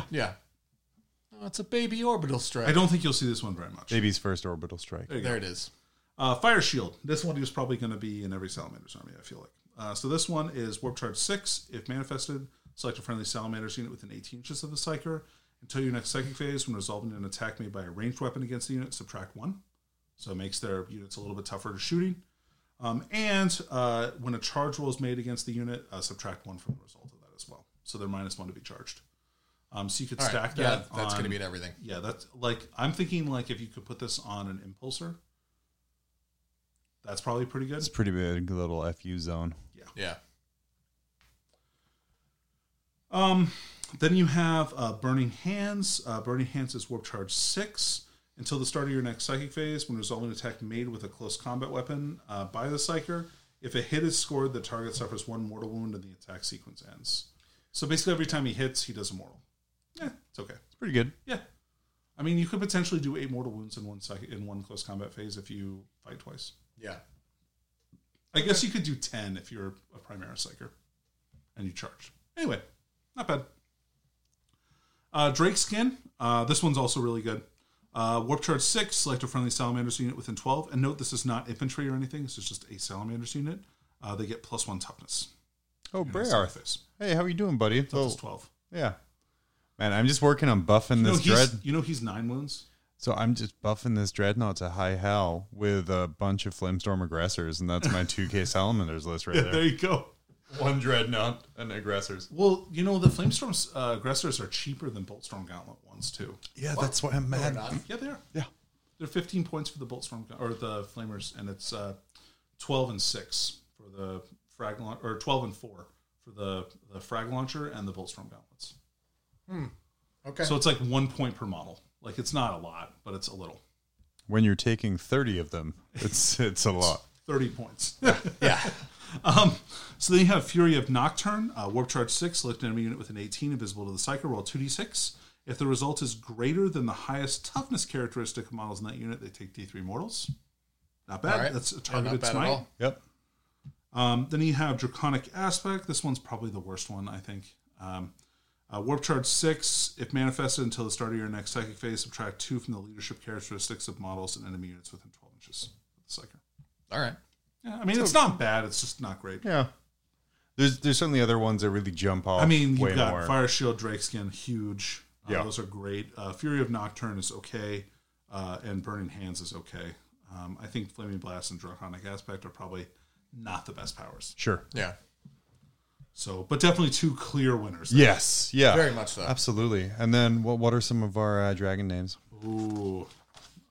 Speaker 3: oh, it's a baby orbital strike.
Speaker 4: I don't think you'll see this one very much.
Speaker 1: Baby's first orbital strike.
Speaker 3: There it is.
Speaker 4: Uh, Fire Shield. This one is probably going to be in every Salamander's army, I feel like. Uh, so this one is Warp Charge 6. If manifested, select a friendly Salamander's unit within 18 inches of the Psyker. Until your next psychic phase, when resolving an attack made by a ranged weapon against the unit, subtract 1. So it makes their units a little bit tougher to shooting. Um, and uh, when a charge roll is made against the unit, uh, subtract 1 from the result of that as well. So they're minus 1 to be charged. Um, so you could
Speaker 3: All right,
Speaker 4: stack
Speaker 3: yeah,
Speaker 4: that.
Speaker 3: that's going to
Speaker 4: on-
Speaker 3: be in everything.
Speaker 4: Yeah, that's like I'm thinking like if you could put this on an impulsor, that's probably pretty good.
Speaker 1: It's a pretty big little FU zone.
Speaker 3: Yeah.
Speaker 4: Um, then you have uh, Burning Hands. Uh, Burning Hands is Warp Charge 6. Until the start of your next psychic phase, when resolving an attack made with a close combat weapon uh, by the psyker, if a hit is scored, the target suffers one mortal wound and the attack sequence ends. So basically, every time he hits, he does a mortal. Yeah, it's okay.
Speaker 1: It's pretty good.
Speaker 4: Yeah, I mean, you could potentially do eight mortal wounds in one psychic in one close combat phase if you fight twice.
Speaker 3: Yeah.
Speaker 4: I guess you could do 10 if you're a primary psyker and you charge. Anyway, not bad. Uh, Drake Skin. Uh, this one's also really good. Uh, Warp Charge 6, select a friendly Salamander's unit within 12. And note this is not infantry or anything, this is just a Salamander's unit. Uh, they get plus one toughness.
Speaker 1: Oh, Bray
Speaker 4: Arthur. Toughness
Speaker 1: Hey, how are you doing, buddy? Oh,
Speaker 4: 12.
Speaker 1: yeah. Man, I'm just working on buffing
Speaker 4: No,
Speaker 1: this dread.
Speaker 4: he's, you know he's nine wounds?
Speaker 1: So I'm just buffing this dreadnought to high hell with a bunch of flamestorm aggressors, and that's my 2K salamanders list right there.
Speaker 4: There you go.
Speaker 1: One dreadnought and aggressors.
Speaker 4: Well, you know, the Flamestorm's uh, aggressors are cheaper than Boltstorm Gauntlet ones, too.
Speaker 1: Yeah, that's why I'm mad.
Speaker 3: not.
Speaker 4: Yeah, they are.
Speaker 1: Yeah.
Speaker 4: They're 15 points for the Boltstorm gun- or the Flamers, and it's uh, 12 and 6 for the frag launch, or 12 and 4 for the, the frag launcher and the Boltstorm gauntlets.
Speaker 3: Okay.
Speaker 4: So it's like one point per model. Like it's not a lot, but it's a little.
Speaker 1: When you're taking 30 of them, it's it's a lot.
Speaker 4: 30 points.
Speaker 3: yeah.
Speaker 4: Um, so then you have Fury of Nocturne, uh, Warp Charge 6, select an enemy unit with an 18 invisible to the cycle, roll 2d6. If the result is greater than the highest toughness characteristic of models in that unit, they take d3 mortals. Not bad.
Speaker 3: All right.
Speaker 4: That's a
Speaker 3: Yeah, not
Speaker 4: targeted
Speaker 3: bad at
Speaker 4: smite.
Speaker 3: all.
Speaker 1: Yep.
Speaker 4: Um, then you have Draconic Aspect. This one's probably the worst one, I think. Um, uh, Warp Charge 6, if manifested until the start of your next psychic phase, subtract 2 from the leadership characteristics of models and enemy units within 12 inches of the cycle.
Speaker 3: All right.
Speaker 4: Yeah, I mean, it's not bad. It's just not great.
Speaker 7: Yeah. There's there's certainly other ones that really jump off.
Speaker 4: I mean,
Speaker 7: way
Speaker 4: you've got
Speaker 7: more.
Speaker 4: Fire Shield, Drakeskin, huge. Uh,
Speaker 7: Yeah.
Speaker 4: Those are great. Uh, Fury of Nocturne is okay, uh, and Burning Hands is okay. Um, I think Flaming Blast and Draconic Aspect are probably not the best powers.
Speaker 7: sure.
Speaker 3: Yeah.
Speaker 4: So, but definitely two clear winners.
Speaker 7: Yes. Yeah.
Speaker 3: Very much so.
Speaker 7: Absolutely. And then what what are some of our uh, dragon names?
Speaker 4: Ooh.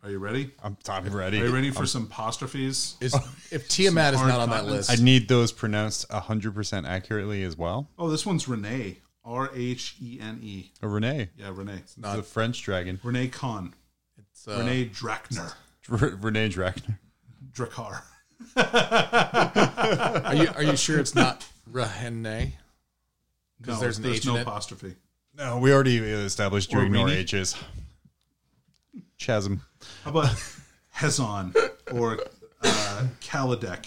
Speaker 4: Are you ready?
Speaker 7: I'm, I'm
Speaker 4: Are
Speaker 7: ready.
Speaker 4: you ready for some apostrophes?
Speaker 3: Is, if Tiamat is
Speaker 4: hard
Speaker 3: not on that
Speaker 4: continents.
Speaker 3: list,
Speaker 7: I need those pronounced 100% accurately as well.
Speaker 4: Oh, this one's Renee. R H E N E.
Speaker 7: Oh, Renee,
Speaker 4: Yeah, Renee.
Speaker 3: Uh,
Speaker 7: the French dragon.
Speaker 4: Renee Kahn.
Speaker 3: it's, uh,
Speaker 4: Renee Drachner.
Speaker 7: R- Renee Dragon.
Speaker 4: Dracar.
Speaker 3: Are you are you sure it's not Rahene?
Speaker 4: No, there's,
Speaker 3: there's an H in
Speaker 4: no
Speaker 3: it.
Speaker 4: apostrophe.
Speaker 7: No, we already established you
Speaker 4: Or
Speaker 7: ignore
Speaker 4: Rini.
Speaker 7: H's. Chasm.
Speaker 4: How about Hezon or uh, Kaladek?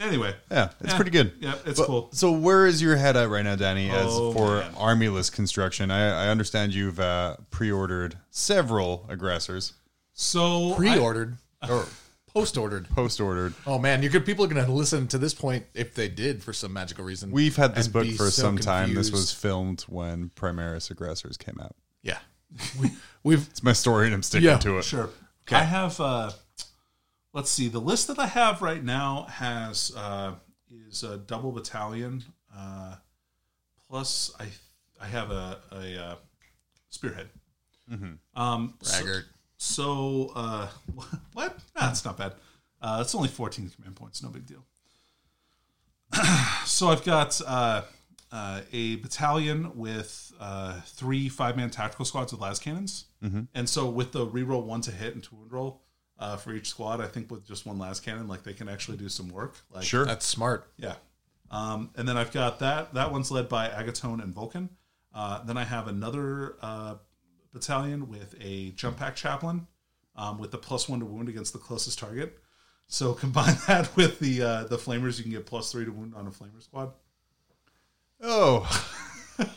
Speaker 4: Anyway,
Speaker 7: Yeah, it's pretty good.
Speaker 4: yeah, it's
Speaker 7: But-
Speaker 4: cool.
Speaker 7: So where is your head at right now, Danny, as
Speaker 4: Oh,
Speaker 7: for
Speaker 4: man.
Speaker 7: army list construction? I, I understand you've uh, pre-ordered several aggressors
Speaker 4: So I,
Speaker 3: Pre-ordered
Speaker 7: or
Speaker 3: post-ordered?
Speaker 7: post-ordered.
Speaker 3: Oh man, you could people are gonna listen to this point if they did for some magical reason.
Speaker 7: We've had this
Speaker 3: And
Speaker 7: book
Speaker 3: be
Speaker 7: for
Speaker 3: so
Speaker 7: some time. This was
Speaker 3: confused.
Speaker 7: filmed when Primaris Aggressors came out.
Speaker 3: yeah. We, we've
Speaker 7: It's my story, and I'm sticking
Speaker 3: Yeah,
Speaker 7: to it.
Speaker 4: sure. I have. Uh, let's see. The list that I have right now has uh, is a double battalion uh, plus I I have a, a uh, spearhead. Um, so-
Speaker 3: braggart.
Speaker 4: So, uh, what? Nah, it's not bad. Uh, it's only 14 command points. No big deal. so I've got uh, uh, a battalion with uh, three five-man tactical squads with las cannons, and so with the reroll one to hit and two wound roll uh, for each squad, I think with just one las cannon, like they can actually do some work. Like,
Speaker 7: Sure.
Speaker 3: That's smart.
Speaker 4: yeah. Um, and then I've got that. That one's led by Agatone and Vulcan. Uh, then I have another uh, battalion with a jump pack chaplain um, with the plus one to wound against the closest target. So combine that with the uh, the flamers, you can get plus three to wound on a flamer squad.
Speaker 7: Oh,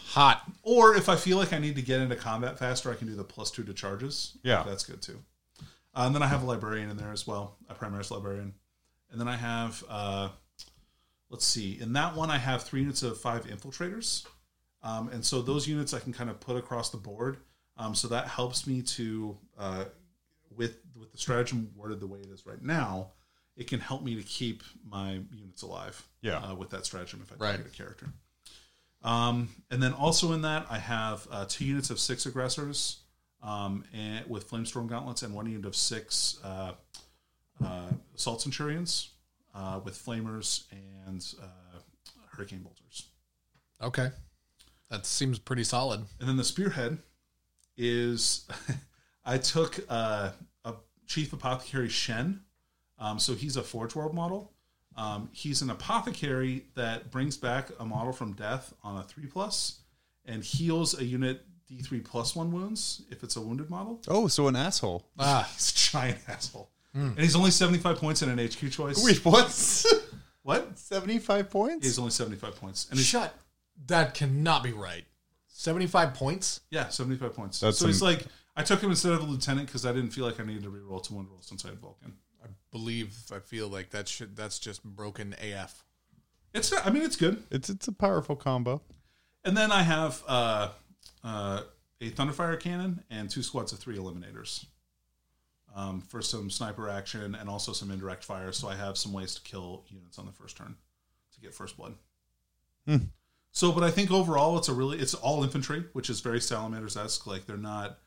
Speaker 3: Hot.
Speaker 4: Or if I feel like I need to get into combat faster, I can do the plus two to charges.
Speaker 7: Yeah.
Speaker 4: that's good too. Uh, and then I have a librarian in there as well, a primaris librarian. And then I have, uh, let's see, in that one I have three units of five infiltrators, um, and so those units I can kind of put across the board. Um, so that helps me to uh, with with the stratagem worded the way it is right now. It can help me to keep my units alive.
Speaker 7: Yeah.
Speaker 4: uh, with that stratagem if I
Speaker 3: Right.
Speaker 4: target a character. Um, and then also in that, I have uh, two units of six aggressors um, and, with flamestorm gauntlets, and one unit of six uh, uh, assault centurions uh, with flamers and uh, hurricane bolters.
Speaker 3: Okay. That seems pretty solid.
Speaker 4: And then the spearhead is I took uh, a chief apothecary Shen. Um, so he's a Forge World model. Um, he's an apothecary that brings back a model from death on a three plus and heals a unit D three plus one wounds if it's a wounded model.
Speaker 7: oh, so an asshole.
Speaker 3: Ah,
Speaker 4: He's a giant asshole, and he's only seventy five points in an HQ choice.
Speaker 7: Wait, what?
Speaker 4: What?
Speaker 7: Seventy-five points?
Speaker 4: He's only seventy five points, and he's,
Speaker 3: shut. That cannot be right. Seventy-five points.
Speaker 4: yeah, seventy five points.
Speaker 7: That's
Speaker 4: so he's
Speaker 7: some-
Speaker 4: like, I took him instead of a lieutenant because I didn't feel like I needed to reroll to one roll since I had Vulcan.
Speaker 3: Believe I feel like that should. That's just broken AF.
Speaker 4: It's not, I mean it's good.
Speaker 7: It's it's a powerful combo.
Speaker 4: And then I have uh, uh, a Thunderfire cannon and two squads of three eliminators um, for some sniper action and also some indirect fire. So I have some ways to kill units on the first turn to get first blood. So, but I think overall it's a really it's all infantry, which is very salamanders esque. Like they're not.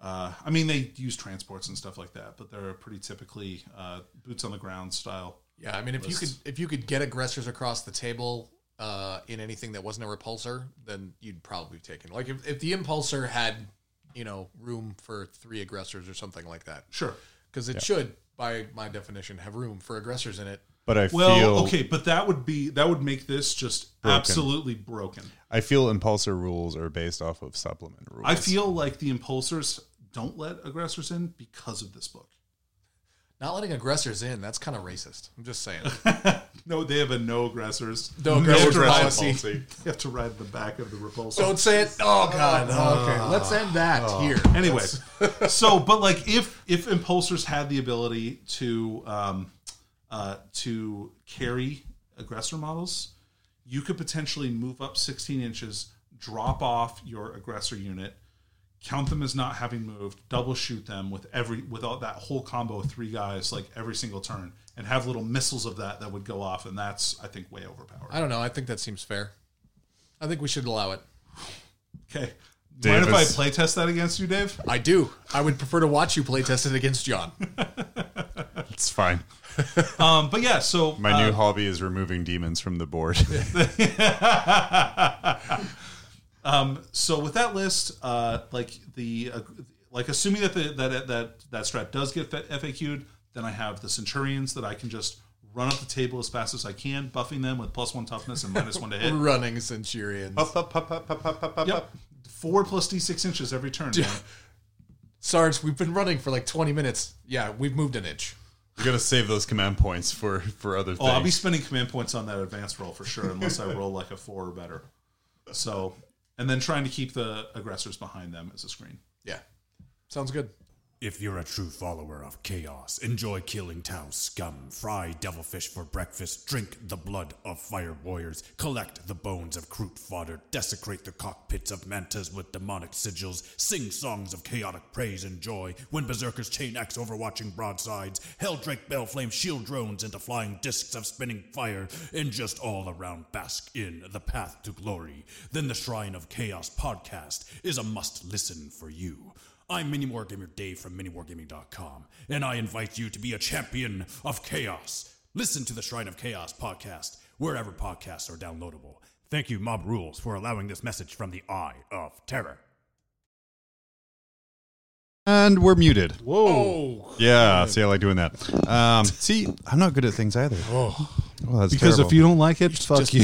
Speaker 4: Uh, I mean, they use transports and stuff like that, but they're pretty typically uh, boots on the ground style.
Speaker 3: Yeah, I mean, if you could if you could get aggressors across the table uh, in anything that wasn't a repulsor, then you'd probably be taken. Like if, if the impulsor had, you know, room for three aggressors or something like that,
Speaker 4: Sure.
Speaker 3: because it should, by my definition, have room for aggressors in it.
Speaker 7: But I
Speaker 4: Well,
Speaker 7: feel
Speaker 4: okay, but that would be that would make this just absolutely broken.
Speaker 7: I feel impulsor rules are based off of supplement rules.
Speaker 4: I feel like the impulsors don't let aggressors in because of this book.
Speaker 3: Not letting aggressors in, that's kind of racist. I'm just saying.
Speaker 4: No, they have a no aggressors.
Speaker 3: No aggressors
Speaker 4: ride-
Speaker 3: policy.
Speaker 4: They have to ride the back of the repulsor.
Speaker 3: Don't say it. Oh, God. okay. Let's end that here.
Speaker 4: anyway so but like if if impulsors had the ability to um uh to carry aggressor models you could potentially move up 16 inches drop off your aggressor unit count them as not having moved double shoot them with every with all that whole combo of three guys like every single turn and have little missiles of that that would go off and that's i think way overpowered
Speaker 3: I don't know. I think that seems fair. I think we should allow it.
Speaker 4: okay mind if i
Speaker 7: Davis.
Speaker 4: playtest that against you dave
Speaker 3: I do. I would prefer to watch you play test it against John.
Speaker 7: it's fine.
Speaker 4: um but yeah so
Speaker 7: My
Speaker 4: uh,
Speaker 7: new hobby is removing demons from the board.
Speaker 4: um, so with that list, uh, like the uh, like assuming that the, that that that strat does get fa- FAQ'd, then I have the Centurions that I can just run up the table as fast as I can, buffing them with plus one toughness and minus one to hit.
Speaker 3: Running Centurions.
Speaker 4: Yep, four plus d six inches every turn. man.
Speaker 3: Sarge, we've been running for like 20 minutes. Yeah, we've moved an inch.
Speaker 7: you gotta save those command points for for other
Speaker 4: Oh,
Speaker 7: things.
Speaker 4: I'll be spending command points on that advanced roll for sure, unless I roll like a four or better. So, and then trying to keep the aggressors behind them as a screen.
Speaker 3: Yeah. Sounds good.
Speaker 9: If you're a true follower of chaos, enjoy killing town scum, fry devilfish for breakfast, drink the blood of fire warriors, collect the bones of crude fodder, desecrate the cockpits of mantas with demonic sigils, sing songs of chaotic praise and joy, when berserkers chain axe overwatching broadsides, helldrake bellflame shield drones into flying discs of spinning fire, and just all around bask in the path to glory, then the Shrine of Chaos podcast is a must listen for you. I'm Mini Wargamer Dave from MiniWargaming.com, and I invite you to be a champion of chaos. Listen to the Shrine of Chaos podcast, wherever podcasts are downloadable. Thank you, Mob Rules, for allowing this message from the Eye of Terror.
Speaker 1: And we're muted.
Speaker 3: Whoa.
Speaker 2: Oh.
Speaker 1: Yeah, see, I like doing that. Um, see, I'm not good at things either. Oh, well, that's
Speaker 2: Because if
Speaker 1: terrible.
Speaker 2: you don't like it, fuck you.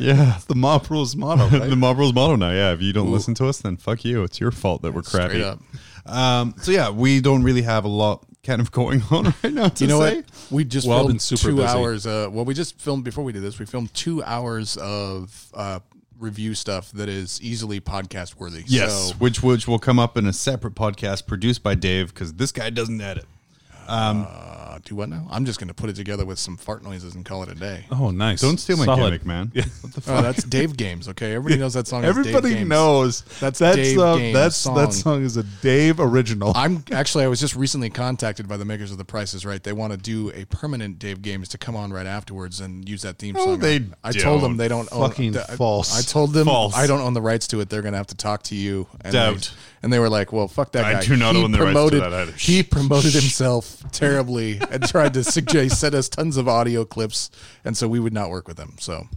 Speaker 1: yeah, it's the mob rules motto. the mob rules motto now. Yeah, if you don't listen to us, then fuck you. It's your fault that we're crappy.
Speaker 3: Straight up.
Speaker 1: Um, so yeah, we don't really have a lot kind of going on right now. To
Speaker 3: You know
Speaker 1: say.
Speaker 3: what? We just
Speaker 2: Well, I've been
Speaker 3: filmed
Speaker 2: super
Speaker 3: two
Speaker 2: busy.
Speaker 3: hours. Uh, well, we just filmed before we did this. We filmed two hours of uh, review stuff that is easily podcast worthy.
Speaker 1: Yes,
Speaker 3: So,
Speaker 1: which which will come up in a separate podcast produced by Dave because this guy doesn't edit.
Speaker 3: uh, do what now? I'm just going to put it together with some fart noises and call it a day.
Speaker 2: Oh, nice.
Speaker 1: Don't steal my
Speaker 2: Solid.
Speaker 1: gimmick, man. Yeah.
Speaker 3: Oh, that's Dave Games. Okay, everybody knows that song. is Dave
Speaker 2: Everybody
Speaker 3: Games.
Speaker 2: knows
Speaker 3: That's
Speaker 2: that's
Speaker 3: Dave
Speaker 2: uh,
Speaker 3: Games'
Speaker 2: that's
Speaker 3: song.
Speaker 2: that song is a Dave original.
Speaker 3: I'm actually I was just recently contacted by the makers of The Price is Right. They want to do a permanent Dave Games to come on right afterwards and use that theme song.
Speaker 1: they
Speaker 3: I told them they don't
Speaker 2: Fucking
Speaker 3: own, I-
Speaker 2: false.
Speaker 3: I told them
Speaker 1: False.
Speaker 3: I don't own the rights to it. They're going to have to talk to you. And
Speaker 1: Doubt.
Speaker 3: They, and they were like, "Well, fuck that
Speaker 1: I
Speaker 3: guy."
Speaker 1: do not own the rights to
Speaker 3: promoted-
Speaker 1: that either.
Speaker 3: He promoted himself terribly and tried to suggest sent us tons of audio clips, and so we would not work with them. So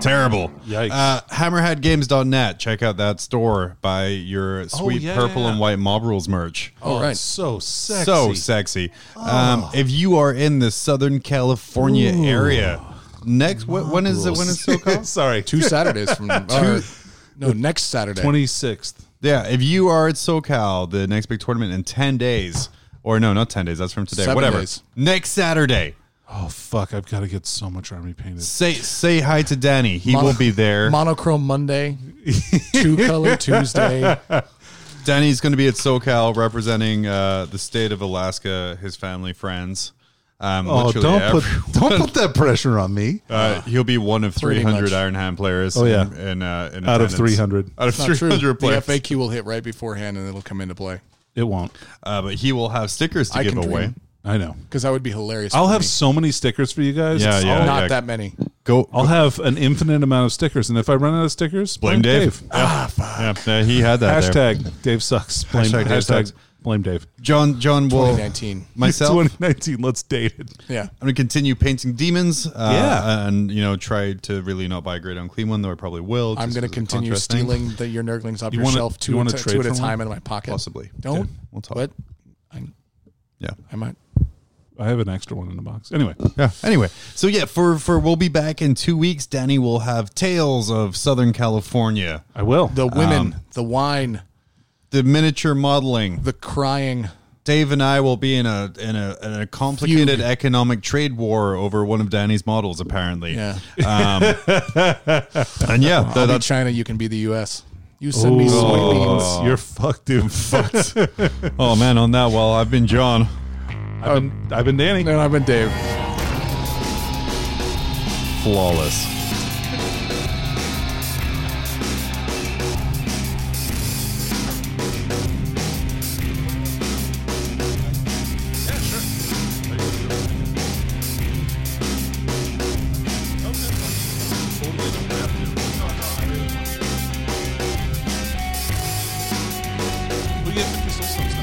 Speaker 1: Terrible.
Speaker 2: Yikes.
Speaker 1: Uh, hammerheadgames.net. Check out that store. Buy
Speaker 3: Oh,
Speaker 1: your sweet
Speaker 2: yeah,
Speaker 1: purple
Speaker 2: yeah,
Speaker 1: and
Speaker 2: yeah.
Speaker 1: white mob rules merch.
Speaker 3: all right.
Speaker 2: so sexy.
Speaker 1: So sexy.
Speaker 3: Ah.
Speaker 1: Um, if you are in the Southern California area, next what, when is it? When is SoCal?
Speaker 2: Sorry.
Speaker 3: two Saturdays from or, no next Saturday.
Speaker 2: Twenty sixth.
Speaker 1: yeah, if you are at SoCal, the next big tournament in ten days, or no, not ten days. That's from today.
Speaker 3: Seven
Speaker 1: Whatever.
Speaker 3: days.
Speaker 1: Next Saturday,
Speaker 2: Oh fuck! I've got to get so much army painted.
Speaker 1: say say hi to Danny. He
Speaker 3: Mono-
Speaker 1: will be there.
Speaker 3: Monochrome Monday, two color Tuesday.
Speaker 1: Danny's going to be at SoCal representing uh, the state of Alaska, his family, friends. Um,
Speaker 2: Oh,
Speaker 1: literally
Speaker 2: don't
Speaker 1: every-
Speaker 2: put don't put that pressure on me.
Speaker 1: Uh, he'll be one of
Speaker 3: Pretty
Speaker 1: 300
Speaker 3: much.
Speaker 1: Iron Hand players.
Speaker 2: Oh, yeah.
Speaker 1: in, in, uh, in
Speaker 2: Out of
Speaker 1: attendance.
Speaker 2: 300.
Speaker 1: Out of
Speaker 3: It's not true.
Speaker 1: 300
Speaker 3: The
Speaker 1: players.
Speaker 3: FAQ will hit right beforehand and it'll come into play.
Speaker 2: It won't.
Speaker 1: Uh, but he will have stickers to
Speaker 3: I
Speaker 1: give
Speaker 3: can
Speaker 1: away.
Speaker 3: dream.
Speaker 2: I know.
Speaker 3: Because that would be hilarious.
Speaker 2: I'll
Speaker 3: for
Speaker 2: have
Speaker 3: me.
Speaker 2: so many stickers for you guys.
Speaker 1: Yeah,
Speaker 2: It's-
Speaker 1: yeah.
Speaker 3: not that many.
Speaker 1: Go.
Speaker 2: I'll have an infinite amount of stickers, and if I run out of stickers,
Speaker 1: Blame Dave. Yeah. Yeah, no, he had that. there.
Speaker 2: Ah, Hashtag Dave sucks. Blame
Speaker 1: Hashtag,
Speaker 2: hashtag,
Speaker 1: Dave sucks.
Speaker 4: Blame Dave.
Speaker 1: John John will
Speaker 3: 2019.
Speaker 1: myself.
Speaker 4: 2019. Let's date it.
Speaker 3: Yeah.
Speaker 1: I'm gonna continue painting demons. Uh,
Speaker 4: Yeah.
Speaker 1: and you know try to really not buy a great unclean one, though I probably will.
Speaker 3: I'm
Speaker 1: just
Speaker 3: going
Speaker 1: as a
Speaker 3: to continue
Speaker 1: contrast thing.
Speaker 3: stealing the, your Nurglings off
Speaker 4: You
Speaker 3: your
Speaker 4: wanna-
Speaker 3: shelf
Speaker 4: you
Speaker 3: two, at,
Speaker 4: wanna
Speaker 3: a-
Speaker 4: trade
Speaker 3: two at a
Speaker 4: for one?
Speaker 3: time out of my pocket.
Speaker 1: possibly.
Speaker 3: Don't.
Speaker 1: Okay, we'll talk.
Speaker 3: But I,
Speaker 1: Yeah.
Speaker 3: I might.
Speaker 4: I have an extra one in the box. Anyway,
Speaker 1: Yeah. Anyway, so yeah, for for we'll be back in two weeks. Danny will have tales of Southern California,
Speaker 4: I will.
Speaker 3: The women, the wine,
Speaker 1: the miniature modeling.
Speaker 3: the crying.
Speaker 1: Dave and I will be in a in a in a complicated economic trade war over one of Danny's models, apparently.
Speaker 3: Yeah.
Speaker 1: And yeah, that-
Speaker 3: I'll be
Speaker 1: that's
Speaker 3: China. You can be the U.S. You send me
Speaker 4: Ooh. Oh.
Speaker 3: soybeans.
Speaker 2: Oh,
Speaker 4: You're fucked, dude.
Speaker 1: fucked. oh man, on that. Well, I've been John.
Speaker 4: I've been, I've been Danny.
Speaker 3: And I've been Dave.
Speaker 1: Flawless.
Speaker 4: We get the pistol some